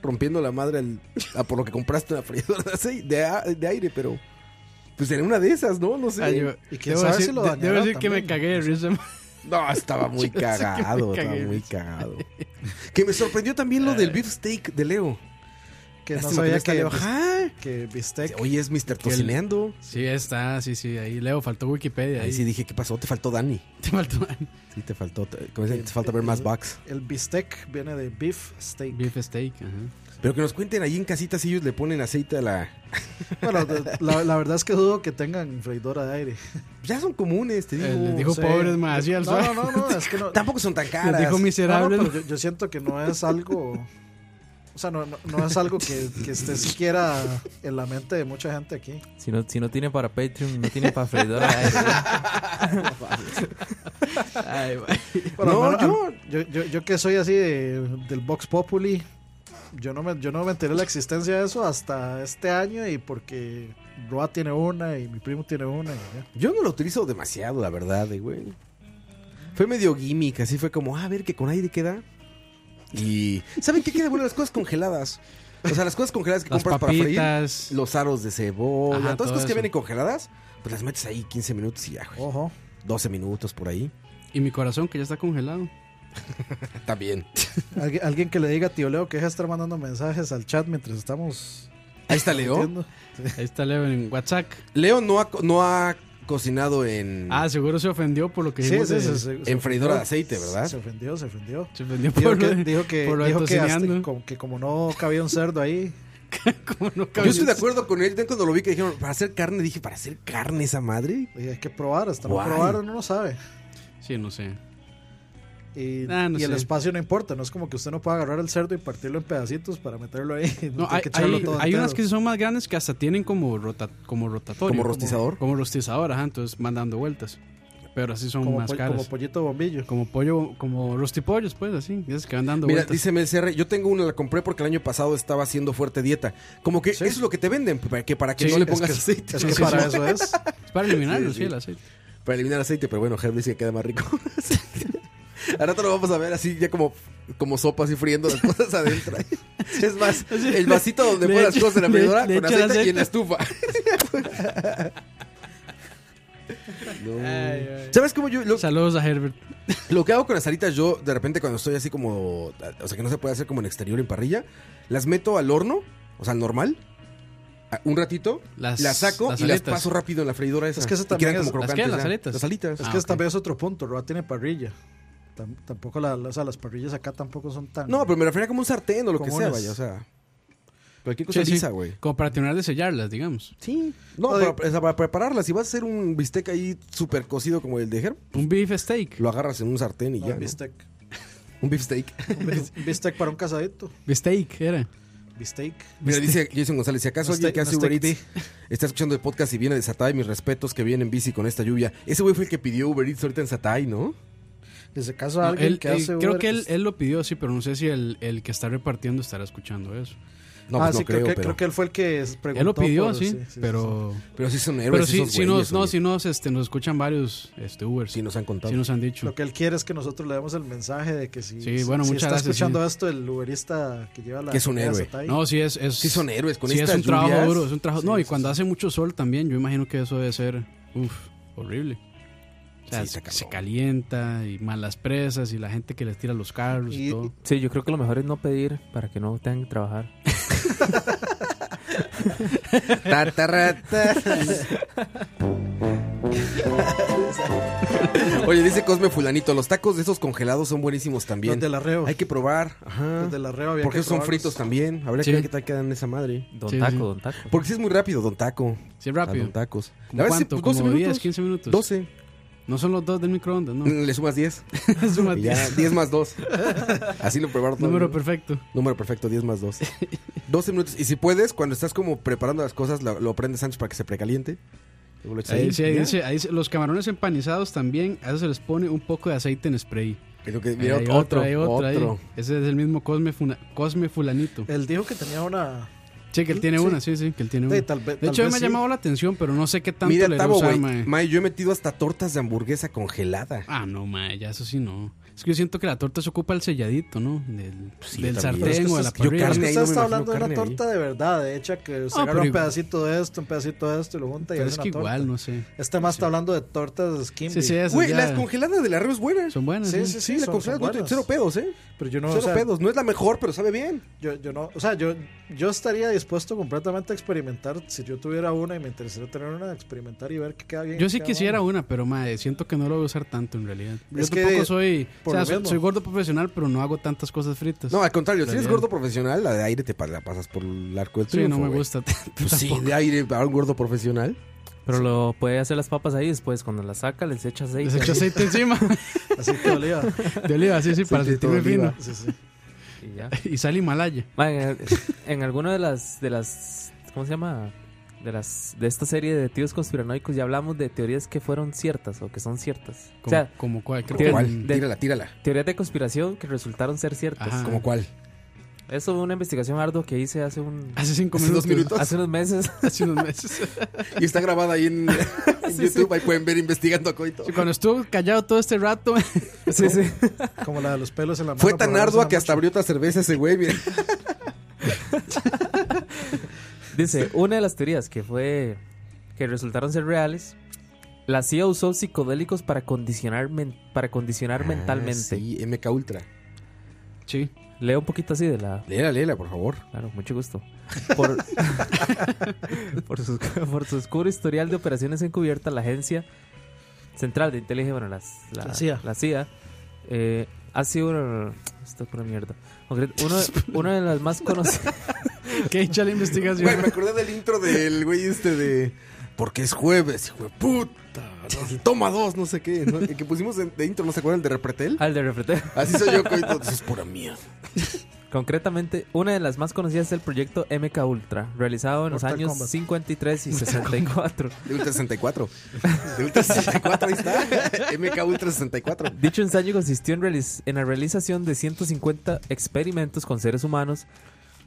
E: rompiendo la madre al, a por lo que compraste una freidora de, aceite, de, a- de aire, pero. Pues en una de esas, ¿no? No sé.
D: Ah, yo-
G: Y quién
D: Debo
G: sabe
D: decir,
G: si lo
D: de-
G: dañará
D: debo decir que
G: también. Pues
D: me cagué de risa. mae.
E: No, estaba muy
D: Yo sé que me
E: cagado,
D: cagué.
E: estaba muy cagado. Que me sorprendió también lo del beef steak de Leo.
G: Que no
E: Lástima
G: sabía
E: está
G: que,
E: Leo.
G: bis-
E: Ajá.
G: que bistec.
E: Oye, es Mr. Tocineando.
D: Sí, está, sí, sí. Ahí Leo, faltó Wikipedia. Ahí
E: Ahí sí dije, ¿qué pasó? Te faltó Dani.
D: te faltó
E: Sí, te faltó. Te, como dicen, te falta ver
D: Este,
E: más bugs.
G: El bistec viene de beef steak.
D: beef steak. Ajá.
E: Pero que nos cuenten ahí en casita si ellos le ponen aceite a la.
G: Bueno, de- la, la verdad es que dudo que tengan freidora de aire.
E: pues Ya son comunes, te digo.
D: Eh, les dijo
G: Sí.
D: pobres, más así al
G: No,
D: suave.
G: no, no, no, es que no.
E: Tampoco son tan
D: Les
E: caras.
D: dijo
G: No, no,
D: miserables.
G: pero yo, yo siento que no es algo. O sea, no, no, no es algo que, que esté siquiera en la mente de mucha gente aquí.
F: Si no, si no tiene para Patreon, no tiene para freidora. de aire.
D: Ay, mae.
G: Bueno,
E: No,
G: al menos- al- yo, yo, yo que soy así de- del Vox Populi, yo no, me, yo no me enteré de la existencia de eso hasta este año y porque Roa tiene una y mi primo tiene una. y ya.
E: Yo no lo utilizo demasiado, la verdad, eh, güey. Fue medio gimmick, así fue como, ah, a ver que con aire queda. Y. ¿Saben qué queda? Bueno, las cosas congeladas. O sea, las cosas congeladas que
D: Las
E: compras para
D: papitas.
E: freír. Los aros de cebolla.
D: Ajá,
E: todas las
D: todo
E: cosas que
D: eso. Oh.
E: vienen congeladas, pues las metes ahí 15 minutos y ya, güey.
G: Ojo.
E: 12 minutos por ahí.
D: Y mi corazón que ya está congelado.
E: También.
G: Alguien, alguien que le diga a tío Leo que deja de estar mandando mensajes al chat mientras estamos.
E: Ahí está Leo.
G: discutiendo.
D: Ahí está Leo en WhatsApp.
E: Leo no ha, co- no ha cocinado en,
D: Ah, seguro se ofendió por lo que
G: Mm. Sí,
D: dijimos
G: sí,
D: de-
G: se- se- se
E: en freidora de
G: ofendió.
E: aceite, ¿verdad?
G: Se ofendió, se ofendió.
D: Se ofendió
G: Dijo
D: por
G: que,
D: lo de-
G: dijo que,
D: por lo de
G: dijo que hasta-
D: tocineando.
G: como, que como no cabía un cerdo ahí.
D: como no
E: Yo
D: cabía.
E: estoy de acuerdo con él. Yo Cuando lo vi que dijeron, para hacer carne, dije, ¿para hacer carne esa madre?
G: dije, Hay que probar, hasta
E: Guay.
G: no probar uno no sabe.
D: Sí, no sé.
G: Y,
D: Ah, no
G: y el
D: sé.
G: espacio no importa, no es como que usted no pueda agarrar el cerdo y partirlo en pedacitos para meterlo ahí.
D: No,
G: tiene
D: hay,
G: que echarlo
D: hay,
G: todo
D: hay
G: entero.
D: unas que son más grandes que hasta tienen como, rota, como rotatorio.
E: Como rostizador.
D: Como rostizador, ajá, entonces van dando vueltas. Pero así son
G: como,
D: más
G: po-
D: caras.
G: como pollito bombillo.
D: Como pollo, como rostipollos, pues, así. Esas que van dando
E: Mira,
D: vueltas.
E: dice MLCR, yo tengo una, la compré porque el año pasado estaba haciendo fuerte dieta. Como que
G: Sí.
E: eso es lo que te venden, para que, para que
D: Sí,
E: no le
D: es
E: pongas
G: que-
E: aceite.
G: Es que
D: Sí, sí,
G: para
D: sí.
G: eso es.
D: Es para eliminarlo, sí,
E: sí.
D: el aceite.
E: Para eliminar aceite, pero bueno, Herb dice que queda más rico. Ahora te lo vamos a ver así, ya como, como sopa, así friendo las cosas adentro. Es más, el vasito donde
D: Le
E: pones las
D: echa-
E: cosas en la
D: le-
E: freidora
D: le
E: con
D: echa el
E: aceite, y en la
D: aceite.
E: estufa. No.
D: Ay, ay.
E: ¿Sabes cómo yo lo,
D: Saludos a Herbert.
E: Lo que hago con las alitas, yo de repente cuando estoy así como. O sea, que no se puede hacer como en exterior, en parrilla. Las meto al horno, o sea, al normal. a- Un ratito.
D: Las-
E: Las, saco
D: las
E: y las
D: alitas.
E: paso rápido en la freidora esa.
G: Es que eso
E: y
G: también
E: quedan
G: es-
E: como
D: ¿las
E: crocantes
D: qué? ¿Las
E: ya.
D: alitas?
E: Las alitas.
G: Es
D: Ah,
G: que
D: ok.
G: también es otro punto. Roa tiene parrilla. Tam- tampoco la, la- o sea, las parrillas acá tampoco son tan.
E: No, pero me refería como un sartén o lo que
G: Como
E: sea,
G: unas-
E: vaya. O sea, cualquier cosa
D: Sí, sí.
E: lisa, güey.
D: Como para terminar de sellarlas, digamos.
E: Sí. No,
G: Oye.
E: para, o sea, para prepararlas. Si vas a hacer un bistec ahí súper cocido como el de Herb,
D: Un beef steak.
E: lo agarras en un sartén y
G: No,
E: ya.
G: un
E: ¿no?
G: Ah, bistec.
E: Un beefsteak.
G: Un bi- un bistec para un casadito.
D: Bistec, era.
G: Bistec.
E: Mira,
D: Este,
E: dice Jason González, si acaso
G: No
E: alguien
G: estoy-
E: que hace
G: no
E: Uber
G: estoy-
E: Eats está escuchando el podcast y viene de Satay, mis respetos que viene en bici con esta lluvia. Ese güey fue el que pidió Uber Eats ahorita en Satay, ¿no?
G: Y se caso
D: No,
G: alguien
D: él-
G: que
D: él-
G: hace
D: creo
G: Uber-
D: que él,
E: pues.
D: él lo pidió, sí, pero no sé si el, el que está repartiendo estará escuchando eso.
E: No,
G: ah,
E: pues
G: sí,
E: no creo,
G: que,
E: pero,
G: creo que él fue el que s- preguntó.
D: él lo pidió,
G: por-
D: sí, pero...
E: pero sí son héroes
D: Pero sí,
E: esos
D: sí
E: güeyes,
D: nos, no,
E: oye.
D: sí nos, este, nos escuchan varios este, Ubers.
E: Sí nos han contado.
D: Sí nos han dicho.
G: Lo que él quiere es que nosotros le demos el mensaje de que si,
D: Sí,
G: si-
D: bueno,
G: si
D: muchas
G: está
D: gracias,
G: escuchando
D: sí.
G: esto, el uberista que lleva la.
E: Que es un
G: comida
E: héroe.
G: Satay,
D: No, sí es, es
E: Sí son héroes con
D: sí es
E: estas
D: un trabajo
E: lluvias.
D: duro, es un trabajo.
G: Sí,
D: no, y
G: sí,
D: cuando
G: sí.
D: hace mucho sol también, yo imagino que eso debe ser, uff, horrible. O sea,
E: Sí,
D: se,
E: está
D: se
E: cabrón.
D: calienta y malas presas y la gente que les tira los carros y,
G: Y-
D: todo.
F: Sí, yo creo que lo mejor es no pedir para que no tengan que trabajar.
E: Ta, ta, ra, ta. Oye, dice Cosme Fulanito, los tacos de esos congelados son buenísimos también.
G: Los de la reo.
E: Hay que probar. Ajá.
G: Los de la reo había
E: Porque
G: que
E: son
G: probarlos.
E: fritos también. Habría
D: Sí.
E: que ver qué tal quedan esa madre.
F: Don
D: Sí,
F: Taco,
D: sí.
F: Don Taco.
E: Porque si es muy rápido, don taco.
D: Sí,
E: O sea,
D: rápido.
E: Don tacos.
D: pues, ¿Cómo
E: verdad,
D: cuánto?
E: sí,
D: Como
E: 12
D: 10, 15 minutos.
E: 12.
D: No son los dos del microondas, no.
E: Le sumas 10.
D: es un
E: Y ya, 10 más 2. Así lo probaron todo.
D: número perfecto.
E: Número perfecto, 10 más 2. 12 minutos. Y si puedes, cuando estás como preparando las cosas, lo, lo prendes antes para que se precaliente. Luego lo echas
D: Ahí, sí, ahí
E: ya.
D: dice, ahí dice, los camarones empanizados también, a eso se les pone un poco de aceite en spray.
E: Es lo que- mira,
D: Ahí hay
E: otro,
D: otra, hay otra ahí.
E: otro.
D: Ese es el mismo Cosme, Funa- Cosme Fulanito.
G: Él dijo que tenía una.
D: Sí, que él tiene
G: Sí.
D: una, sí, sí, que él tiene una.
G: Sí, tal vez-
D: de
G: tal
D: hecho,
G: vez
D: me ha
G: sí.
D: llamado la atención, pero no sé qué tanto
E: Mira,
D: le
E: Tavo,
D: usar,
E: güey.
D: mae.
E: Mae, yo he metido hasta tortas de hamburguesa congelada.
D: Ah, no, mae, ya eso sí no. Es que yo siento que la torta se ocupa el selladito, ¿no? Del,
E: Sí,
D: del
E: yo también. Pero es que
D: sartén o de
E: esto
D: la
E: es- yo
D: parrilla.
E: carne
G: Usted
E: ahí no me
G: está
E: imagino
G: hablando de una
E: carne ahí.
G: torta de verdad, hecha, que se
D: Ah,
G: agarra
D: pero
G: un pedacito de esto, un pedacito de esto y lo junta y
D: Pero
G: hace
D: es
G: una
D: que
G: torta.
D: igual, no sé.
G: Este más está hablando de tortas Kimby.
D: Sí, sí, Ah, esas
E: Güey,
D: ya
E: las congeladas del arroz es buena.
D: son buenas.
G: Sí,
D: Sí,
G: sí,
E: Sí, la
G: son-
E: congelada,
G: son
E: no te-
G: buenas.
E: cero pedos, ¿eh?
G: Pero yo no,
E: cero
G: o sea,
E: pedos. No es la mejor, pero sabe bien.
G: Yo, yo no, o sea, yo, yo estaría dispuesto completamente a experimentar. Si yo tuviera una y me interesaría tener una, experimentar y ver qué queda bien.
D: Yo sí
G: qué queda
D: quisiera
G: mal.
D: una, pero mae, siento que no lo voy a usar tanto en realidad. Yo
G: Es que,
D: tampoco soy, o
G: por
D: sea,
G: lo
D: soy,
G: mismo.
D: soy gordo profesional, pero no hago tantas cosas fritas.
E: No, al contrario, si eres
D: Realidad.
E: gordo profesional, la de aire te pa- la pasas por el arco del
D: sí,
E: triunfo.
D: no me
E: güey.
D: gusta tanto.
E: Pues sí,
D: tampoco.
E: de aire para un gordo profesional.
F: Pero lo puede hacer las papas ahí después. Cuando las saca, les echa aceite.
D: Les echo aceite encima.
G: Así que oliva.
D: De oliva, sí, sí, para
E: Aceite de
D: sentirme
E: oliva.
D: fino.
G: Sí, sí.
F: Y ya.
D: Y sale Himalaya.
F: Ma, en, en alguno de las, de las. ¿Cómo se llama? De las de esta serie de tíos conspiranoicos ya hablamos de teorías que fueron ciertas o que son ciertas.
D: Como,
F: O sea,
D: como cual, creo
F: Tiene-
D: que
E: ¿Cuál?
D: en-
E: Tírala, tírala.
F: teorías de conspiración que resultaron ser ciertas.
D: Ajá.
E: ¿Como cuál?
F: Eso fue una investigación ardua que hice hace un
D: hace cinco
E: Hace
D: minutos.
E: dos minutos.
F: hace unos meses.
D: Hace unos meses.
E: Y está grabada ahí en, en YouTube. Ahí pueden ver investigando a Coito.
D: Sí, Cuando estuvo callado todo este rato,
F: sí, sí.
G: Como la de los pelos en la mano.
E: Fue tan
G: pero ahora
E: ardua
G: se
E: que
G: la
E: hasta abrió otra cerveza ese güey. mira.
F: Dice, una de las teorías que fue que resultaron ser reales, la CIA usó psicodélicos para condicionar men- para condicionar mentalmente.
E: Ah, sí, MK Ultra.
D: sí.
F: Leo un poquito así de la
E: Léela, léela, por favor.
F: Claro, mucho gusto. Por, por, su, por su oscuro historial de operaciones encubiertas, la agencia central de inteligencia, bueno, las- la,
G: La CIA.
F: CIA, eh, ha sido uno, esto es pura mierda. Concreto, Uno, una de las más conocidas.
D: Que hecha la investigación.
E: Güey, me acordé del intro del güey este de. Porque es jueves, hijo de puta. ¿no? Toma dos, no sé qué. ¿no? El que pusimos de, de intro, ¿no se acuerdan? El de Repretel.
F: al de refrete-
E: Así soy yo, Coito. Eso es pura mierda.
F: Concretamente, una de las más conocidas es el proyecto MK Ultra, realizado en los
G: Mortal
F: años
G: Kombat.
F: 53 y 64.
E: De Ultra 64. De Ultra 64, ahí está. MK Ultra 64.
F: Dicho ensayo consistió en, realiz- en la realización de 150 experimentos con seres humanos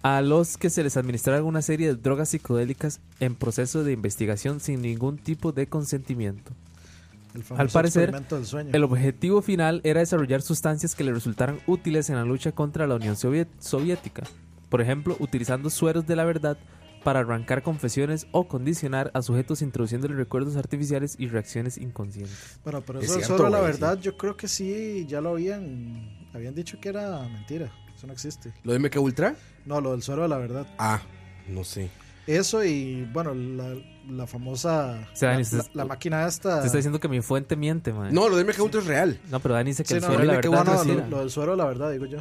F: a los que se les administraron una serie de drogas psicodélicas en proceso de investigación sin ningún tipo de consentimiento.
G: mancha. El famoso
F: al parecer,
G: experimento del sueño.
F: El objetivo final era desarrollar sustancias que le resultaran útiles en la lucha contra la Unión Soviet- Soviética, por ejemplo, utilizando sueros de la verdad para arrancar confesiones o condicionar a sujetos introduciéndole recuerdos artificiales y reacciones inconscientes.
G: Bueno, pero
E: Es
G: eso
E: cierto,
G: sobre la
E: güey,
G: verdad, yo creo que sí, ya lo habían, habían dicho que era mentira. Eso no existe.
E: ¿Lo de MK Ultra?
G: No, lo del suero de la verdad.
E: Ah, no sé.
G: Eso y, bueno, la, la famosa.
F: O sea,
G: la,
F: Dani, usted-
G: la- la máquina esta.
F: Te está diciendo que mi fuente miente, man.
E: No, lo de MK Ultra es real.
F: No, pero Dani dice que
G: Sí,
F: el
G: no,
F: suero
G: dime
F: la
G: que,
F: verdad
G: bueno,
F: no es
G: lo-
F: cierto.
G: lo del suero de la verdad, digo yo.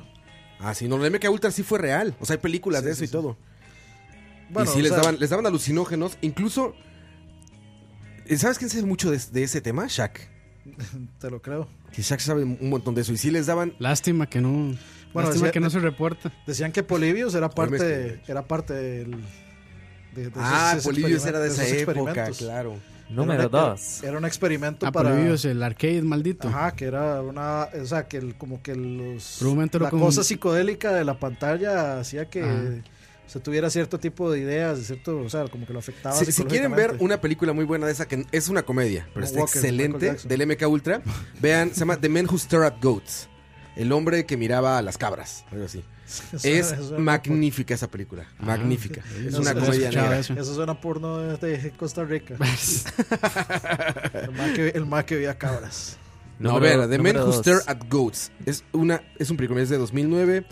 E: Ah, sí, no, lo de MK Ultra sí fue real. O sea, hay películas
G: Sí,
E: de eso
G: sí,
E: y
G: sí.
E: todo.
G: Bueno,
E: y sí,
G: o
E: les,
G: sea,
E: daban, les daban alucinógenos. Incluso. eh, ¿Sabes quién sabe mucho de, de ese tema? Shaq.
G: te lo creo.
E: Que Shaq sabe un montón de eso. Y sí les daban.
D: Lástima que no.
G: Bueno,
D: lástima
G: decía-
D: que no se reporta.
G: Decían que Polibius era parte,
E: escribí,
G: era parte del. de- de
E: Ah,
G: esos- esos
E: Polibius era de
G: experimen-
E: esa
G: esos
E: época,
G: experimentos.
E: claro.
F: Número
G: Era un-
F: 2.
G: Era un experimento
D: A
G: para.
D: prohibidos Ah, el arcade maldito.
G: Ajá, que era una. O sea, que el, como que los.
D: Por un momento lo
G: la
D: con-
G: cosa psicodélica de la pantalla hacía que.
D: Ajá.
G: Se tuviera cierto tipo de ideas, de cierto, o sea, como que lo afectaba.
E: Si, si quieren ver
G: psicológicamente.
E: una película muy buena de esa que es una comedia, pero está
G: Walker, Michael
E: excelente,
G: Jackson.
E: del MK Ultra, vean, se llama The Man Who Stared at Goats. El hombre que miraba a las cabras, algo así.
G: Eso-
E: Es
G: eso era
E: magnífica esa película, magnífica. Es
G: no
E: una
G: sé, no he
E: comedia
D: escuchado
E: negra.
D: eso.
G: Eso suena porno de de Costa Rica. el, más que, el ma que veía cabras.
E: No, a
F: Número-
E: ver, The Man
F: número
E: Who
F: dos.
E: Stared at Goats. Es, una, es un película, es de 2009.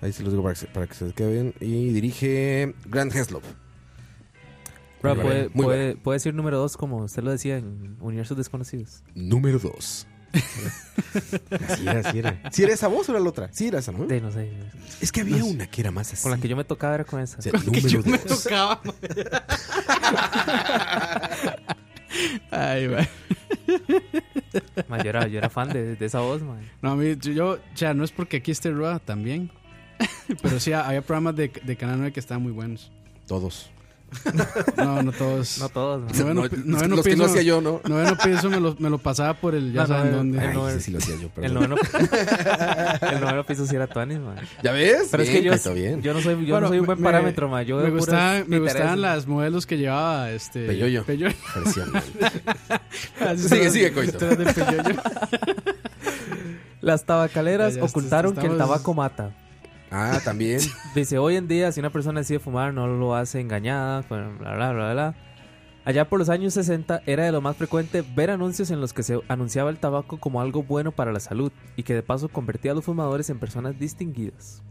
E: Ahí se los digo para que, se- para que se queden. Y dirige Grant Heslop.
F: Bro,
A: Muy
F: puede,
A: bien, muy
F: puede, puede decir número dos, como usted lo decía en Universos Desconocidos.
A: Número 2.
E: Sí era, sí era. ¿Sí era esa voz o era la otra? Sí era esa,
D: ¿Mm?
E: ¿no?
F: De no sé.
A: Es que había una que era más así.
F: Con la que yo me tocaba era con esa.
A: O sea, número
D: me
A: dos.
D: tocaba. Ay, mae.
F: Ma, yo, era, yo era fan de, de esa voz, man.
D: No, a mí, yo, yo- o sea, no es porque aquí esté Roa también. Pero sí, había programas de, de Canal 9 que estaban muy buenos.
E: Todos.
D: No, no todos.
F: No todos, man.
D: Noveno
E: No,
D: pi- noveno
E: los que no
D: piso-
E: hacía yo, ¿no?
D: Noveno piso me lo, me lo pasaba por el ya
F: No, no,
D: saben
F: no,
D: dónde.
F: no,
E: Ay,
F: no,
E: ese sí lo hacía yo,
F: El
E: perdón.
F: noveno, el noveno piso sí era Tuanis, man.
E: ¿Ya ves?
F: Pero
E: Bien,
F: es que
E: Coito,
F: yo,
E: bien.
F: yo no soy, yo
D: Bueno,
F: no soy un buen
D: me-
F: parámetro, man. Yo
D: me,
F: veo puras
D: gustaban, me
F: titeras,
D: gustaban
F: man.
D: las modelos que llevaba este
E: Peyoyo.
D: Peyoyo.
E: Impresionante.
D: Así son
E: Sigue,
D: las-
E: sigue, Coito.
D: las de Peyoyo.
F: Las tabacaleras
D: Ya, ya,
F: ocultaron que el
D: estamos-
F: tabaco mata.
E: Ah, también.
F: Dice, hoy en día si una persona decide fumar no lo hace engañada, bla, bla, bla, bla, bla. Allá por los años 60 era de lo más frecuente ver anuncios en los que se anunciaba el tabaco como algo bueno para la salud y que de paso convertía a los fumadores en personas distinguidas.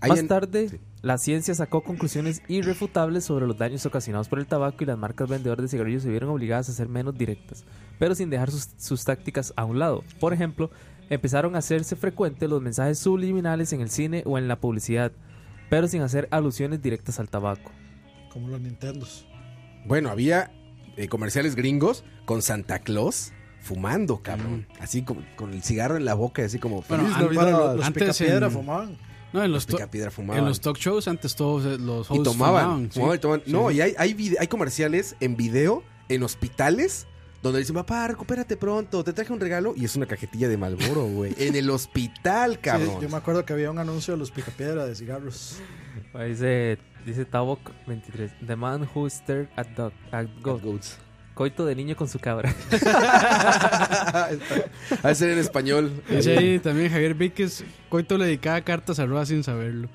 E: Ahí
F: Más
E: en-
F: tarde, la ciencia sacó conclusiones irrefutables sobre los daños ocasionados por el tabaco y las marcas vendedoras de cigarrillos se vieron obligadas a ser menos directas, pero sin dejar sus, sus tácticas a un lado. Por ejemplo, empezaron a hacerse frecuentes los mensajes subliminales en el cine o en la publicidad, pero sin hacer alusiones directas al tabaco.
G: Como los Nintendos.
E: Bueno, había eh, comerciales gringos con Santa Claus fumando, cabrón. Así como con el cigarro en la boca, así como
D: Bueno,
E: feliz
D: an-
E: Navidad.
G: Bueno,
D: no,
G: los
D: antes
G: picapiedra
D: en-
G: fumaban.
D: No, en los, to-
E: Picapiedra fumaban.
D: en los talk shows antes todos eh, los
E: y
D: hosts
E: tomaban.
D: fumaban, sí.
E: fumaban y tomaban.
D: Sí,
E: no,
D: sí.
E: y hay, hay, vide- hay comerciales en video en hospitales donde dicen, papá, recupérate pronto, te traje un regalo. Y es una cajetilla de Malboro, güey. en el hospital,
G: Sí,
E: cabrón.
G: yo me acuerdo que había un anuncio de los picapiedra de cigarros.
F: Ahí Dice, dice Tabok 23, The Man Who Stared at, dog, at God. Coito de niño con su cabra.
E: Ha de ser en español. Eh,
D: Dice ahí también Javier Víquez, Coito le dedicaba cartas a Roa sin saberlo.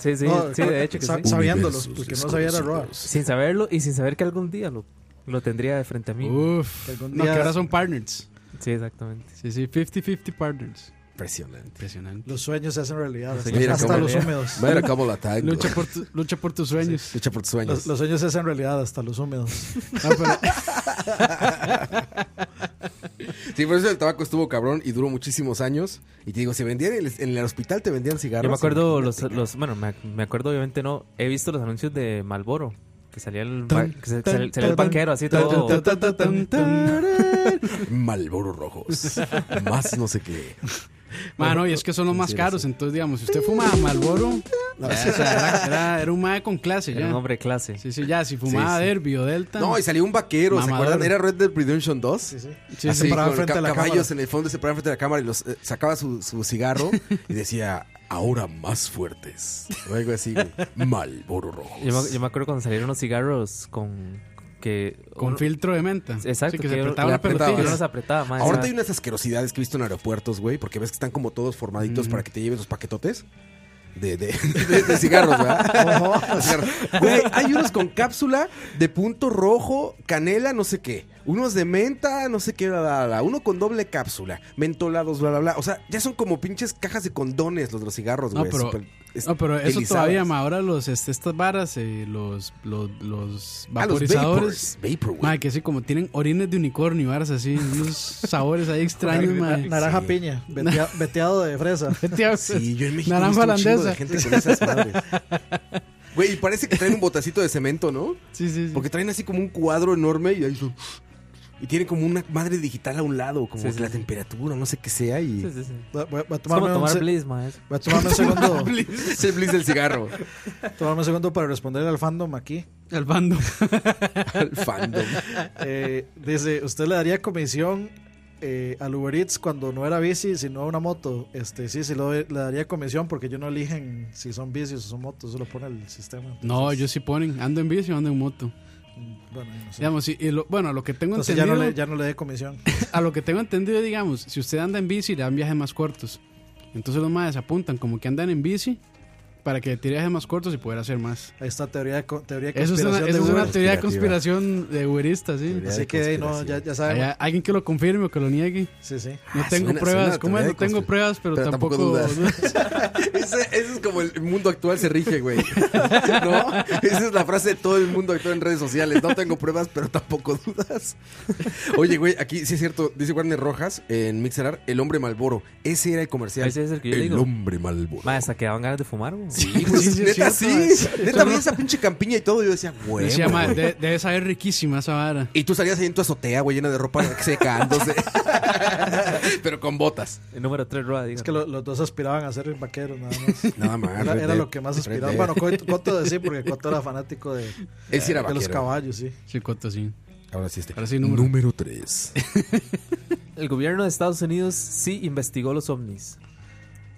F: Sí, sí,
G: No,
F: sí, de hecho que
G: sa-
F: sí.
G: Sabiéndolos,
A: Universos
G: porque no sabía era Roa.
F: Sin saberlo y sin saber que algún día lo, lo tendría de frente a
D: Uh,
F: mí.
D: Uf.
G: Que algún
D: No, que
G: día-
D: ahora son partners.
F: Sí, exactamente.
D: Sí, sí, 50-50 partners.
E: Impresionante.
D: Impresionante.
G: Los sueños se hacen realidad.
F: Los
G: hasta-
F: sueños se
G: hasta
F: hacen
G: los
F: realidad.
G: húmedos.
E: Mira cómo la tengo.
D: Lucha por, tu- lucha por tus sueños.
E: Lucha por tus sueños.
F: pues.
G: Los, los sueños se hacen realidad hasta los húmedos.
D: No, pero-
E: Sí, por eso el tabaco estuvo cabrón y duró muchísimos años. Y te digo, si vendían en el, en el hospital, te vendían cigarros.
F: Yo me acuerdo los,
E: Imagínate,
F: los bueno, me, ac- me acuerdo obviamente no, he visto los anuncios de Malboro, que salía el, ba- que se-
G: tan,
F: salía el- salía el
G: tan,
F: banquero así
G: tan,
F: todo.
G: tan, tan, tan, tan, tan.
E: cabrón. Malboro rojos. Más no sé qué.
D: Mano, y es que son los más
E: Sí,
D: caros. Entonces, digamos, si usted fuma Malboro, ya, o sea, era, era- era un mae con clase
F: Era un
D: ya.
F: hombre de clase.
D: Sí, sí, ya. Si fumaba
E: Sí, sí.
D: Derby o Delta.
E: No, y salió un vaquero,
D: Mamador.
E: ¿se acuerdan? Era Red Dead Redemption 2.
G: Sí, sí.
D: Sí,
E: Así,
G: se paraba
E: con
G: frente
E: ca-
G: a la
E: caballos
G: cámara.
E: en el fondo se paraban frente a la cámara y los eh, sacaba su, su cigarro y decía, ahora más fuertes. O algo así, güey. Malboro rojos.
F: Yo me, yo me acuerdo cuando salieron unos cigarros con que
D: con
F: uno-
D: filtro de menta.
F: Exacto,
D: Sí, que
F: que
D: se
F: yo-
D: apretaba
E: le
D: la
E: apretaba,
F: que uno
D: pelotilla.
F: los apretaba, más.
E: Ahorita hay unas asquerosidades que he visto en aeropuertos, güey, porque ves que están como todos formaditos
D: Mm.
E: para que te lleves los paquetotes de, de, de- de cigarros, ¿verdad? De cigarros. Güey, hay unos con cápsula de punto rojo, canela, no sé qué. Unos de menta, no sé qué, bla, bla, bla. Uno con doble cápsula, mentolados, bla, bla, bla. O sea, ya son como pinches cajas de condones los de los cigarros,
D: No,
E: güey.
D: pero-
E: súper es-
D: No, pero eso
E: deslizadas.
D: todavía, ma, ahora los, este, estas varas, eh, los, los, los
E: Ah, los vapors,
D: vaporizadores.
E: vapor, güey.
D: ma, que así como tienen orines de unicornio, varas así, unos sabores ahí extraños, ma.
G: Naranja piña, vetea- veteado de fresa.
D: Vete a-
E: Sí, yo en México
D: Naranja
E: he visto un chingo de
D: holandesa.
E: gente con esas madres. Güey, y parece que traen un botacito de cemento, ¿no?
D: Sí, sí, sí.
E: Porque traen así como un cuadro enorme y ahí son... Y tienen como una madre digital a un lado, como
F: Sí, sí,
E: la
F: sí.
E: temperatura, no sé qué sea, y...
F: Sí, sí, sí.
G: Voy, voy- voy a
F: Es como
G: tomarme un,
F: tomar
G: se-
F: bliss, más.
G: voy a tomarme un segundo,
E: Es el bliss del cigarro.
G: tomarme un segundo para responder al fandom aquí.
D: Al bando.
E: El fandom.
G: Eh, dice, ¿usted le daría comisión eh, al Uber Eats cuando no era bici, sino una moto? Este, sí, sí lo- le daría comisión porque yo no eligen si son bicis o son motos, eso lo pone el sistema. Entonces,
D: No, ellos sí ponen. Ando en bici o ando en moto.
G: Bueno, yo no sé.
D: Digamos, sí, y lo- bueno, a lo que tengo
G: Entonces ya no
D: entendido.
G: le, ya no le dé comisión.
D: A lo que tengo entendido, digamos, si usted anda en bici, le dan viajes más cortos. Entonces los madres apuntan como que andan en bici para que tirajes más cortos y poder hacer más.
G: Esta teoría de, co- teoría de
D: Eso es una,
G: conspiración
D: eso es
G: de
D: una
G: Uber.
D: teoría de
E: Conspirativa.
D: conspiración de Uberista, sí.
E: Teoría
G: Así
E: de
G: que no, ya,
E: conspiración.
G: ya
D: Hay
G: sabemos.
D: a- alguien que lo confirme o que lo niegue.
G: Sí, sí.
D: No
E: Ah,
D: tengo
E: suena-
D: pruebas.
E: suena a
D: ¿Cómo
E: teoría
D: es? No
E: de
D: tengo
E: conspira-
D: pruebas, pero,
E: pero tampoco
D: tampoco.
E: dudas. Ese, ese es como el mundo actual se rige, güey. ¿No? Esa es la frase de todo el mundo actual en redes sociales. No tengo pruebas, pero tampoco dudas. Oye, güey, aquí sí es cierto. Dice Warner Rojas en Mixerar, el hombre Malboro. Ese era el comercial.
F: Ese es el que yo
E: el
F: digo.
E: hombre Malboro.
F: Mae, hasta quedaban ganas de fumar, güey.
E: Sí, güey,
D: Sí, sí,
E: neta,
D: es
E: sí.
D: cierto.
E: Neta, vi esa pinche campiña y todo. Yo decía, güey.
D: Decía, "Ma,
E: güey".
D: de- debe saber riquísima esa vara.
E: Y tú salías ahí en tu azotea, güey, llena de ropa secándose. pero con botas.
F: El número 3, Roa, diga.
G: Es que lo- los dos aspiraban a ser vaqueros, nada
E: Nada
D: Ah,
G: más.
E: más.
G: Era,
E: Red
G: era
E: Dead,
G: lo que más
E: Red
G: aspiraba.
E: Dead.
G: Bueno, Coto, Coto de sí, porque Coto era fanático de,
E: Él sí era
G: de los
E: vaquero.
G: caballos, sí.
D: Sí, Coto, sí.
E: Ahora sí este.
D: Ahora sí, número-
E: 3.
F: El gobierno de Estados Unidos sí investigó los ovnis.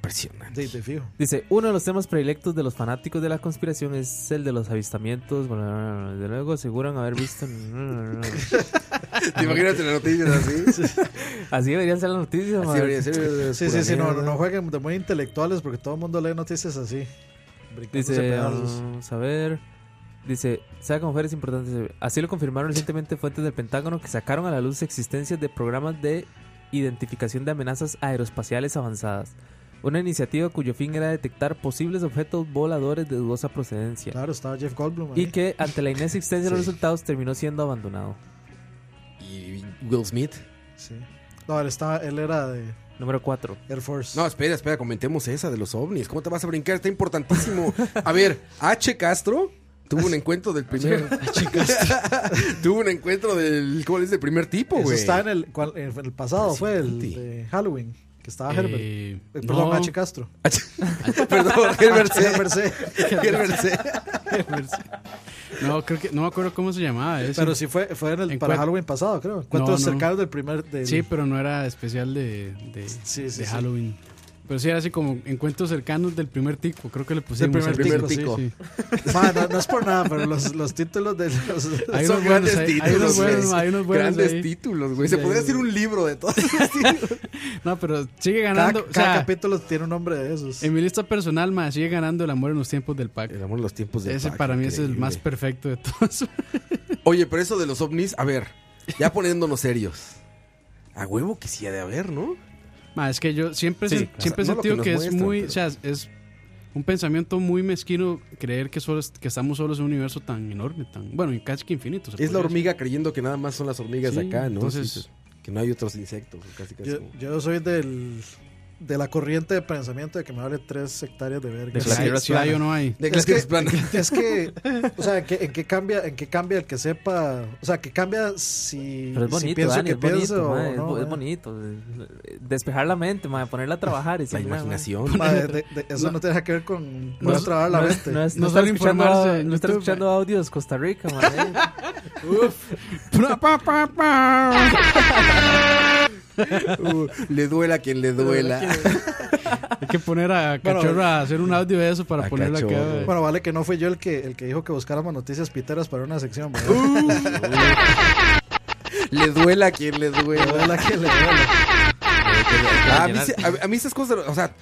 E: Impresionante.
G: Sí, te fijo.
F: Dice, uno de los temas predilectos de los fanáticos de la conspiración es el de los avistamientos. Bueno, de luego aseguran haber visto...
E: ¿Te imaginas en las noticias así?
F: Así deberían ser las noticias,
E: Así
F: mae.
E: debería ser. eh,
G: Sí, sí, sí, no, no jueguen de muy intelectuales porque todo el mundo lee noticias así. brincándose
F: Dice,
G: pedazos.
D: um,
F: vamos a ver. Dice, saca con mujeres importantes. Así lo confirmaron recientemente fuentes del Pentágono que sacaron a la luz existencias de programas de identificación de amenazas aeroespaciales avanzadas. Una iniciativa cuyo fin era detectar posibles objetos voladores de dudosa procedencia.
G: Claro, estaba Jeff Goldblum. ahí.
F: Y que ante la inexistencia de los
E: eh. Sí.
F: resultados terminó siendo abandonado.
E: ¿Y Will Smith?
G: Sí. No, él, estaba, él era de
F: Número 4.
G: Air Force.
E: No, espera, espera, comentemos esa de los ovnis. ¿Cómo te vas a brincar? Está importantísimo. A ver, H. Castro tuvo un encuentro del primer. tuvo un encuentro del. ¿Cómo es? Del primer tipo,
G: Eso
E: güey.
G: está en el, cual- en el pasado, fue el
E: Impresionante.
G: de Halloween, que estaba Herbert. Eh,
D: Eh,
G: perdón,
D: no,
G: H. Castro.
E: Perdón, Herbert C.
G: Herbert C.
E: Herbert C.
D: no, creo que, no me acuerdo cómo se llamaba eso.
G: Pero sí fue, fue en el,
D: ¿En
G: para
D: cuál?
G: Halloween pasado, creo. Cuentos
D: no.
G: cercanos del primer. Del,
D: Sí, pero no era especial de, de,
G: Sí, sí,
D: de
G: sí.
D: Halloween. Pero sí era así como encuentros cercanos del primer tico, creo que le pusimos.
G: primer
D: al-
G: tico,
D: sí.
G: Ma, no, no es por nada, pero los, los títulos de los.
D: Hay
E: Son
D: unos
E: grandes
D: buenos, ahí, hay,
E: títulos,
D: unos buenos,
E: güey.
D: hay unos buenos
E: Grandes
D: ahí.
E: títulos, güey. Se
D: Sí,
E: podría
D: hay
E: hacer un libro de todos esos títulos.
D: No, pero sigue
G: Cada,
D: ganando. o
G: cada
D: sea,
G: capítulo tiene un nombre de esos.
D: en mi lista personal, ma, sigue ganando el amor en los tiempos del pack.
E: El amor de los tiempos de
D: Ese
E: Pac,
D: para mí es el
E: increíble.
D: más perfecto de todos.
E: Oye, pero eso de los ovnis, a ver, ya poniéndonos serios. A huevo que sí ha de haber, ¿no?
D: Ma, es que yo siempre,
F: Sí,
D: sen-
E: claro.
D: siempre he
E: No lo que
D: sentido
E: nos
D: que, es
E: muestran,
D: muy,
E: pero-
D: o sea, es un pensamiento muy mezquino creer que solo es- que estamos solos en un universo tan enorme, tan bueno, y casi que infinito.
E: Es
D: se
E: la
D: podría decir.
E: hormiga creyendo que nada más son las hormigas
D: Sí,
E: de acá, ¿no?
D: entonces-
E: Sí, sí, que no hay otros insectos, casi casi.
G: Yo,
E: como-
G: yo soy del, de la corriente de pensamiento de que me vale 3 hectáreas de verga.
F: De
D: Si
F: la
D: hay-
F: tierra
D: si hay
F: plana.
D: o no hay.
E: De
G: Es
E: que
G: que-
E: es plana.
G: Es que, o sea, ¿en qué, en qué cambia, en qué cambia el que sepa? O sea, que cambia si,
F: Pero es
G: si
F: bonito,
G: pienso
F: Dani,
G: que
F: es bonito,
G: pienso
F: mae,
G: o
F: es
G: no,
F: bo- es,
G: mae.
F: bonito. Despejar la mente, mae, ponerla a trabajar.
E: La
F: Y decir, "Mira, mae,
E: imaginación.
G: Ma, de- de- de- eso no. tiene nada que ver con no,
F: es-
G: trabajar la
F: no es-
G: mente.
F: No, es- no
D: No
F: está
D: solo
F: escuchando,
D: informarse
F: a-
D: en
F: no está
D: YouTube,
F: escuchando audios Costa Rica, man.
D: Pa, pa, pa, pa.
E: Uh, le duela a quien le duela.
D: Hay que poner a Cachorro a hacer un audio de eso para
E: A
D: ponerla acá.
E: Cachorro.
D: güey.
G: Bueno, vale que no fui yo el que el que dijo que buscáramos noticias piteras para una sección, ¿verdad?
F: Uh.
E: le duela a quien le
G: Me
E: duela.
G: duele a quien le duele.
E: Ah, a, mí, se- a- a mí esas cosas, o sea,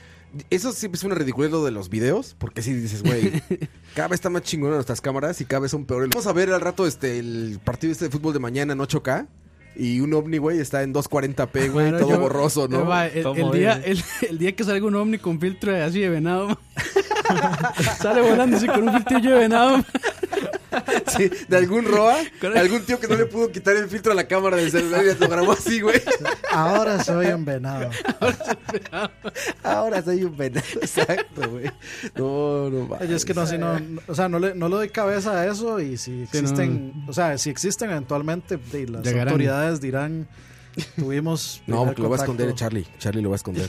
E: eso siempre es una ridiculez lo de los videos, porque si dices, güey, cada vez están más chingonas nuestras cámaras y cada vez son peores. Vamos a ver al rato este el partido este de fútbol de mañana en 8K y un ovni, güey, está en 240p, güey,
D: Bueno,
E: todo
D: yo-
E: borroso,
D: eh,
E: ¿no?
D: ma, el,
F: Todo
D: el
F: movido,
D: día,
F: sí.
D: el, el día que salga un ovni con filtro de- así de venado, ma. sale volando así con un filtrillo de venado. ma.
E: Sí, de algún roa,
D: Correcto.
E: algún tío que no le pudo quitar el filtro a la cámara del celular y lo grabó así, güey.
G: Ahora soy un venado.
E: Ahora soy un venado, exacto, güey. No, no va.
G: Yo es que no, si no, no- o sea, no le, no le doy cabeza a eso y
D: Sí,
G: si
D: no,
G: existen, o sea, si existen eventualmente, de- las
D: Llegarán.
G: autoridades dirán, tuvimos...
E: No,
G: primer
E: porque lo va a
G: contacto,
E: esconder Charlie. Charlie lo va a esconder.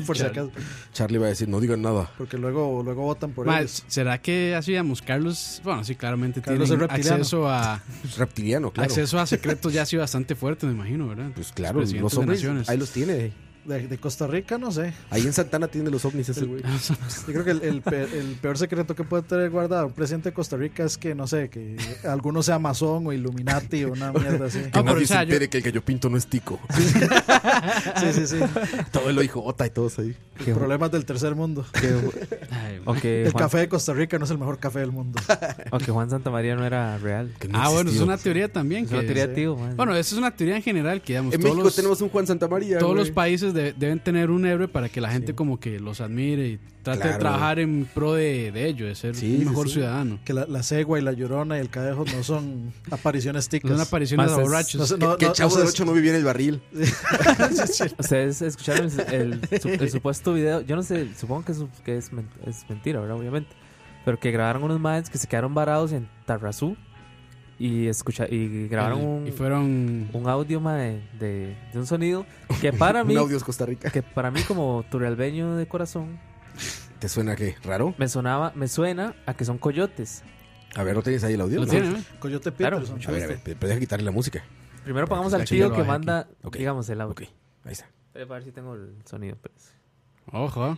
G: por si acaso,
E: Charlie va a decir, no digan nada.
G: porque luego, luego votan por
D: Ma,
G: ellos.
D: ¿Será que así, digamos, Carlos? Bueno, sí, claramente
G: Carlos
D: tiene
G: es reptiliano.
D: acceso a,
E: Es reptiliano, claro.
D: acceso a secretos ya ha sido bastante fuerte, me imagino, ¿verdad?
E: Pues claro,
D: Los presidentes
E: los
D: de
E: hombres
D: naciones.
E: ahí los tiene.
G: De, de Costa Rica, no sé.
E: Ahí en Santana tiene los ovnis ese güey.
G: Yo creo que el, el pe- el peor, secreto que puede tener guardado un presidente de Costa Rica es que, no sé, que alguno sea masón o Illuminati o una mierda así.
E: Que
D: Ah, pero,
E: nadie
D: o sea,
E: se
D: yo-
E: entere que el gallo pinto no es tico.
G: Sí, sí, sí.
E: Todo el OIJ y todos ahí.
G: Problemas del tercer mundo.
D: Ay, güey.
F: Aunque
G: El
F: Juan,
G: café de Costa Rica no es el mejor café del mundo.
F: aunque Juan Santamaría no era real.
E: que no
D: ah, bueno, es
E: existió.
D: una teoría también.
F: Es una
D: que-
F: teoría, tío. man.
D: Bueno, eso es una teoría en general que, digamos,
E: En
D: todos,
E: México
D: los,
E: tenemos un Juan Santamaría.
D: todos
E: güey.
D: los países de- deben tener un héroe para que la gente como que los admire y trate de
E: Claro.
D: trabajar en pro de, de ello, de ser
E: Sí,
D: un
E: sí,
D: mejor
E: sí.
D: ciudadano.
G: Que la, la cegua y la llorona y el cadejo no son apariciones ticas.
D: No son apariciones
F: Más
D: de
F: Pues es-
D: borrachos.
G: No sé,
E: Que-
G: no-
E: que
G: no-
E: el chavo
G: no sé,
E: del 8 no vivía en el barril.
F: Ustedes escucharon el, el su- el supuesto video. Yo no sé, supongo que es, que es, men- es mentira, ¿verdad? Obviamente. Pero que grabaron unos maes que se quedaron varados en Tarrazú y, escucha, y grabaron
D: El-
F: un,
D: Eh, y fueron...
F: un audio mae, de, de un sonido que para mí,
E: Un audio es Costa Rica.
F: que para mí como turrialbeño de corazón,
E: ¿Te suena qué? ¿Raro?
F: me sonaba, me suena a que son coyotes.
E: A ver, ¿no tienes ahí el audio?
D: ¿Lo
E: No.
D: tienen, eh?
G: Coyote
F: Claro,
G: Peterson.
E: A ver, a ver, pero deja quitarle la música.
F: Primero pagamos al
D: Aquí
F: tío
D: lo
F: que
D: hay,
F: manda,
E: Ok.
F: digamos, el audio.
E: Ok, ahí está.
F: Eh, A ver si tengo el sonido. pues.
D: Ojo.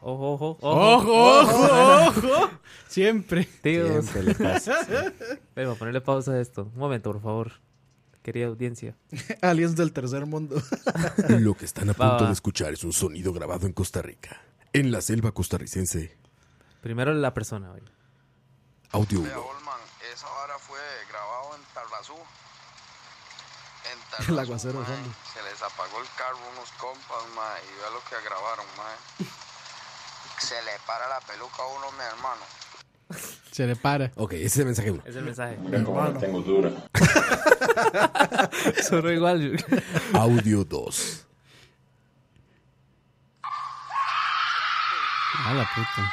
F: Ojo, ojo,
D: Ojo, ojo, ojo. Siempre.
F: Tíos.
E: Siempre le pasa.
F: Venga, a ponerle pausa a esto. Un momento, por favor. Querida audiencia.
G: Aliens del tercer mundo.
E: Lo que están a
F: Va,
E: punto
F: va.
E: de escuchar es un sonido grabado en Costa Rica. En la selva costarricense.
F: Primero la persona, güey.
E: Audio uno.
J: Olman, esa vara fue grabado en Tarrazú. En
G: El aguacero de
J: mae,
G: fondo.
J: Se les apagó el carro a unos compas, mae, y vea lo que grabaron, mae. Se le para la peluca a uno, mi hermano.
D: Se le para.
E: Ok, ese es el mensaje uno.
F: Es el mensaje.
G: Hermano.
F: Sonó igual.
E: Audio 2.
D: A la puta.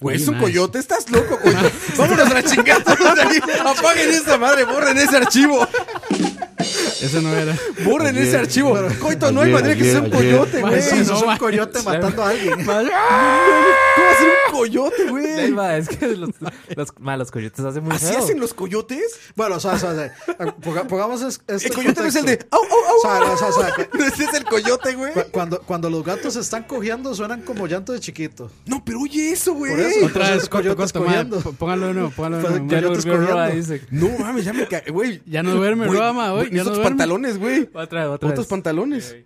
E: Güey, es un
D: Nice. Ah.
E: coyote, estás loco, coyote. Vámonos a la chingada. todos de aquí. Apaguen esa madre, borren ese archivo.
D: Ese no era.
F: Pues
E: Borren ese archivo. Coito, no hay
H: ayer,
E: manera que
H: ayer,
E: sea un
H: ayer.
E: coyote, güey.
D: Mae, sí,
E: Eso
D: no,
E: es un
D: mae.
E: coyote matando a alguien. ¿Cómo va a ser un coyote, güey?
F: Elba, es que los, los, ma, los coyotes hacen muy
E: ¿Así
F: feo.
E: hacen los coyotes?
G: Bueno, o sea, o sea, o sea, ponga- pongamos es- este
E: El coyote no es el de.
G: contexto.
E: ¡Au, au,
G: O sea,
E: au!
G: no, o sea, o sea,
E: No, ese es el coyote, güey.
G: cu- Cuando, cuando los gatos se están cojeando suenan como llanto de chiquito.
E: No, pero oye eso, güey.
G: Por eso.
D: Otra vez,
G: Entonces,
F: pues
D: corto,
G: coyotes
D: corto, madre.
G: comiendo.
D: P- Póngalo de nuevo, póngalo de
G: Fue-
D: nuevo.
F: Ya
D: madre.
G: coyotes
F: lo durmió
G: corriendo.
F: Roa, dice.
E: No mames, ya me cae, güey.
D: Ya no duerme,
E: Güey,
D: Roa, ma, güey.
E: güey,
D: Ya no
E: Esos
D: duerme.
E: pantalones, güey.
F: Otra, otra
E: Otros
F: vez.
E: pantalones.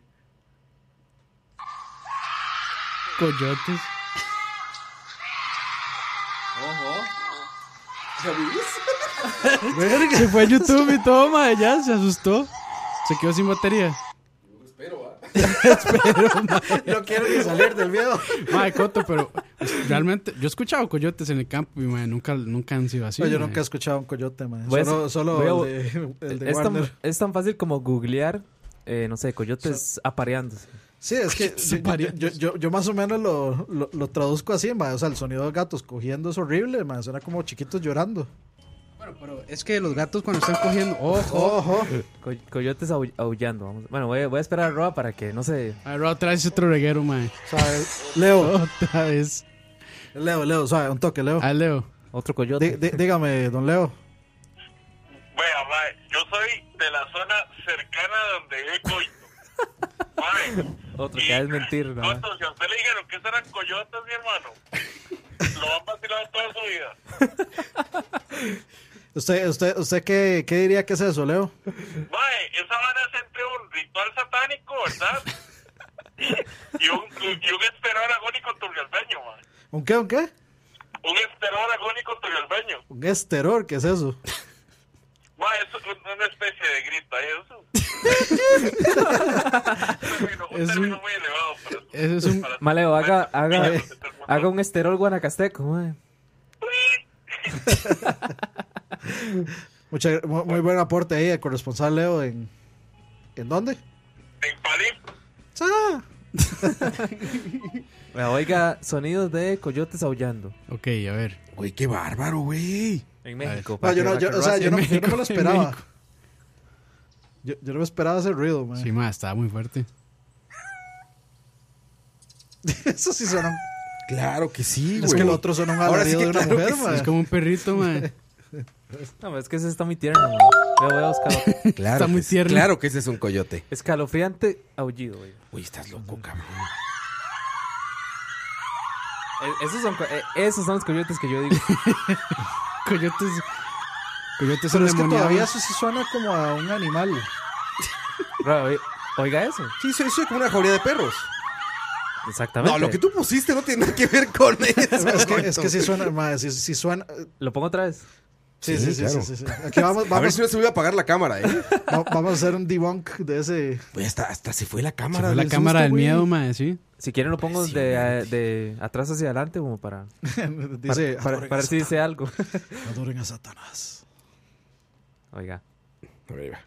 D: Coyotes. Se fue a YouTube y todo, madre. Ya se asustó. Se quedó sin batería.
G: No quiero ni salir del miedo.
D: Madre, Coto, pero realmente yo he escuchado coyotes en el campo y madre, nunca, nunca han sido así.
G: No, yo
D: madre.
G: nunca he escuchado un coyote, man.
F: Pues,
G: solo solo
F: voy
G: el de, el de
F: Es tan,
G: Warner.
F: es tan fácil como googlear, eh, no sé, coyotes apareándose.
G: Sí, es que yo, yo, yo- yo más o menos lo, lo, lo traduzco así, man. O sea, el sonido de gatos cogiendo es horrible, man. Suena como chiquitos llorando.
D: Bueno, pero es que los gatos cuando están cogiendo. Ojo.
G: Ojo.
F: Coy- coyotes aul- aullando. vamos. Bueno, voy, a- voy a esperar a Roa para que, no sé.
D: A ver, Roa, otra vez otro reguero, madre.
G: O sea, el- Leo,
D: Otra vez.
G: Leo, Leo, o sea, un toque, Leo.
D: A Leo.
F: Otro
G: Dí-
F: coyote.
G: dí- dígame, don Leo.
K: Vea, mae, yo soy de la zona cercana a donde vive Coito. Mae,
F: Otro que es mentir, ¿no?
K: Coito, si a usted le dijeron que eran coyotes, mi hermano, lo han vacilado toda su vida.
G: ¿Usted, usted, usted qué, qué diría que es eso, Leo?
K: Mae, esa vara es entre un ritual satánico, ¿verdad? Y un, y un esperador agónico turrialbeño, mae.
G: ¿Un qué, un qué?
K: Un esperador agónico turrialbeño.
G: Un esteror, ¿qué es eso?
K: Mae, es un- una especie de grita, ¿eh? eso. un término, un
D: Es un-
K: término muy elevado para
D: Ese es un.
F: Maleo, haga, haga, haga un esterol guanacasteco, mae.
G: Mucha- mu- muy, buen aporte ahí, el corresponsal Leo en... ¿En dónde?
K: en Palí.
G: Ah,
F: Bueno, Oiga, sonidos de coyotes aullando.
D: Ok, a ver.
E: Güey, qué bárbaro, güey.
F: En México.
G: no,
F: para
G: yo
F: que-
G: no,
F: para
G: yo,
F: que
G: o sea,
F: Roa-
G: yo no, yo no me
D: México,
G: lo
D: en
G: esperaba.
D: México.
G: Yo, yo no me esperaba ese ruido, man.
D: Sí, madre, estaba muy fuerte.
G: Eso sí suena...
E: Claro que sí, güey.
G: Es que el otro suena un alarido de una mujer, ma.
D: Es como un perrito, mae.
F: No, es que ese está muy tierno, mae. Voy a buscar otro.
E: Claro
D: Está
E: que
D: muy
E: sí.
D: tierno.
E: Claro que ese es un coyote.
F: Escalofriante aullido, güey.
E: Uy, estás loco, cabrón.
F: E- Esos son, co- eh, esos son los coyotes que yo digo.
D: Coyotes. Coyotes son
G: Pero es que
D: endemoniados.
G: todavía eso sí suena como a un animal.
F: Ra, oi- Oiga eso.
E: Sí, soy, soy como una jauría de perros.
F: Exactamente.
E: No, lo que tú pusiste no tiene nada que ver con eso.
G: Es que, es que sí suena, ma, sí, sí suena. eh,
F: Lo pongo otra vez.
G: Sí,
E: Sí,
G: sí, sí,
E: claro.
G: sí, sí, sí. Aquí
E: A
G: vamos,
E: ver
G: vamos,
E: si no se me iba a apagar la cámara, ¿eh?
G: va- vamos a hacer un debunk de ese.
E: Pues hasta, hasta se fue la
D: Se
E: cámara.
D: fue la
E: del
D: cámara
E: susto,
D: del
E: güey.
D: miedo, mae, sí.
F: Si quieren lo pongo de, de atrás hacia adelante como para,
G: Dice,
F: para, para ver si dice algo.
G: adoren a Satanás.
F: Oiga.
E: A ver, ahí va.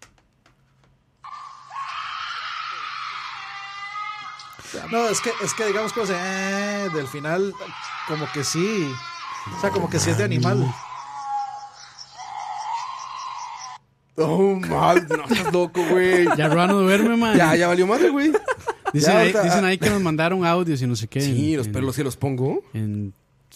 G: No, es que, es que digamos que eh, del final, como que sí. O sea, como que sí es de animal.
E: Oh, mal, no estás loco, güey.
D: Ya Roa no duerme, mae.
E: Ya, ya valió madre, güey.
D: Dicen,
E: ya,
D: ahí,
E: ahorita- ah.
D: dicen ahí que nos mandaron audios y no sé qué.
E: Sí,
D: en-
E: los
D: en-
E: pelos sí los pongo.
D: en-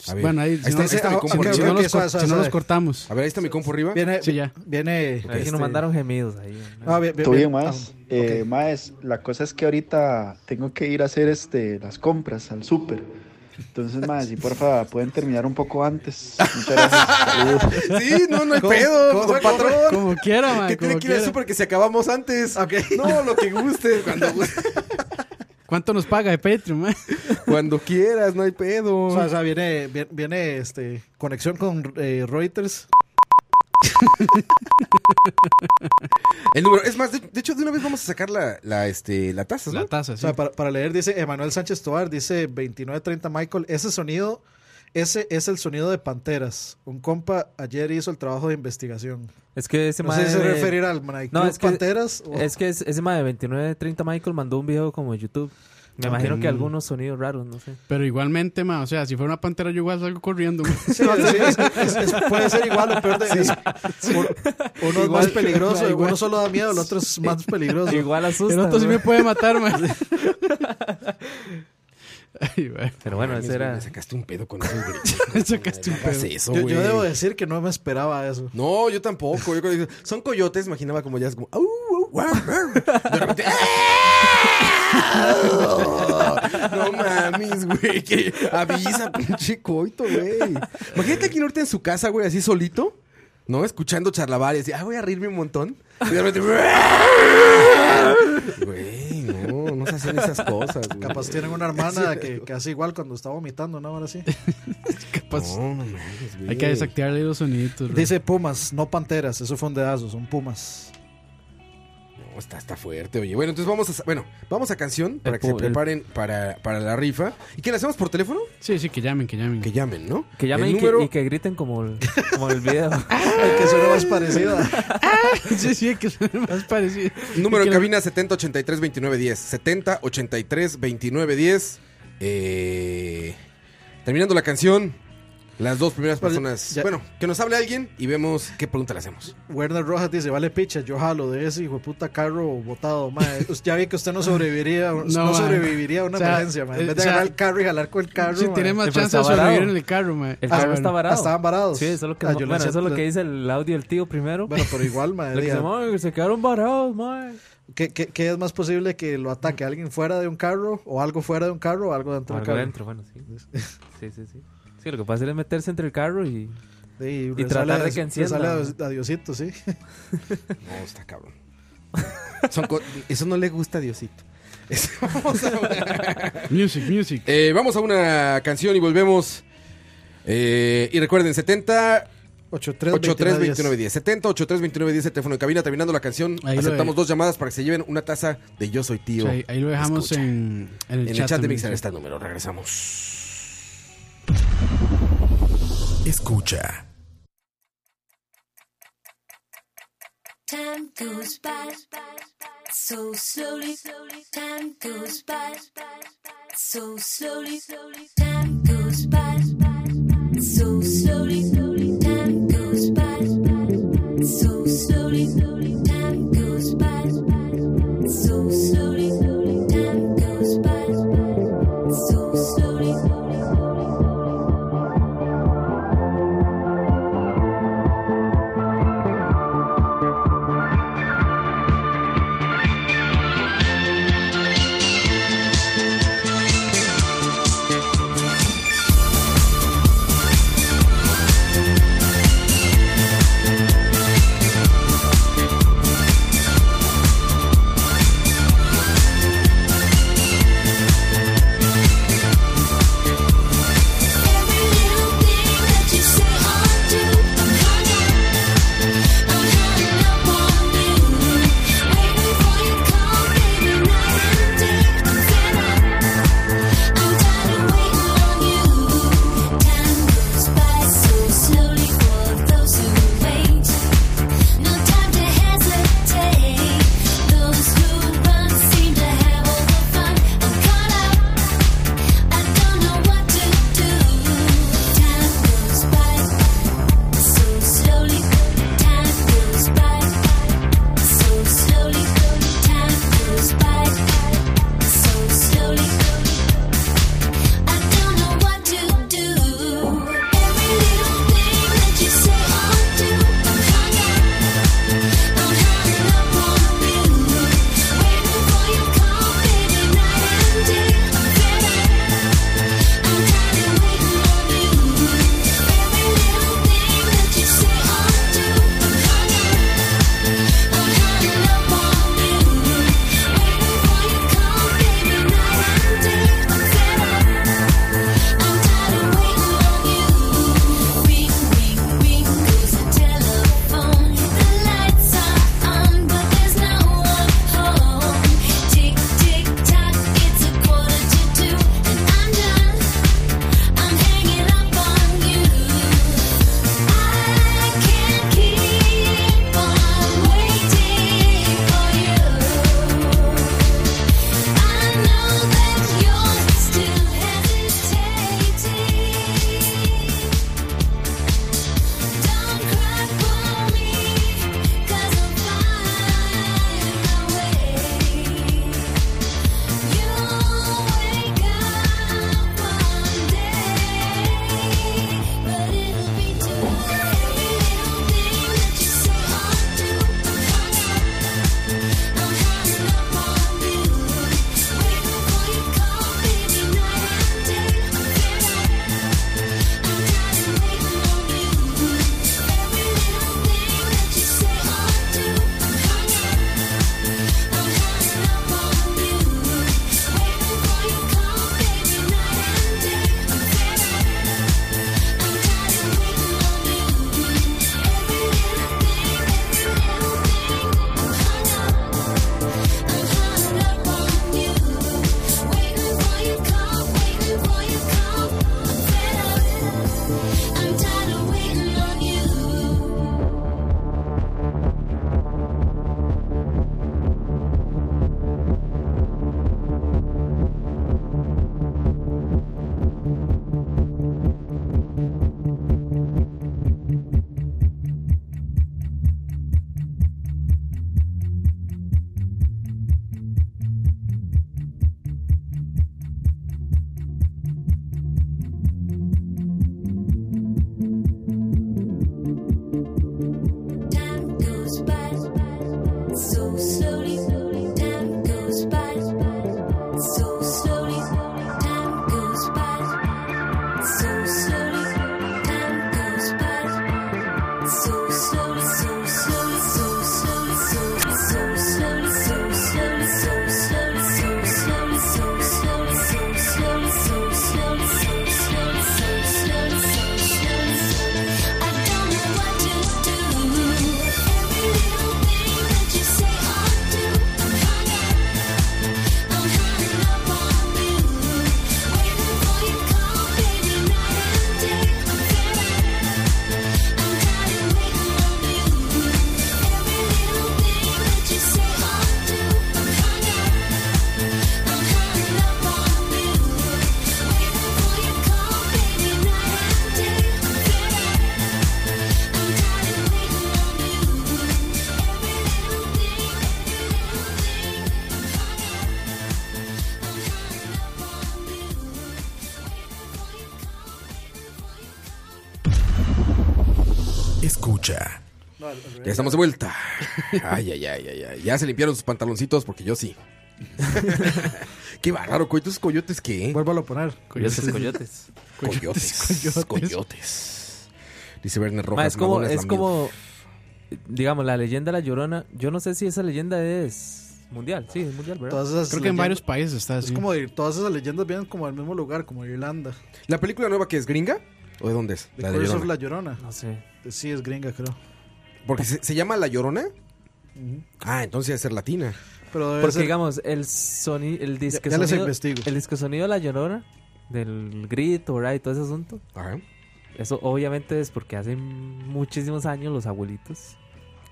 E: A ver,
D: bueno,
E: ahí
D: ahí,
E: está,
D: si, no,
E: ahí está mi
G: ah,
E: compu
G: ok,
E: arriba.
D: si no
G: Creo que
D: los,
G: eso,
D: cor-
G: eso,
D: si no
G: eso,
D: los
G: eh.
D: cortamos.
E: A ver, ahí está mi compu arriba.
G: Viene.
D: Sí, ya.
G: Viene.
F: Ahí sí nos mandaron gemidos ahí.
G: Ah, bien, bien,
L: Todo bien,
G: bien.
L: más.
G: Ah,
L: Eh,
G: ok.
L: más, la cosa es que ahorita tengo que ir a hacer este, las compras al súper. Entonces, más, si porfa pueden terminar un poco antes. Muchas gracias. Saludos.
E: Sí, no, no hay
G: ¿Cómo-
E: pedo,
G: cómo-
E: don
G: cómo-
E: patrón.
D: Como quiera, mae.
E: que tiene
D: Como
E: que ir al
D: quiera.
E: súper que se acabamos antes. No, lo que guste. Cuando, guste.
D: ¿Cuánto nos paga de Patreon, mae?
E: cuando quieras, no hay pedo.
G: Ah, O sea, o sea, viene, viene, viene, este, conexión con eh, Reuters.
E: El número. Es más, de, de hecho, de una vez vamos a sacar la, la, este, la taza, ¿no?
D: La taza,
G: O
D: sí.
G: sea, para, para leer, dice Emanuel Sánchez Tovar, dice 2930 Michael, ese sonido, ese es el sonido de Panteras. Un compa ayer hizo el trabajo de investigación.
F: Es que ese
G: No
F: mae
G: sé si se
F: de-
G: referirá al Mike
F: No,
G: Club
F: es que-
G: Panteras o-
F: Es que es- ese mae de 2930 Michael mandó un video como de YouTube. Me imagino que algunos sonidos raros, no sé.
D: Pero igualmente, mae, o sea, si fuera una pantera yo igual salgo corriendo, mae.
G: Sí, sí, es- es- es- puede ser igual o peor de Uno- Uno es más peligroso,
D: igual.
G: uno solo da miedo, el otro es más peligroso.
F: Igual
D: El
F: asusta.
D: otro sí
F: güey.
D: me puede matar, mae. Ay, mae.
F: Pero bueno, ese era...
E: Me sacaste un pedo con esos gritos.
D: Sacaste un
E: No hagas
D: pedo.
E: eso,
G: Yo, yo
E: güey.
G: debo decir que no me esperaba eso.
E: No, yo tampoco. Yo cuando dije, son coyotes, imaginaba como ya es como. "Au, au, guau, guau". De repente. ¡ah! No mames, güey. Que avisa, pinche coito, güey. Imagínate aquí norte en su casa, güey, así solito. ¿No? Escuchando charlabar y así, ah, voy a reírme un montón. Y de repente. Güey, no, no se hacen esas cosas, güey.
G: Capaz tienen una hermana que, que hace igual cuando está vomitando, ¿no? Ahora sí. pues,
D: Capaz.
E: No, no mames, güey.
D: Hay que desactivarle los soniditos. mae.
G: Dice Pumas, no Panteras, eso fue un dedazo, son Pumas.
E: No, está, está fuerte, oye. Bueno, entonces vamos a, bueno, vamos a canción para que se
F: pu- el-
E: preparen para, para la rifa. ¿Y qué la hacemos por teléfono?
D: Sí, sí, que llamen, que llamen.
E: Que llamen, ¿no?
F: Que llamen
E: El
F: y, que-
E: número-
F: y que griten como el, como el video.
G: El que suena más parecido.
D: sí, sí, que son más parecido.
E: Número
D: Y
E: en
D: que
E: cabina 7083-2910. 7083-2910. Eh, terminando la canción, las dos primeras
F: Pues
G: Vale,
E: personas.
G: ya.
E: Bueno, que nos hable alguien y vemos qué pregunta le hacemos.
G: Werner Rojas dice, vale picha, yo jalo de ese hijo de puta carro botado, mae. Us- Ya vi que usted no sobreviviría, no,
D: mae.
G: sobreviviría a
D: O
G: una
D: sea,
G: emergencia, mae. En vez de
D: o sea,
G: agarrar el carro y jalar con el carro,
D: Sí,
G: mae.
D: tiene más
F: Sí, pero
D: chance de
F: está varado.
D: sobrevivir en el carro, mae.
F: El
D: Ah,
F: carro
D: bueno.
F: está varado.
G: estaban varados. Ah,
F: Sí, eso es lo que,
G: La
F: bueno,
G: violencia-
F: eso es lo que dice el audio del tío primero.
G: Bueno, pero igual, mae.
F: Lo que
G: diga,
F: se, "Mae, se quedaron varados, mae.
G: ¿qué, qué, qué es más posible que lo ataque alguien fuera de un carro o algo fuera de un carro o algo dentro
F: Algo
G: del carro?
F: adentro, bueno, sí. Sí, sí, sí. Sí, lo que pasa es meterse entre el carro y...
G: Sí, y
F: tratar
G: rezarle a-
F: de que encienda,
G: rezarle a-
F: mae.
G: a Diosito, sí.
E: No, está cabrón. Son co- eso no le gusta a Diosito. Vamos a-
D: Music, music.
E: Eh, vamos a una canción y volvemos. Eh, y recuerden, 70
G: 832910.
E: 832910. 70 832910 el teléfono de cabina. Terminando la canción,
D: Ahí lo
E: aceptamos
D: de-
E: dos llamadas para que se lleven una taza de Yo Soy
D: O
E: Tío.
D: sea, ahí, ahí lo dejamos
E: Escucha.
D: en, en el
E: En el
D: chat.
E: chat de
D: también,
E: Mixer
D: sí.
E: está el número. Regresamos.
A: Escucha.
M: Time goes by so slowly. Time goes by so slowly. Time goes by so slowly. Time goes by so slowly. Time goes by so slowly. Time goes by so slowly.
E: escucha. Ya estamos de vuelta. Ay, ay, ay, ay, ay. Ya se limpiaron sus pantaloncitos porque yo sí. Qué bárbaro, coyotes, coyotes, ¿qué?
G: Vuélvalo a poner.
F: Coyotes, coyotes.
E: Coyotes,
F: pues, Coyotes, coyotes.
E: coyotes. Dice Werner
F: Ma,
E: Rojas.
F: es como,
E: Madonna
F: es
E: la
F: como, digamos, la leyenda La Llorona. Yo no sé si esa leyenda es mundial. Sí, es mundial, ¿verdad?
G: Todas esas
F: Creo que en
G: leyendas-
F: varios países está
G: Es
F: así.
G: como de- todas esas leyendas vienen como del mismo lugar, como de Irlanda.
N: ¿La película nueva que es gringa? ¿O de dónde es?
G: The
N: La de
G: Curse
N: Llorona.
G: of La Llorona.
F: No sé.
G: Sí, es gringa, creo.
N: Porque se, se llama La Llorona. Ah, entonces debe ser latina.
G: Pero
F: Porque, digamos, el sonido, el disco
N: ya les
F: sonido,
N: investigo.
F: el disco sonido de La Llorona, del grito, ¿verdad? Y todo ese asunto. Eso obviamente es porque hace muchísimos años los abuelitos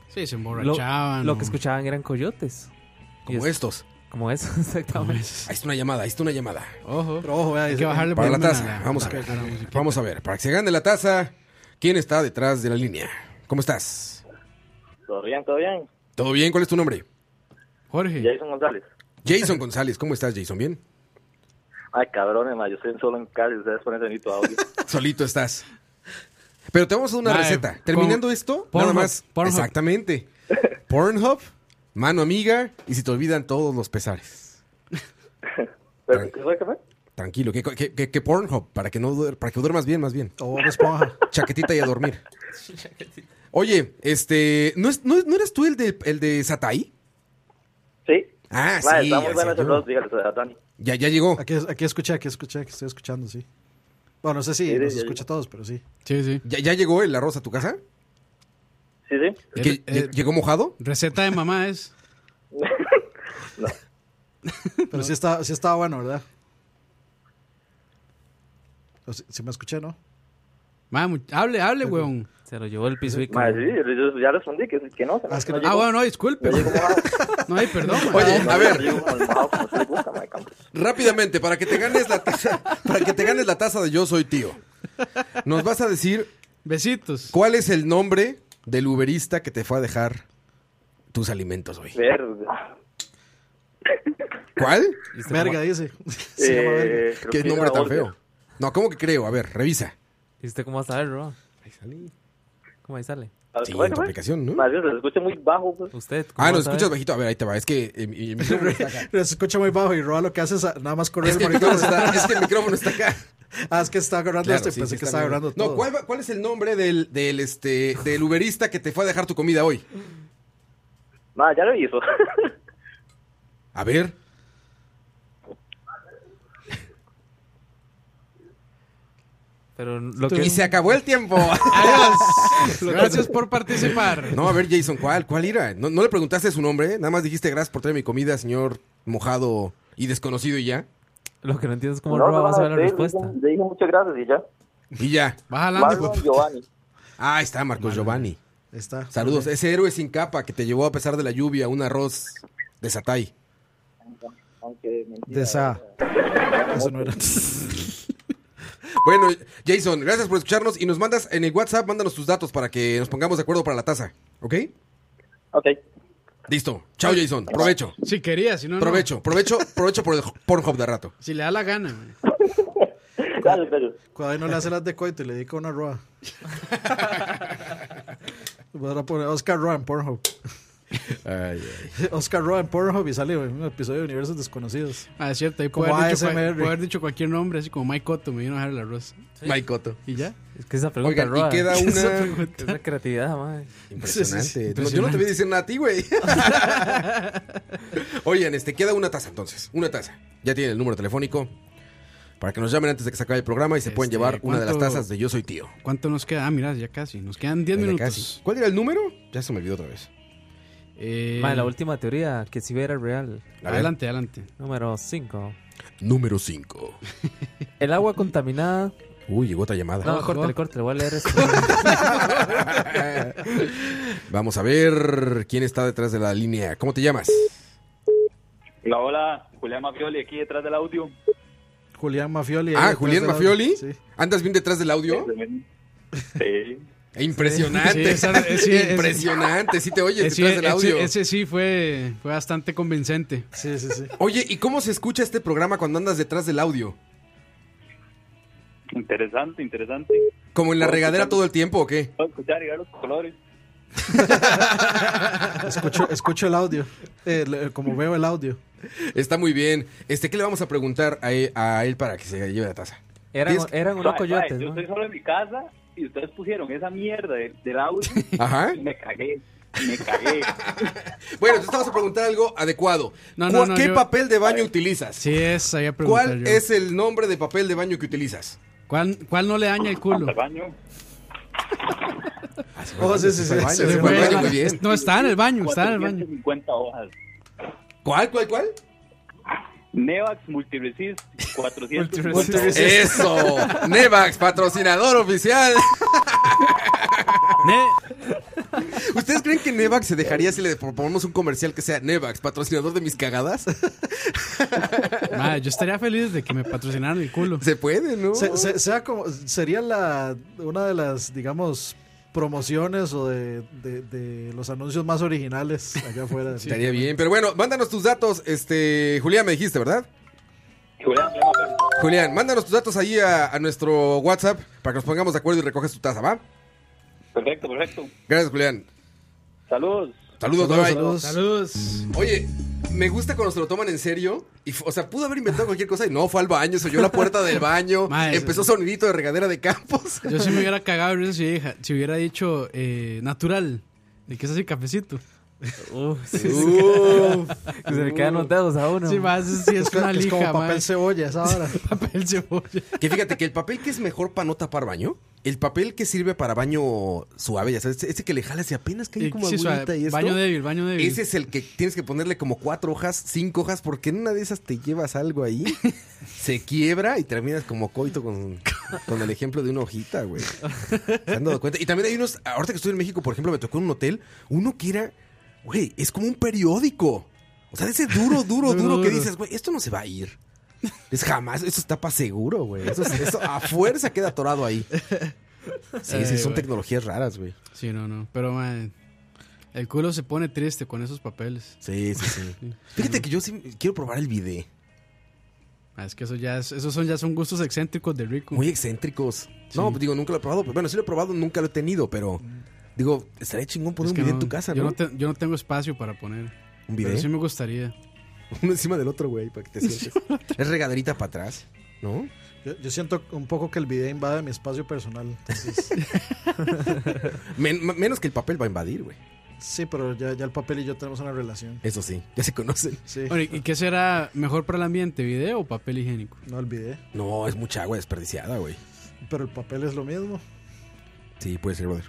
D: Sí, se
F: lo,
D: emborrachaban.
F: lo
D: o-
F: que escuchaban eran coyotes. Y
E: Como
F: es-
E: estos.
F: Como esos, exactamente.
E: Ahí está una llamada, ahí está una llamada.
D: Ojo.
G: Pero ojo, vea,
E: Hay
G: es-
E: que bajarle para la
D: volumen
E: taza.
D: a la-
E: Vamos a
D: a la-
E: ver.
D: a la musiquita.
E: Vamos a ver. Para que se gane la taza, ¿quién está detrás de la línea? ¿Cómo estás?
C: ¿Todo bien, todo bien?
E: ¿Todo bien? ¿Cuál es tu nombre?
D: Jorge.
C: Jason González.
E: Jason González. ¿Cómo estás, Jason? ¿Bien?
C: Ay, cabrones, ma, yo estoy solo en Cali, ustedes ponen en tu audio.
E: Solito estás. Pero te vamos a dar una
N: Mae,
E: receta.
N: pon-
E: Terminando esto, nada
N: Pornhub,
E: más.
N: Pornhub.
E: Exactamente. Pornhub, mano amiga, y si te olvidan todos los pesares.
C: ¿Pero qué fue, qué fue?
E: Tranquilo, que, que, que- que Pornhub, para que no duer- para que duermas bien, más bien. Chaquetita y a dormir. Oye, este, ¿no, es, no, es- no eres tú el de, el de Satay?
C: Sí.
E: Ah,
C: Ma,
E: sí.
C: está muy
E: ya
C: bueno
E: sé
C: ese
E: yo.
C: blog, dígale, a Dani.
E: Ya, ya llegó.
G: Aquí, aquí escuché, aquí escuché, aquí estoy escuchando, sí. Bueno, no sé si
C: Sí,
G: nos
C: sí, ya
G: escucha a todos, pero sí.
D: Sí, sí.
E: ¿Ya, ya llegó el arroz a tu casa?
C: Sí, sí.
E: ¿Que
D: El-
E: lle- ¿Llegó mojado?
D: Receta de mamá es.
G: Pero sí, está, sí estaba bueno, ¿verdad? O si- si me escuché, ¿no?
D: Vamos, hable, hable, weón.
F: Se lo llevó el piso.
C: Ma, sí, yo- yo ya respondí que, que no.
D: Ah,
C: no llegó.
D: bueno, no, disculpe. No hay perdón.
E: Oye, a ver.
C: gusta,
E: Rápidamente, para que te ganes la taza, para que te ganes la taza de Yo Soy Tío. Nos vas a decir.
D: Besitos.
E: ¿Cuál es el nombre del uberista que te fue a dejar tus alimentos hoy?
C: Verde.
E: ¿Cuál?
F: Este
G: Verga, dice.
C: Se llama verga. Eh, creo
E: Qué
C: que
E: nombre
C: era
E: tan
C: Olga.
E: feo. No, ¿cómo que creo? A ver, revisa.
F: ¿Y usted cómo va a saber, bro? Ahí sale. ¿Cómo ahí sale?
C: A ver,
E: Sí,
C: ¿cómo
E: en tu
C: fue?
E: aplicación, ¿no?
C: Ma, yo se escucha muy bajo, pues.
F: Usted.
E: Ah, ¿nos escuchas bajito? A ver, ahí te va. Es que eh, mi- mi micrófono está acá.
G: Se escucha muy bajo y Roa lo que hace es a- nada más correr
E: Es que el micrófono está- es que el micrófono está acá.
G: Ah, es que está agarrando
E: Claro,
G: este,
E: sí,
G: pensé
E: sí
G: que
E: está
G: estaba
E: bien.
G: agarrando todo.
E: No, ¿cuál, va- cuál es el nombre del, del, este, del uberista que te fue a dejar tu comida hoy?
C: Ma, ya lo hizo.
E: A ver.
F: Pero lo
E: Y
F: que...
E: se acabó el tiempo.
D: Adiós. Gracias por participar.
E: No, a ver, Jason, ¿cuál? ¿Cuál era? No, no le preguntaste su nombre, ¿eh? nada más dijiste gracias por traer mi comida, señor mojado y desconocido y ya.
F: Lo que no entiendo es cómo
C: No,
F: Roa
C: no,
F: va a saber la
C: sí,
F: respuesta.
C: Le dije- le dije muchas gracias y ya.
E: Y ya.
C: Marlon Giovanni.
E: Ah, ahí está Marcos Giovanni.
G: Está.
E: Saludos. Ese héroe sin capa que te llevó a pesar de la lluvia un arroz de satay.
C: Aunque mentira.
G: De esa. Eso no era.
E: Bueno, Jason, gracias por escucharnos y nos mandas en el WhatsApp, mándanos tus datos para que nos pongamos de acuerdo para la taza, ¿ok?
C: Ok.
E: Listo. Chao, Jason. Provecho.
D: Si quería, si no. no.
E: Provecho, provecho, provecho por el Pornhub de rato.
D: Si le da la gana, man.
G: Cuando ahí no le hace las de coito y le dedica una Roa. Voy a poner Oscar Roa en Pornhub. Oscar Roa en Pornhub y sale en un episodio de Universos Desconocidos.
D: Ah, es cierto, ahí
G: Como
D: puede haber, dicho, cua-
G: ASMR.
D: puede haber dicho cualquier nombre, así como Mike Cotto, me vino a dejar el arroz.
E: Mike Cotto.
D: ¿Y ya?
F: Es que esa pregunta,
E: Oigan, y
F: Roa,
E: queda
F: esa
E: una-
F: pregunta. Esa creatividad, madre.
E: Impresionante. No, yo no te voy a decir nada a ti, güey. Oigan, este, queda una taza entonces. Una taza. Ya tienen el número telefónico. Para que nos llamen antes de que se acabe el programa y se pueden
D: Este,
E: llevar una de las
D: ¿cuánto-
E: tazas de Yo Soy Tío.
D: ¿Cuánto nos queda? Ah, mirá, ya casi. Nos quedan 10
E: Ya
D: minutos.
E: casi. ¿Cuál era el número? Ya se me olvidó otra vez.
D: Eh,
F: Madre, la última teoría, que si era real.
E: A ver.
D: adelante, adelante.
F: Número 5.
E: Número 5.
F: El agua contaminada.
E: Uy, llegó otra llamada.
F: No, córtale, córtale, voy a leer esto.
E: Vamos a ver quién está detrás de la línea. ¿Cómo te llamas?
O: Hola, hola, Julián Mafioli aquí detrás del audio.
G: Julián Mafioli.
E: ah,
G: ahí
E: Julián
G: detrás de la-
E: Mafioli.
G: Sí.
E: ¿Andas bien detrás del audio?
O: Sí.
E: Impresionante.
D: Sí, esa- eh, sí, es-
E: Impresionante. Sí te oyes
D: Ese-
E: detrás del
D: ese-
E: audio.
D: Ese, sí fue, fue bastante convincente.
G: Sí, sí, sí.
E: Oye, ¿y cómo se escucha este programa cuando andas detrás del audio?
O: Interesante, interesante.
E: ¿Como en la regadera todo el tiempo o qué?
P: Puedo escuchar y ver los colores.
G: Escucho, escucho el audio, eh, le- como veo el audio.
E: Está muy bien. Este, ¿qué le vamos a preguntar a él, a él para que se lleve la taza?
F: Eran,
E: Tienes-
F: eran unos
P: Suave,
F: coyotes,
P: suave, Yo
F: ¿no?
P: estoy solo en mi casa y ustedes pusieron esa mierda de- del audio.
E: Ajá.
P: Y me cagué. Me cagué.
E: Bueno, entonces te vamos a preguntar algo adecuado.
D: No,
E: ¿Cuál-
D: no, no,
E: ¿Qué
D: yo-
E: papel de baño utilizas?
D: Sí, esa había preguntado
E: ¿Cuál
D: yo.
E: es el nombre de papel de baño que utilizas?
D: ¿Cuál, cuál no le daña el culo?
G: Oh, sí, sí, sí.
E: Papel de baño,
G: sí,
E: papel
G: sí,
E: de baño,
G: sí.
E: muy bien.
D: No, está en el baño, está en el baño.
P: 450 hojas.
E: ¿Cuál, cuál, cuál?
P: Nevax Multiresist 450 hojas.
E: Eso. Nevax, patrocinador oficial. ¿Ustedes creen que Nevax se dejaría si le proponemos un comercial que sea Nevax, patrocinador de mis cagadas?
D: Ma, yo estaría feliz de que me patrocinaran el culo.
E: Se puede, ¿no?
G: Se- se- sea como, sería la, una de las, digamos, promociones o de, de- de los anuncios más originales allá afuera.
E: Estaría bien, pero bueno, mándanos tus datos, este, Julián me dijiste, ¿verdad?
P: Julián,
E: Julián, mándanos tus datos ahí a, a nuestro WhatsApp para que nos pongamos de acuerdo y recoges tu taza, ¿va?
P: Perfecto, perfecto.
E: Gracias, Julián.
P: Saludos.
E: Saludos, bye.
D: Saludos.
E: Oye, me gusta cuando se lo toman en serio. Y, fu- o sea, pudo haber inventado cualquier cosa y no, fue al baño, se oyó la puerta del baño,
D: Madre,
E: empezó
D: sí.
E: sonidito de regadera de campos.
D: Yo sí me hubiera cagado de risa si, hubiera- si hubiera dicho eh, natural. ¿De qué es así cafecito?
E: Uf.
F: Que se le quedan
E: Uh.
F: los dedos a uno.
D: Sí, más, sí, es una
G: Es
D: lija,
G: como papel
D: ma.
G: cebolla esa hora.
D: papel cebolla.
E: Que fíjate que el papel que es mejor para no tapar baño, el papel que sirve para baño suave, ya sabes, este- este que le jalas y apenas cae
D: Y-
E: como
D: sí, suave.
E: agüita y esto.
D: Baño débil, baño débil.
E: Ese es el que tienes que ponerle como cuatro hojas, cinco hojas, porque en una de esas te llevas algo ahí, se quiebra y terminas como coito con, con el ejemplo de una hojita, güey. ¿Se han dado cuenta? Y también hay unos, ahorita que estoy en México, por ejemplo, me tocó en un hotel, uno que era, güey, es como un periódico. O sea, de ese duro, duro,
D: Duro,
E: duro que
D: duro.
E: dices, güey, esto no se va a ir. Es jamás, eso está para seguro, güey. Eso, es- eso a fuerza queda atorado ahí. Sí, sí,
D: Ay,
E: son
D: güey.
E: tecnologías raras, güey.
D: Sí, no, no. Pero, man, el culo se pone triste con esos papeles.
E: Sí, sí, sí. Fíjate que yo sí quiero probar el video.
D: Ah, Es que eso ya es- esos son, ya son gustos excéntricos de rico.
E: Muy excéntricos. No, pues digo, nunca lo he probado. pero Bueno, sí lo he probado, nunca lo he tenido, pero digo, estaría chingón poner
D: Es
E: un
D: que
E: video en
D: no,
E: tu casa,
D: Yo
E: ¿no?
D: no, te- yo no tengo espacio para poner.
E: ¿Un bidet?
D: Pero sí me gustaría.
E: Uno encima del otro, güey, para que te sientes. es regaderita para atrás, ¿no?
G: Yo, yo siento un poco que el video invade mi espacio personal. Entonces,
E: Men- m- menos que el papel va a invadir, güey.
G: sí, pero ya, ya el papel y yo tenemos una relación.
E: Eso sí, ya se conocen.
G: Sí.
D: Bueno, ¿y- ¿Y qué será mejor para el ambiente, video o papel higiénico?
G: No olvidé.
E: No, es mucha agua desperdiciada, güey.
G: Pero el papel es lo mismo.
E: Sí, puede ser, brother.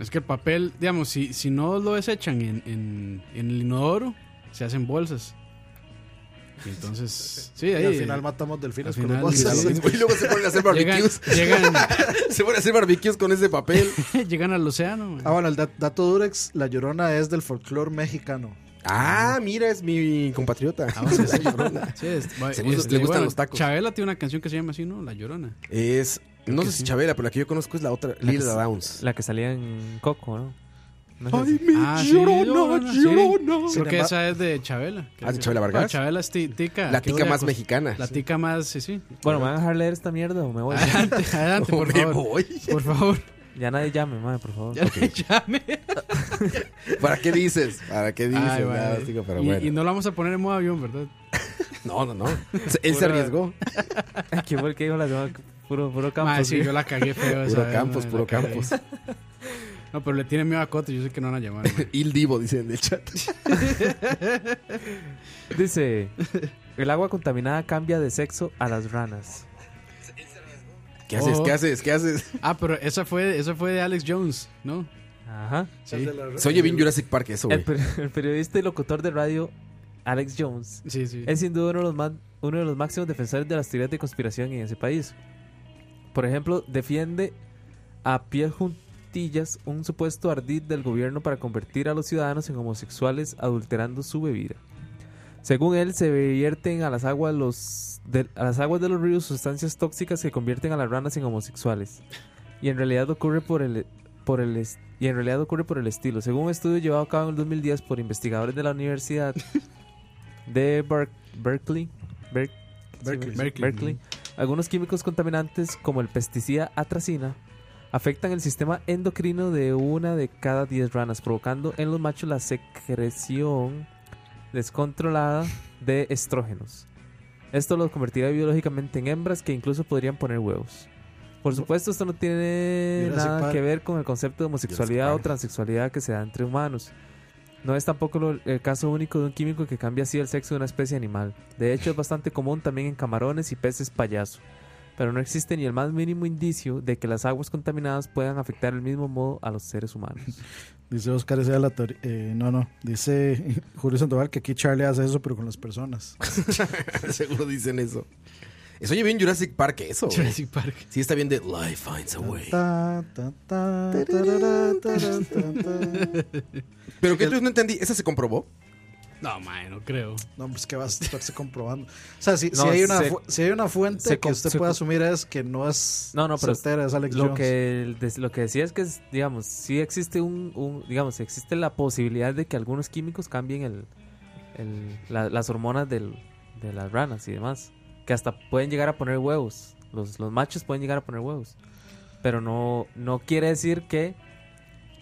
D: Es que el papel, digamos, si, si no lo desechan en, en, en el inodoro, se hacen bolsas. Y entonces, sí, ahí.
G: y al final matamos delfines
D: al
G: con los
D: final-
G: bolsas.
D: Sí,
E: Y luego se ponen a hacer barbecues.
D: Llegan,
E: se ponen a hacer barbecues con ese papel.
D: llegan, llegan al océano. man.
G: Ah, bueno, el dat- dato Durex, la llorona es del folclore mexicano.
E: Ah, mira, es mi compatriota.
D: Ah,
E: La llorona.
D: Sí, es- va-
E: Según
D: este,
E: le gustan
D: bueno,
E: los tacos.
D: Chabela tiene una canción que se llama así, ¿no? La Llorona.
E: Es. No
D: que
E: sé si
D: sí.
E: Chabela, pero la que yo conozco es la otra,
F: La que
E: Lila
F: s-
E: Downs.
F: La que salía en Coco, ¿no? No es
E: Ay,
F: esa.
E: mi
D: Ah, sí,
E: llorona,
D: Llorona, sí.
E: llorona.
G: Sin
D: Creo que
G: emba-
D: esa es de Chabela.
E: Ah, ¿de Chabela Vargas?
D: No, Chabela es ti- tica.
E: La
D: que
E: tica
D: voy a
E: más
D: acos-
E: mexicana.
D: La tica más, sí, sí.
F: Bueno, ¿me van a dejar leer esta mierda o me voy?
D: Adelante, adelante,
E: Oh,
D: por
E: me
D: favor.
E: voy.
D: Por favor,
F: ya nadie llame, madre, por favor.
D: ya le llame.
E: ¿Para qué dices? ¿Para qué dices?
D: Ay,
E: Nada,
D: madre.
E: digo, pero
D: y,
E: bueno.
D: y no lo vamos a poner en modo avión, ¿verdad?
E: No, no, no. Se- Él se
F: Pura-
E: arriesgó.
F: ¿Quién fue el que dijo la semana? Puro, puro campo.
D: Madre, sí, yo la cagué feo. esa
E: Puro
D: vez,
E: Campos,
D: madre,
E: puro
D: la cagué.
E: Campos.
D: No, pero le tiene miedo a Coto, yo sé que no van a llamar. madre.
E: Il Divo, dicen en el chat.
F: Dice, el agua contaminada cambia de sexo a las ranas.
E: ¿Qué haces?
D: Oh.
E: ¿Qué haces? ¿Qué haces?
D: Ah, pero esa fue, esa fue de Alex Jones, ¿no?
F: Ajá.
D: Sí,
E: Se oye bien Jurassic Park eso,
F: El,
E: güey.
F: per- el periodista y locutor de radio Alex Jones
D: sí, sí.
F: es sin duda uno de los, ma- uno de los máximos defensores de las teorías de conspiración en ese país. Por ejemplo, defiende a pies juntillas un supuesto ardid del gobierno para convertir a los ciudadanos en homosexuales adulterando su bebida. Según él, se vierten a las aguas, los de, a las aguas de los ríos sustancias tóxicas que convierten a las ranas en homosexuales. Y en realidad ocurre por el, por el est- y en realidad ocurre por el estilo. Según un estudio llevado a cabo en el 2010 por investigadores de la Universidad de Ber- Berkeley, Ber- sí,
D: Berkeley.
F: Berkeley, algunos químicos contaminantes como el pesticida atracina afectan el sistema endocrino de una de cada 10 ranas, provocando en los machos la secreción descontrolada de estrógenos. Esto los convertirá biológicamente en hembras que incluso podrían poner huevos. Por supuesto, esto no tiene
D: Jurassic
F: nada
D: Park.
F: que ver con el concepto de homosexualidad o transexualidad que se da entre humanos. No es tampoco lo- el caso único de un químico que cambia así el sexo de una especie animal. De hecho, es bastante común también en camarones y peces payaso. Pero no existe ni el más mínimo indicio de que las aguas contaminadas puedan afectar del mismo modo a los seres humanos.
G: Dice Oscar ese de la teoría. eh, no, no. Dice Julio Sandoval que aquí Charlie hace eso, pero con las personas.
E: Seguro dicen eso. Eso oye bien Jurassic Park eso. güey.
G: Jurassic Park.
E: Sí, está bien de Life Finds a Way.
D: Ah,
G: Ta, ta, ta, tarara, tarara, ta, ta.
E: Pero que entonces no entendí, ¿esa se comprobó?
G: No, mae, no creo. No, pues que vas a estarse comprobando. O sea, si,
F: No,
G: si hay, una
F: se-
G: fu- si hay una fuente
F: se
G: que
F: com-
G: usted
F: se
G: puede
F: com-
G: asumir es que no es
F: No, no, pero
G: certera esa elección.
F: lo que el des- lo que decía es que es, digamos, sí existe un, un- digamos, sí existe la posibilidad de que algunos químicos cambien el, el- la- las hormonas del- de las ranas y demás, que hasta pueden llegar a poner huevos. Los, los machos pueden llegar a poner huevos. Pero no no quiere decir que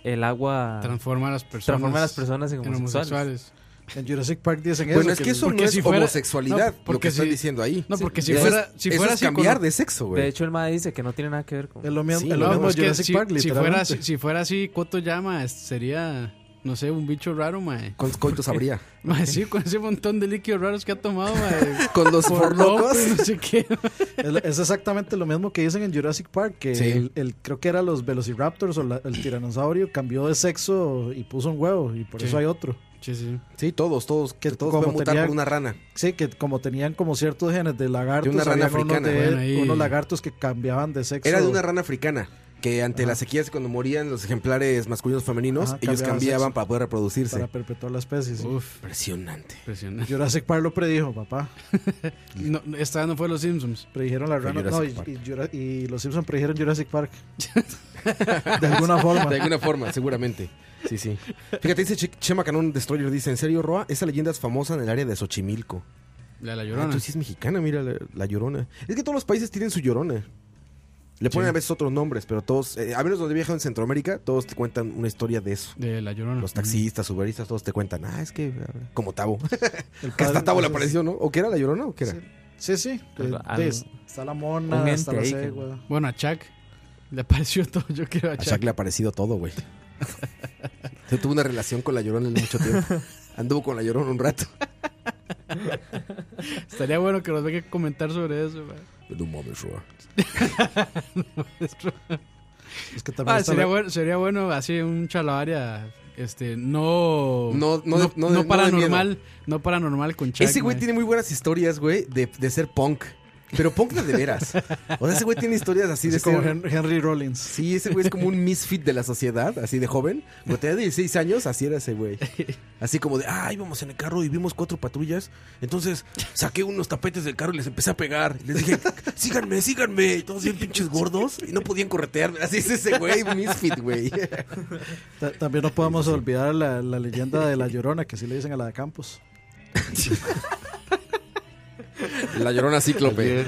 F: el agua
D: Transforma a las personas
F: transforma a las personas en
D: en
F: homosexuales.
D: homosexuales.
G: En Jurassic Park dicen
E: Bueno,
G: eso,
E: es que eso
D: porque
E: no es
D: si fuera- no,
E: homosexualidad, lo
D: porque
E: que están
D: si-
E: diciendo ahí.
D: no, porque si
E: Eso es-
D: fuera- si
E: eso
D: fuera
E: es
D: así con-
E: cambiar de sexo, güey.
F: De hecho, el MAE dice que no tiene nada que ver con...
G: Es lo mismo-
E: es lo
D: No,
E: mismo
D: es que
E: Jurassic
D: si,
E: Park,
D: si fuera,
E: literalmente.
D: así- si fuera así, Coto Llama es- sería, no sé, un bicho raro, mae.
E: Con coito sabría.
D: Mae, sí, con ese montón de líquidos raros que ha tomado, mae.
E: Con los
D: Por
E: forlocos.
D: loco y no sé qué.
G: Es, es exactamente lo mismo que dicen en Jurassic Park, que
E: Sí.
G: el, el- creo que era los Velociraptors o la- el tiranosaurio cambió de sexo y puso un huevo y por
E: Sí.
G: eso hay otro.
D: Sí, sí.
E: Sí, todos, todos, que todos pueden mutar por una rana.
G: Sí, que como tenían como ciertos genes de lagartos,
E: De una rana
G: habían unos
E: africana.
G: de-
E: Bueno, ahí-
G: unos lagartos que cambiaban de sexo.
E: Era de una rana africana que ante las sequías cuando morían los ejemplares masculinos femeninos,
G: Ajá,
E: ellos
G: cambiaban
E: cambiaban
G: sexo.
E: para poder reproducirse.
G: para perpetuar la especie. sí.
E: Impresionante.
D: Impresionante.
G: Jurassic Park lo predijo, papá.
D: No, esta no fue los Simpsons.
G: Predijeron la
D: Fue
G: rana. No, y,
D: Jurassic
G: y Jura- y los Simpsons predijeron Jurassic Park. de alguna forma.
E: De alguna forma, seguramente. Sí, sí. Fíjate, dice Che- Chema Canón Destroyer, dice, ¿en serio, Roa? Esa leyenda es famosa en el área de Xochimilco.
D: La, la
E: Ah,
D: llorona.
E: entonces sí es mexicana, mira, la, la llorona. Es que todos los países tienen su llorona. Le ponen
D: Sí.
E: a veces otros nombres, pero todos, eh, a menos donde viajan en Centroamérica, todos te cuentan una historia de eso.
D: De la llorona.
E: Los taxistas, uberistas, todos te cuentan, ah, es que, como Tabo. que
G: padre-
E: hasta Tabo le apareció, ¿no? ¿O que era la llorona o qué era?
G: Sí, sí.
E: Algo-
G: Eh,
E: algo-
G: es- está la mona, está la cegua.
D: Bueno, a Chuck le apareció todo. Yo quiero a
E: A
D: Chuck.
E: Shaq le ha parecido todo, güey. Se tuvo una relación con la llorona en mucho tiempo. Anduvo con la llorona un rato.
D: Estaría bueno que nos venga a comentar sobre eso, mae.
E: No mames, Roa.
G: Es que también
D: Ah,
G: está
D: sería,
G: la-
D: bueno, sería bueno así un chalabaria este no
E: No- no de- no de- no de
D: paranormal
E: miedo.
D: no paranormal con Chuck
E: Ese güey
D: mae.
E: tiene muy buenas historias, güey, de, de ser punk. Pero punk de, de veras. O sea, ese güey tiene historias así
G: Así
E: de
G: como
E: ser-
G: Hen- Henry Rollins.
E: Sí, ese güey es como un misfit de la sociedad, así de joven. Cuando tenía 16 años, así era ese güey. Así como de, ah, íbamos en el carro y vimos cuatro patrullas. Entonces saqué unos tapetes del carro y les empecé a pegar. Les dije, síganme, síganme. Y todos bien pinches gordos y no podían corretearme. Así es ese güey, misfit, güey.
G: Ta- También no podemos olvidar la, la leyenda de la llorona, que sí le dicen a la de Campos.
E: La llorona cíclope.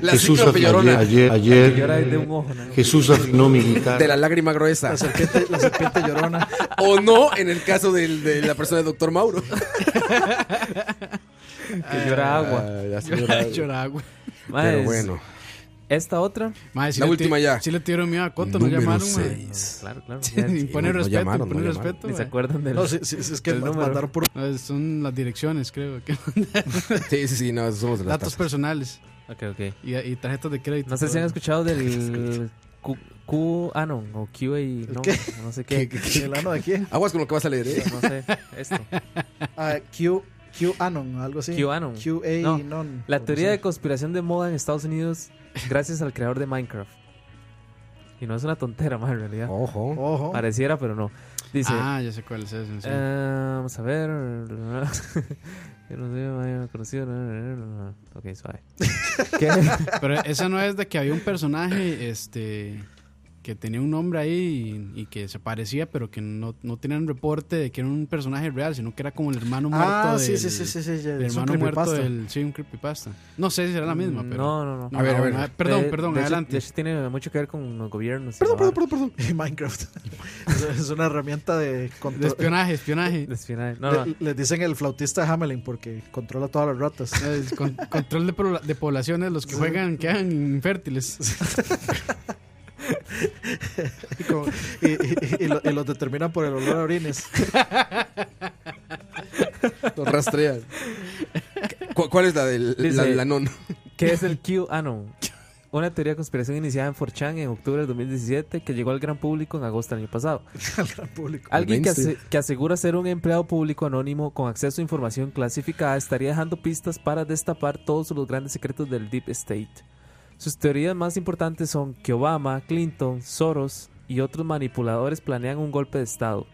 E: La
H: Jesús
E: cíclope
H: afi-
E: llorona.
H: ayer, ayer,
E: Que llora
H: ayer
E: de un ojo, ¿no?
H: Jesús afinó mi guitarra.
E: De la lágrima
F: Ah.
E: gruesa. La
G: serpiente, llorona.
E: O no, en el caso del- de la persona de Doctor Mauro.
F: Que llora agua.
E: Ay, así Llora- llora agua. llora agua. Pero
F: es-
E: Ah, bueno.
F: Esta otra.
D: Mae, sí le ti- sí le tiraron miedo a Coto no
F: Número
D: llamaron mae.
F: seis. Claro, claro.
D: Sí,
F: Ya, sí,
D: poner
F: no- no
D: respeto
F: llamaron, no
D: poner
F: llamaron.
D: respeto
F: Ni se
D: mae.
F: acuerdan del- No, sí, sí, es que del número. mandaron
D: Ah, son las direcciones creo que
E: Sí, sí, sí, no, somos de las
D: datos personales
F: Ok, ok.
D: y, y tarjetas de crédito
F: No sé si han
D: todo.
F: escuchado del Q, Q- ah, no, o QA, no,
D: ¿Qué?
F: no sé qué.
G: ¿Qué- qué- ¿El ano de quién?
E: Aguas con lo que vas a leer, ¿eh?
F: No sé, esto.
G: Ah, Q, QAnon, algo así.
F: QAnon.
G: QA
F: No,
G: non.
F: La teoría
G: no sé.
F: de conspiración de moda en Estados Unidos gracias al creador de Minecraft. Y no es una tontera, más en realidad.
E: Ojo.
G: Ojo.
F: Pareciera, pero no. Dice,
D: Oh. ah ya sé cuál es eso sí.
F: Eh, vamos a ver. Yo no sé, vaya, conocido. Ok, suave.
D: Pero esa no es de que había un personaje este que que tenía un nombre ahí y, y que se parecía, pero que no, no tenían reporte de que era un personaje real, sino que era como el hermano muerto
G: Ah, sí,
D: del-
G: sí, sí, sí, sí, ya,
D: el
G: es un
D: hermano muerto
G: creepypasta.
D: del... Sí, un creepypasta. No sé si será la misma, pero...
F: Mm, No, no, no.
D: A ver, a ver. Perdón,
F: De-
D: perdón,
F: de hecho-
D: adelante.
F: de hecho tiene mucho que ver con los gobiernos.
G: Perdón, perdón, perdón, perdón. Y Minecraft. Es- es una herramienta de control.
D: De espionaje, espionaje.
F: De espionaje. No,
G: Le-
F: no.
G: Les dicen el flautista Hamelin porque controla todas las ratas.
F: Eh,
D: control de, poblaciones, los que juegan quedan infértiles.
G: y, como- y- y- y lo- y los determinan por el olor a orines.
E: Los rastrean. ¿Cu- ¿Cuál es la del la,
F: Dice,
E: la non?
F: ¿Qué es el Q Anon? Una teoría de conspiración iniciada en 4chan en octubre del 2017 que llegó al gran público en agosto del año pasado. Alguien que,
G: mainstream.
F: ase- que asegura ser un empleado público anónimo con acceso a información clasificada estaría dejando pistas para destapar todos los grandes secretos del Deep State. Sus teorías más importantes son que Obama, Clinton, Soros y otros manipuladores planean un golpe de Estado.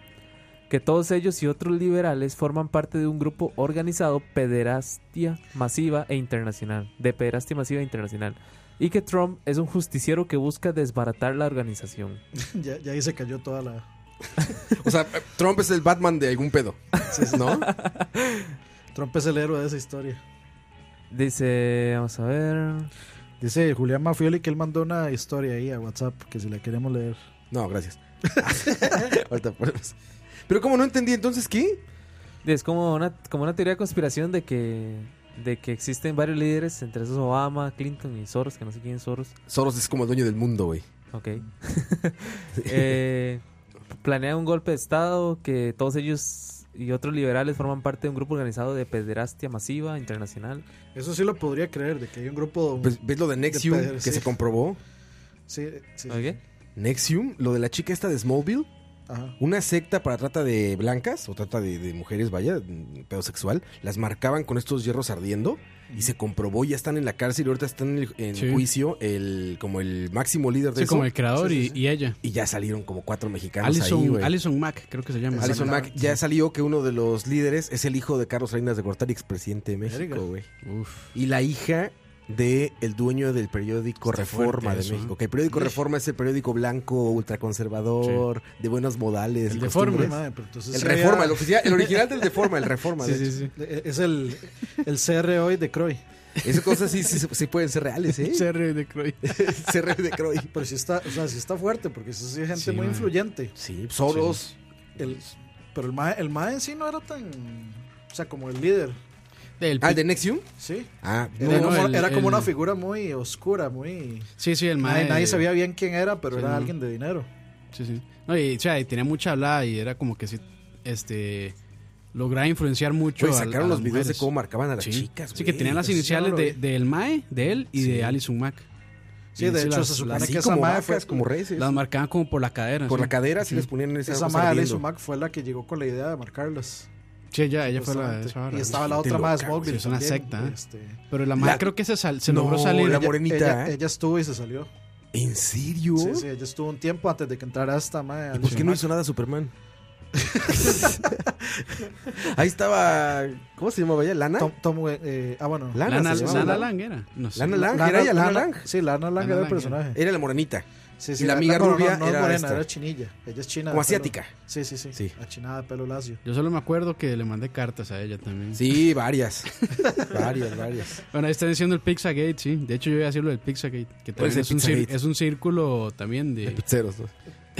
F: Que todos ellos y otros liberales forman parte de un grupo organizado pederastia masiva e internacional. De pederastia masiva e internacional. Y que Trump es un justiciero que busca desbaratar la organización.
G: ya, ya ahí se cayó toda la.
E: O sea, Trump es el Batman de algún pedo. ¿No?
G: Trump es el héroe de esa historia.
F: Dice, vamos a ver.
G: Dice Julián Mafioli que él mandó una historia ahí a WhatsApp que si la queremos leer.
E: No, gracias. Ahorita ponemos. Pero como no entendí, entonces, ¿qué?
F: Es como una, como una teoría de conspiración de que, de que existen varios líderes, entre esos Obama, Clinton y Soros, que no sé quién es Soros.
E: Soros es como el dueño del mundo, güey.
F: Ok.
D: Mm.
F: Eh, planean un golpe de Estado, que todos ellos y otros liberales forman parte de un grupo organizado de pederastia masiva internacional.
G: Eso sí lo podría creer, de que hay un grupo.
E: Pues, ¿Ves lo de Nexium
G: peder-
E: que
G: sí.
E: se comprobó?
G: Sí, sí.
E: Nexium, lo de la chica esta de Smallville.
G: Ajá.
E: Una secta para trata de blancas o trata de, de mujeres, vaya, mm, pedo sexual. Las marcaban con estos hierros ardiendo y se comprobó. Ya están en la cárcel y ahorita están en, el- en
D: Sí.
E: juicio el como el máximo líder de
D: Sí,
E: eso.
D: como el creador y- y, ella.
E: Y ya salieron como cuatro mexicanos ahí,
D: Alison,
E: güey.
D: Alison Mack, creo que se llama.
E: Alison Mack ya salió que uno de los líderes es el hijo de Carlos Salinas de Gortari, expresidente de
D: Verga.
E: México, güey. Y la hija de el dueño del periódico
D: Está
E: Reforma
D: fuerte
E: de
D: eso,
E: México.
D: ¿eh?
E: Que el periódico
D: Uy.
E: Reforma es el periódico blanco, ultraconservador, de buenos modales.
D: El
E: y
D: de
E: costumbres.
D: Forma. Madre,
G: pero entonces
E: el
G: sí
E: Reforma,
G: había-
E: el, oficial, el original del Reforma, el Reforma. de hecho.
G: E- Es el, el CR hoy de Croy.
E: Esas cosas sí, sí, sí pueden ser reales, ¿eh?
D: CR de Croy.
E: CR de Croy.
G: Pero sí está, o sea, sí está fuerte, porque eso sí es gente
E: Sí,
G: muy
E: man.
G: influyente.
E: Sí, Soros.
G: El- pero el MAE, el mae en sí no era tan. O sea, como el líder.
D: Del
E: ah, ¿el de Nexium?
G: Sí.
E: Ah,
G: Era
E: no,
G: como,
E: el-
G: era como
E: el-
G: una figura muy oscura, muy.
D: Sí, sí, el
G: Nadie-
D: mae-
G: Nadie sabía bien quién era, pero
D: Sí,
G: era
D: no.
G: alguien de dinero.
D: Sí, sí. No, y, o sea, y tenía mucha hablada y era como que sí, este, lograba influenciar mucho.
E: Güey,
D: a-
E: sacaron
D: a
E: los
D: las
E: videos de
D: mujeres.
E: cómo marcaban a las
D: Sí.
E: chicas,
D: Sí, que
E: güey.
D: tenían las
E: Eso yo
D: iniciales
E: no lo
D: de,
E: vi.
D: del Mae, de él y
E: Sí.
D: de Alison Mac.
G: Sí, de hecho, se supone que esa mae fue-
E: como reces.
D: Las marcaban como por la cadera.
E: Por
D: sí.
E: la cadera, sí les ponían en esa
G: Esa
E: cosa
G: madre
E: ardiendo.
G: Alison Mack fue la que llegó con la idea de marcarlas.
D: Sí, ella, ella fue la
G: Justamente.
D: de esa vara.
G: Y estaba la
D: Gente
G: otra más
D: loca, güey.
G: Smallville.
D: Sí, Es una
G: también,
D: secta. ¿eh?
G: este.
D: Pero la Mac creo que se, sal- se logró salir.
G: Ella-
E: ¿eh?
G: Ella, ella estuvo y se salió.
E: ¿En serio?
G: Sí, sí, ella estuvo un tiempo antes de que entrara esta madre.
E: ¿Y por qué no hizo nada Superman? Ahí estaba. ¿Cómo se llamaba ella? ¿Lana?
G: Tom, Tom, eh, ah, bueno.
E: Lana,
D: Lana-
E: se llamaba,
D: Lana
E: ¿no?
D: Lang era. No sé.
E: Lana Lang,
D: Lana-
E: era ella, Lana,
D: Lana-
E: Lang.
G: Sí, Lana Lang
D: Lana
G: era el
D: Lang
G: personaje.
E: Era la morenita.
G: Sí, sí,
E: y la, amiga
G: no, no,
E: rubia
G: no, no
E: era.
G: morena,
E: esta.
G: era chinilla. Ella es china.
E: Como
G: de pelo-
E: asiática.
G: Sí, sí, sí,
E: Sí.
G: Achinada de pelo lacio.
D: Yo solo me acuerdo que le mandé cartas a ella también.
E: Sí, varias. varias, varias.
D: Bueno, ahí está diciendo el Pizzagate, sí. De hecho, yo iba a decir lo del Pizzagate. Que
E: ¿Cuál es
D: también
E: el
D: es, un
E: Pizzagate?
D: cir- es un círculo también de.
E: pizzeros, ¿no?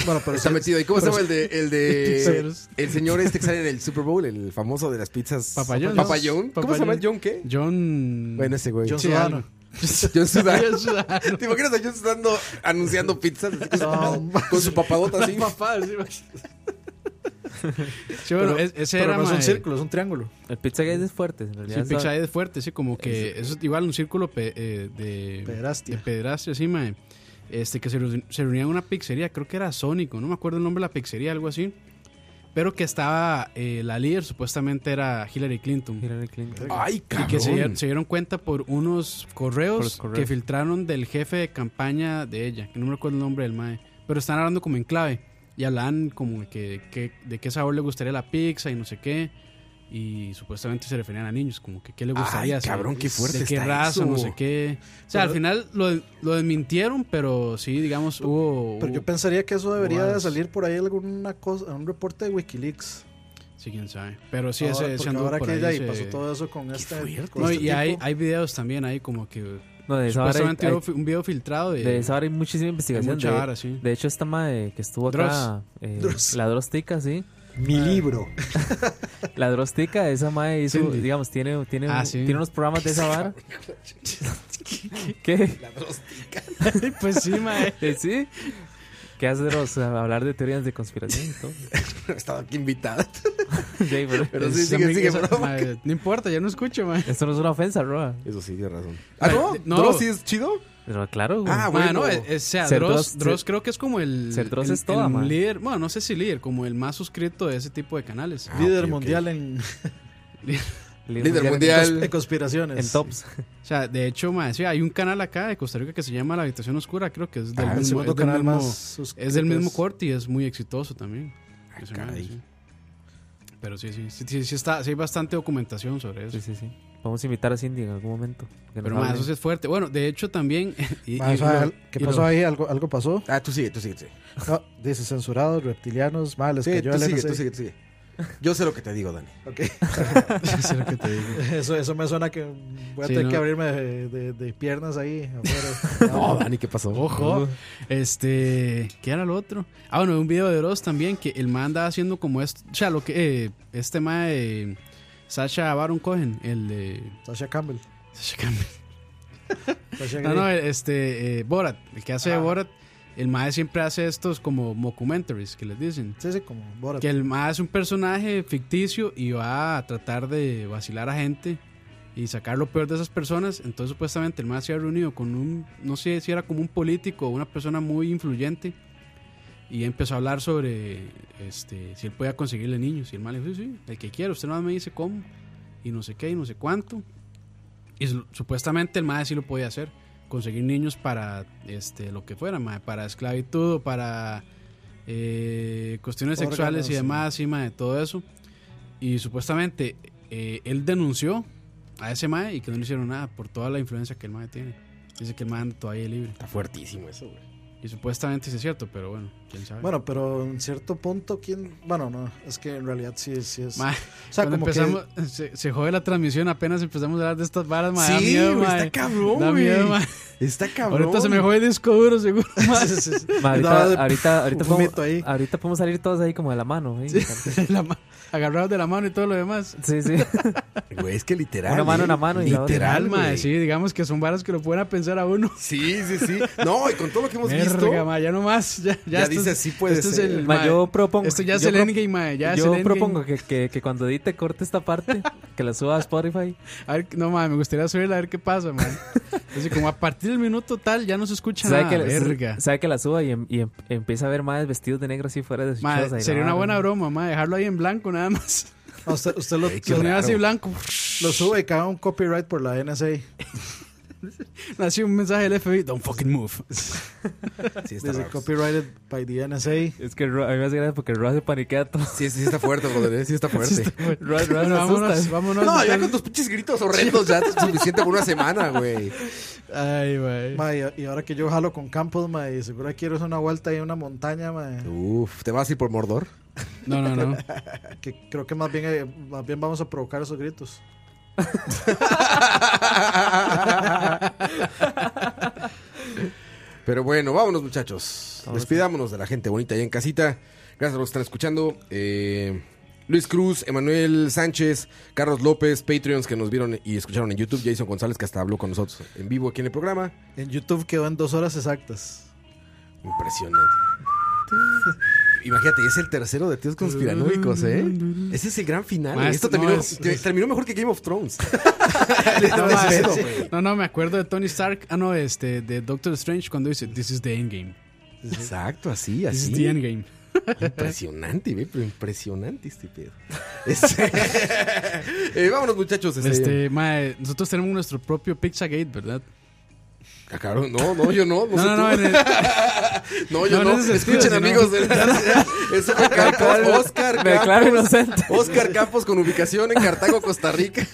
G: Bueno, pero
E: Está
G: sí-
E: metido ahí. ¿Cómo se
D: pero
E: llama el
D: sí-
E: de, el de
D: Pizzeros.
E: el señor este que sale en el Super Bowl, el famoso de las pizzas?
D: Papayón.
E: Papayón. ¿Cómo se llama el
D: Papayón.
E: John qué?
D: John.
E: Bueno, ese güey.
D: John
E: Sí,
D: Sudano.
E: algo. John Sudano.
D: John Sudano.
E: ¿Te imaginas a John Sudano anunciando pizzas así con, su- con su papadota así?
D: Papá, sí, Sí, bueno, es- ese
G: pero
D: era
G: no es un
D: mae.
G: círculo, es un triángulo.
F: El Pizzagate es fuerte, en
D: Sí,
F: realidad.
D: el
F: ¿sabe?
D: Pizzagate es fuerte, sí, como que eso es igual un círculo pe- eh, de.
G: Pederastia.
D: De pederastia, sí, mae. Este, que se, reu- se reunía en una pizzería, creo que era Sónico, no me acuerdo el nombre de la pizzería, algo así. Pero que estaba. eh, la líder supuestamente era Hillary Clinton.
F: Hillary Clinton.
E: Ay,
D: Y que se,
E: cabrón.
D: dieron- se dieron cuenta por unos correos,
F: Por los correos.
D: que filtraron del jefe de campaña de ella, que no me recuerdo el nombre del mae, pero están hablando como en clave y hablan como que, que- de qué sabor le gustaría la pizza y no sé qué. y supuestamente se referían a niños, como que qué le gustaría
E: Ay,
D: hacer,
E: cabrón, qué fuerte
D: de qué
E: está
D: raza,
E: eso.
D: no sé qué. O sea,
G: Pero-
D: al final lo, lo desmintieron, pero sí, digamos, hubo...
G: Pero yo
D: hubo-
G: pensaría que eso debería de
D: Guas.
G: salir por ahí alguna cosa, un reporte de Wikileaks.
D: Sí, quién sabe. Pero sí,
G: Ahora-
D: ese, ese
G: porque
D: anduvo
G: ahora
D: por
G: que
D: ahí,
G: ya ahí
D: ese-
G: pasó todo eso con este, con
D: No,
G: este
D: y hay,
G: tipo.
D: hay videos también ahí como que...
F: No, de esa vara
D: supuestamente
F: hay-
D: hubo fi- un video filtrado de...
F: De esa hora hay muchísima investigación.
D: mucha
F: de,
D: vara, sí.
F: de hecho, esta madre que estuvo
D: Dross.
F: acá, eh,
D: Dross.
F: la Drostica, sí.
Q: Mi libro.
F: la Drostica, esa madre hizo,
Q: Cindy.
F: digamos, tiene, tiene,
D: Ah,
F: un-
D: sí.
F: tiene unos programas de esa vara. ¿Qué? La
D: Drostica. pues sí, mae.
F: ¿Sí? ¿Qué hace Dross? Hablar de teorías de conspiración y todo.
E: Estaba aquí invitada.
F: Pero
D: Esa amiga- esa- mae, No importa, ya no escucho, mae.
F: Esto no es una ofensa, Roa.
E: Eso sí, tienes razón.
D: Ah, ¿no? ¿Dross sí
E: es chido?
F: Pero claro, güey.
D: Ah, bueno. no, es- es- o sea,
F: Ser
D: Dross,
F: Dross-
D: Dross
F: ser-
D: creo que es como el,
F: ser Dross
D: el-
F: es toda,
D: el
F: man.
D: líder, bueno, no sé si líder, como el más suscrito de ese tipo de canales.
G: Líder mundial en. En conspiraciones.
D: En tops. O sea, de hecho, mae, sí, hay un canal acá de Costa Rica que se llama La Habitación Oscura, creo que es del
G: Ah, el
D: mismo,
G: segundo
D: es del
G: canal
D: mismo-
G: más suscrito
D: es del mismo
G: es- Ah,
D: corte y es muy exitoso también.
E: Ah,
D: Ese mae,
F: caray.
D: sí. Pero sí, sí, sí, sí, sí está, sí hay bastante documentación sobre eso.
F: Sí, sí, sí. Vamos a invitar a Cindy en algún momento. que nos
D: Pero mae,
F: hable.
D: eso sí es fuerte. Bueno, de hecho también... y- y-
G: Mae, o sea,
D: y lo-
G: ¿Qué
D: y lo-
G: pasó ahí? ¿Algo, algo pasó?
E: Ah, tú sigue, tú sigue. Sí,
G: No, dice censurados, reptilianos, males.
E: Sí,
G: que
E: tú
G: yo
E: sigue, tú sigue, tú sigue. Yo sé lo que te digo, Dani.
G: Ok. Eso, eso me suena que voy a
D: Sí,
G: tener
D: ¿no?
G: que abrirme de, de- de piernas ahí. afuera.
D: No,
E: Dani, ¿qué pasó?
D: Ojo. Este, ¿qué era lo otro? Ah, bueno, un video de Dross también que el man andaba haciendo como esto, o sea, lo que eh, este ma de Sasha Baron Cohen, el de
G: Sasha Campbell.
D: Sasha Campbell.
G: Sasha
D: No,
G: Grey.
D: no, este eh, Borat, el que hace de Borat, el mae siempre hace estos como mockumentaries que les dicen.
G: Sí, sí, como Borat.
D: Que el mae es un personaje ficticio y va a tratar de vacilar a gente y sacar lo peor de esas personas. Entonces, supuestamente, el mae se había reunido con un, no sé si era como un político o una persona muy influyente y empezó a hablar sobre este si él podía conseguirle niños. Y el mae le dijo, sí, sí, el que quiera, usted nada más me dice cómo y no sé qué y no sé cuánto. Y su- supuestamente el mae sí lo podía hacer, conseguir niños para este lo que fuera, mae, para esclavitud o para eh, cuestiones
G: Órganos,
D: sexuales y
G: sí.
D: demás, sí, mae, todo eso. Y supuestamente eh, él denunció a ese mae y que no le hicieron nada por toda la influencia que el mae tiene. Dice que el mae todavía es libre. Está
E: fuertísimo eso, güey.
D: Y supuestamente sí es cierto, pero bueno, quién sabe.
G: Bueno, pero en cierto punto, ¿quién? Bueno, no, es que en realidad sí, sí es.
D: Ma,
G: o sea,
D: cuando
G: como
D: empezamos,
G: que.
D: se, se jode la transmisión, apenas empezamos a hablar de estas varas, ma, da
G: Sí,
D: miedo,
G: güey,
D: ma.
G: está cabrón,
D: Da
G: güey.
D: miedo, ma.
E: Está
G: cabrón.
D: Ahorita se me jode el disco duro, seguro. ma.
G: Sí, sí, sí.
F: Ma, ahorita,
D: Andaba de-
F: ahorita, ahorita,
D: un
F: podemos,
D: mito ahí.
F: ahorita podemos salir todos ahí como de la mano. ¿eh?
D: La ma- agarrados de la mano y todo lo demás.
F: Sí, sí.
E: Güey, es que literal.
F: Una mano,
E: ¿eh?
F: una mano y la otra.
E: Literal,
D: Literal, ma,
E: güey.
D: sí, digamos que son varas que lo pueden a pensar a uno.
E: Sí, sí, sí. No, y con todo lo que hemos
D: Verga,
E: visto.
D: ma, ya no más. Ya,
E: Ya
D: esto
E: dice,
D: es-
E: sí puede
D: esto es
E: ser.
D: el,
F: Ma,
D: ma,
F: yo propongo.
D: Esto ya es
F: yo
D: el
F: pro-
D: endgame, ma, ya es el
F: Yo
D: endgame.
F: propongo que, que, que cuando edite corte esta parte, que la suba a Spotify.
D: A ver, no, ma, me gustaría subirla a ver qué pasa, ma. Así como a partir del minuto tal ya no se escucha
F: Sabe
D: nada.
F: que,
D: verga.
F: sabe que la suba y, em- y em- empieza a ver más vestidos de negro así fuera de su
D: Ma,
F: choza y la
D: sería una
F: vara.
D: buena broma, ma, dejarlo ahí en blanco nada más.
G: Usted, usted
E: eh,
G: lo,
D: qué Sonido así raro. blanco.
G: Lo sube y caga un copyright por la NSA.
D: Así un mensaje del FBI, don't fucking move.
E: Sí,
G: Dice, copyrighted by the NSA.
F: Es que Ro- a mí me hace gracia porque Roa se paniquea todo.
E: Sí, sí está fuerte, brother. eh, Sí está fuerte.
F: Roa, Roa se
D: vámonos,
F: asusta.
D: vámonos.
E: No, ya con tus pinches gritos horrendos ya es suficiente por una semana, güey.
D: Ay, güey.
G: Ma, y- y ahora que yo jalo con Campos, ma, y seguro quiero hacer una vuelta ahí en una montaña, ma.
E: Uf, ¿te vas a ir por Mordor?
D: No, no, no.
G: Que creo que más bien, eh, más bien vamos a provocar esos gritos.
E: Pero bueno, vámonos muchachos. Despidámonos de la gente bonita allá en casita. Gracias a los que están escuchando. Eh, Luis Cruz, Emanuel Sánchez, Carlos López, Patreons que nos vieron y escucharon en YouTube. Jason González que hasta habló con nosotros en vivo aquí en el programa.
G: En YouTube quedó en dos horas exactas.
E: Impresionante. Imagínate, es el tercero de tíos conspiranoicos, ¿eh? Ese es el gran final.
D: Ma,
E: Esto
D: no,
E: terminó,
D: es-
E: te- terminó mejor que Game of Thrones.
D: No,
E: Este
D: ma,
E: pedo,
D: sí.
E: güey.
D: no, no, me acuerdo de Tony Stark. Ah, no, este, de Doctor Strange cuando dice, This is the endgame.
E: Exacto, así,
D: This
E: así.
D: is the endgame.
E: Impresionante, güey, pero impresionante este pedo. Este- Eh, vámonos, muchachos. este-
D: Este, ma, nosotros tenemos nuestro propio Pizzagate, ¿verdad?
E: Ah, cabrón, no, no, yo no. No,
D: No,
E: sé Pues
D: no,
E: tú. Ah,
D: no, en el-
E: No, yo
D: No,
E: no.
D: en ese sentido,
E: Escuchen,
D: si no-
E: amigos. de la- Eso fue Campos.
D: declaro-
E: Oscar
D: me declaro
E: Campos.
D: inocente.
E: Oscar Campos con ubicación en Cartago, Costa Rica.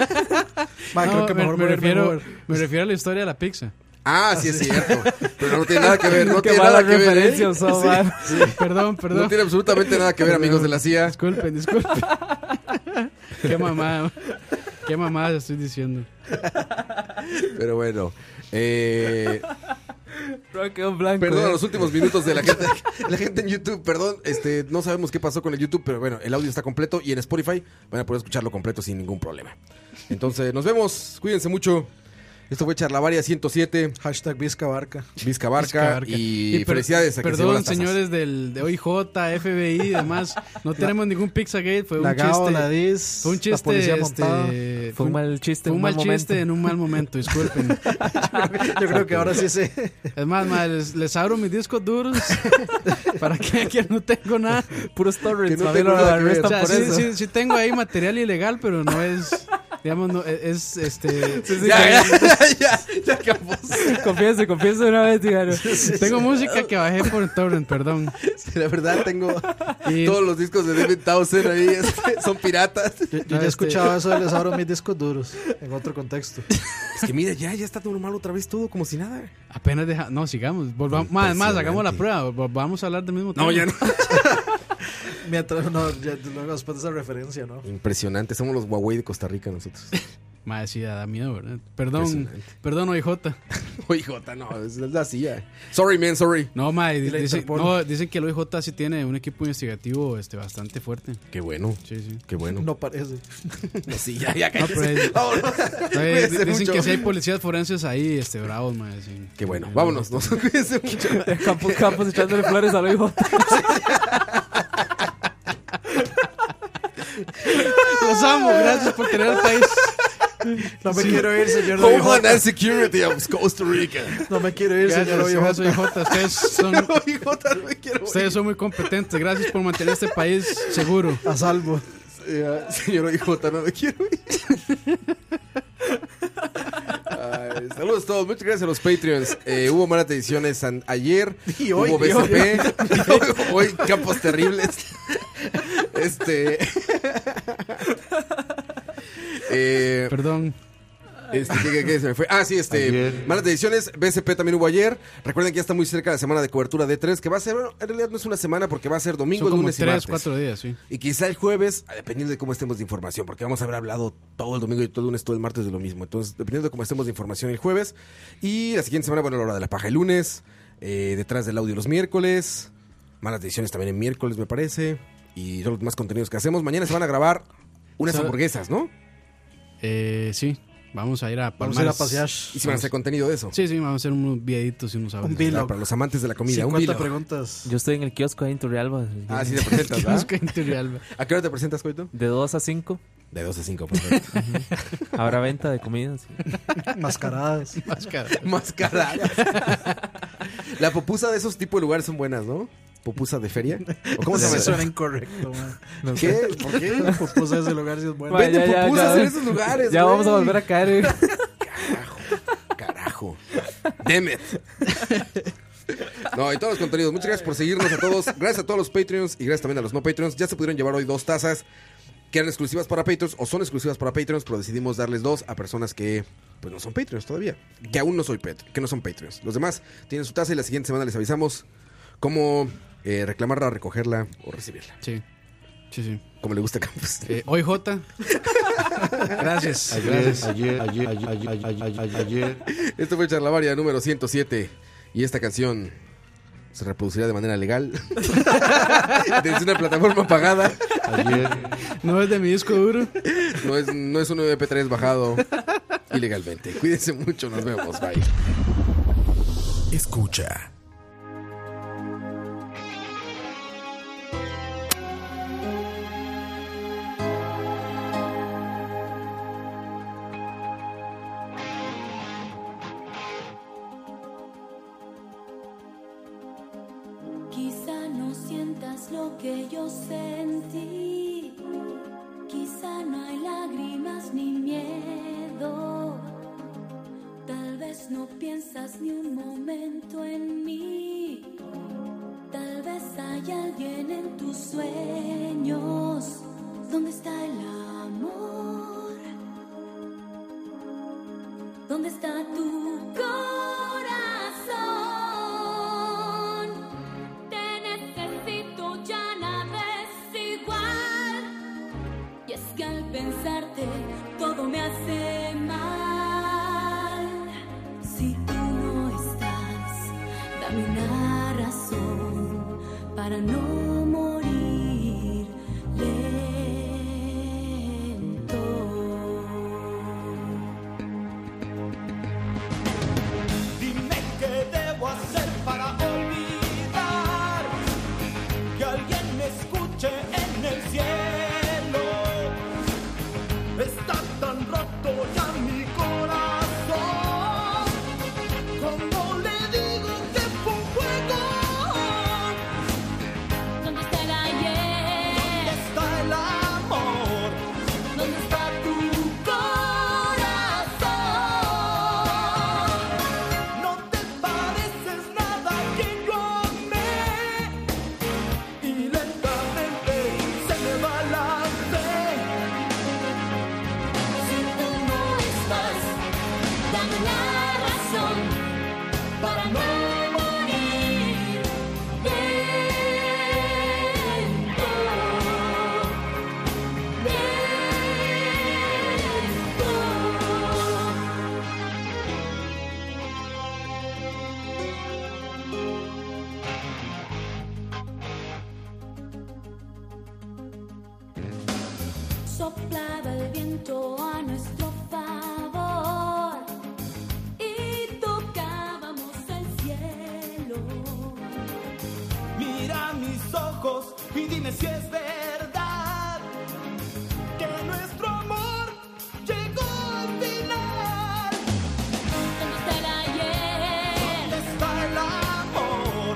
D: No, me, me refiero, me refiero a la historia de la pizza.
E: Ah, sí, es cierto. Pero no tiene nada que ver, no tiene nada que ver. ¿eh? Sí, sí.
D: Perdón, perdón.
E: No tiene absolutamente nada que ver,
D: Perdón.
E: amigos de la CIA.
D: Disculpen, disculpen. qué mamada. Qué mamada estoy diciendo.
E: Pero bueno. Eh,
F: blanco.
E: Perdón,
F: eh.
E: a los últimos minutos de la gente, la gente en YouTube, perdón, este, no sabemos qué pasó con el YouTube, pero bueno, el audio está completo y en Spotify van a poder escucharlo completo sin ningún problema. Entonces, nos vemos, cuídense mucho. Esto fue Charlavaria 107. Hashtag Vizca Barca. Vizca Barca.
D: Vizcabarca.
E: Y,
D: per-
E: felicidades a que se llevó
D: Perdón,
E: las tazas.
D: señores del, de OIJ, FBI y demás. No tenemos ningún Pizzagate. Fue
G: la
D: un
G: Gao,
D: chiste.
G: la Dis,
D: fue un
G: la
D: chiste.
G: policía
D: este,
G: montada.
F: Fue un mal
D: Fue
F: chiste
D: un
F: en un
D: mal
F: mal
D: chiste
F: momento.
D: en un mal momento, disculpen. yo, creo,
G: que ahora sí se-
D: Es más, ma, les, les abro mis discos duros para que aquí no tengo nada.
F: Puros torrents,
D: no
F: ma, a mí lo
D: o
F: arrestan
D: sea,
F: por
D: sí,
F: eso.
D: sí, sí tengo ahí material ilegal, pero no es. Digamos, no, e-, es este.
F: sí, Ya, ya, Confiese, confiese de una vez, dígalo.
D: Tengo música que bajé por Torrent, perdón.
E: la verdad tengo todos los discos de David Townsend ahí este, son piratas.
G: Yo ya escuchaba eso de les abro mis discos duros en otro contexto.
E: Es que mira, ya, ya está normal otra vez todo, como si nada.
D: Apenas deja. No, sigamos. Volvamos, más, más, hagamos la prueba. vol- Vamos a hablar del mismo tema.
E: ya no.
G: Mientras no, ya, luego después de esa referencia, ¿no?
E: Impresionante, somos los Huawei de Costa Rica nosotros.
D: Madre, sí, da miedo, ¿verdad? Perdón,
E: Impresionante.
D: perdón, OIJ.
E: OIJ, no, es la CIA. Sorry, man, sorry.
D: No, madre,
E: Y la
D: dicen,
E: Interpol.
D: no, dicen que el OIJ sí tiene un equipo investigativo este, bastante fuerte.
E: Qué bueno.
D: Sí, sí.
E: Qué bueno.
G: No parece.
E: Sí, ya, ya,
D: No,
E: cállese.
D: pero es-
E: Vámonos.
D: Entonces,
E: Cuídense
D: dicen
E: mucho.
D: que si hay policías forenses ahí, este, bravos, madre. sí.
E: Qué bueno, vámonos, ¿no? Cuídense mucho.
F: Campos, Campos echándole flores al hijo.
D: Los amo, gracias por tener el país.
G: No me quiero ir, señor de
E: Homeland
G: OIJ.
E: and Security of Costa Rica.
G: No me quiero ir,
D: Gracias,
G: señor OIJ.
D: gracias, OIJ. Ustedes son,
E: OIJ, no me quiero ir.
D: ustedes son muy competentes. Gracias por mantener este país seguro.
G: A salvo.
E: Eh, Señor OIJ, no me quiero ir. Ay, saludos a todos, muchas gracias a los Patreons. Eh, hubo malas ediciones an- ayer,
G: Y hoy,
E: hubo
G: y hoy.
E: BCP, hoy, Campos Terribles. Este. eh,
D: Perdón.
E: Este, ¿qué, qué- qué se me fue? Ah, sí, este. Malas decisiones. BSP también hubo ayer. Recuerden que ya está muy cerca la semana de cobertura de 3 que va a ser, bueno, en realidad no es una semana porque va a ser domingo,
D: Son como
E: lunes y
D: tres,
E: martes.
D: cuatro días, sí.
E: Y quizá el jueves, dependiendo de cómo estemos de información, porque vamos a haber hablado todo el domingo y todo el lunes, todo el martes de lo mismo. Entonces, dependiendo de cómo estemos de información el jueves. Y la siguiente semana, bueno, la hora de la paja el lunes. eh, detrás del audio los miércoles. Malas decisiones también el miércoles, me parece. Y todos los demás contenidos que hacemos. Mañana se van a grabar unas
D: O sea,
E: hamburguesas, ¿no?
D: Eh, sí, vamos a ir a
G: Vamos a ir a pasear.
E: Y si van a hacer contenido de eso.
D: Sí, sí, vamos a hacer unos videitos y unos audios.
G: Un vlog.
E: Para los amantes de la comida, un
G: 50
E: vilo.
G: preguntas.
F: Yo estoy en el kiosco ahí en Turrialba.
E: Ah, sí te presentas, ¿verdad?
D: Kiosco en Turrialba.
E: ¿A qué hora te presentas, Coito?
F: De 2 a 5.
E: De 2 a 5, perfecto.
F: Habrá venta de comidas.
G: Mascaradas.
D: Mascaradas.
E: Mascaradas. La pupusa de esos tipos de lugares son buenas, ¿no? ¿Pupusa de feria? ¿O cómo se llama?
G: Eso suena incorrecto, man.
E: No
G: ¿Qué?
E: sé.
G: ¿Por qué? La pupusa de pues, ese lugar sí es buena.
F: Bueno,
E: Venden
F: ya, ya,
E: pupusas
F: ya.
E: en esos lugares,
F: Ya
E: güey.
F: vamos a volver a caer. eh.
E: Carajo. Damn it. No, y todos los contenidos. Muchas gracias por seguirnos a todos. Gracias a todos los Patreons y gracias también a los no Patreons. Ya se pudieron llevar hoy dos tazas que eran exclusivas para Patreons o son exclusivas para Patreons, pero decidimos darles dos a personas que pues no son Patreons todavía. Que aún no soy Pat- que no son Patreons. Los demás tienen su taza y la siguiente semana les avisamos cómo eh, reclamarla, recogerla o recibirla.
D: Sí, sí, sí.
E: Como le gusta a Campos.
D: Eh, hoy J. Gracias, gracias.
H: ayer, ayer, ayer, ayer, ayer, ayer, ayer.
E: Esto fue Charlavaria número 107 y esta canción se reproducirá de manera legal desde una plataforma pagada.
H: Ayer.
D: No es de mi disco duro.
E: No es, no es un MP3 bajado ilegalmente. Cuídense mucho, nos vemos, bye.
A: Escucha.
M: Quizá no sientas lo que yo sentí, quizá no hay lágrimas ni miedo, tal vez
H: veces no piensas ni un momento en mí. Tal vez hay alguien en tus sueños. ¿Dónde está el amor? ¿Dónde está tu corazón? Te necesito, ya nada es igual. Y es que al pensarte todo me hace mal. Si tú no estás, dame una razón para no morir lento.
J: Dime qué debo hacer para olvidar que alguien me escuche en el cielo. Está tan roto ya mi corazón. Como le digo que fue un juego.
H: ¿Dónde está el ayer?
J: ¿Dónde está el amor?
H: ¿Dónde está tu
J: corazón? No te pareces nada que yo amé Y lentamente se me va la fe Si tú no estás, dame la razón Para no morir lento
H: Soplaba el viento a nuestro favor y tocábamos el cielo.
J: Mira mis ojos y dime si es verdad que nuestro amor llegó al final.
H: ¿Dónde está el ayer?
J: ¿Dónde está el amor?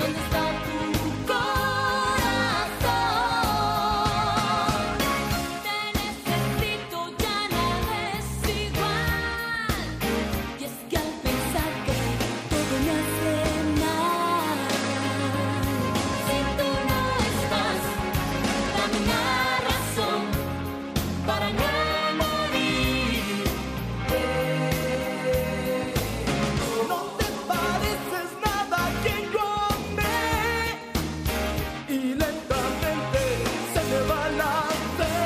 H: ¿Dónde está tu corazón? Te necesito, ya nada es igual. Y es que al pensar que todo me hace mal, si tú no estás, dame una razón para no morir.
J: No te pareces nada a quien yo amé y lentamente se me va la fe.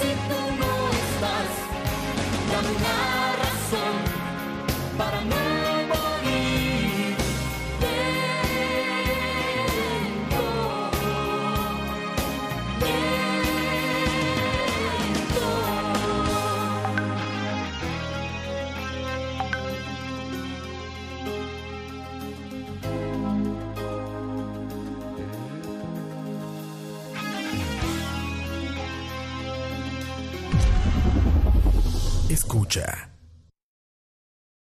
J: Si tú no estás, dame una razón para no morir
R: Escucha.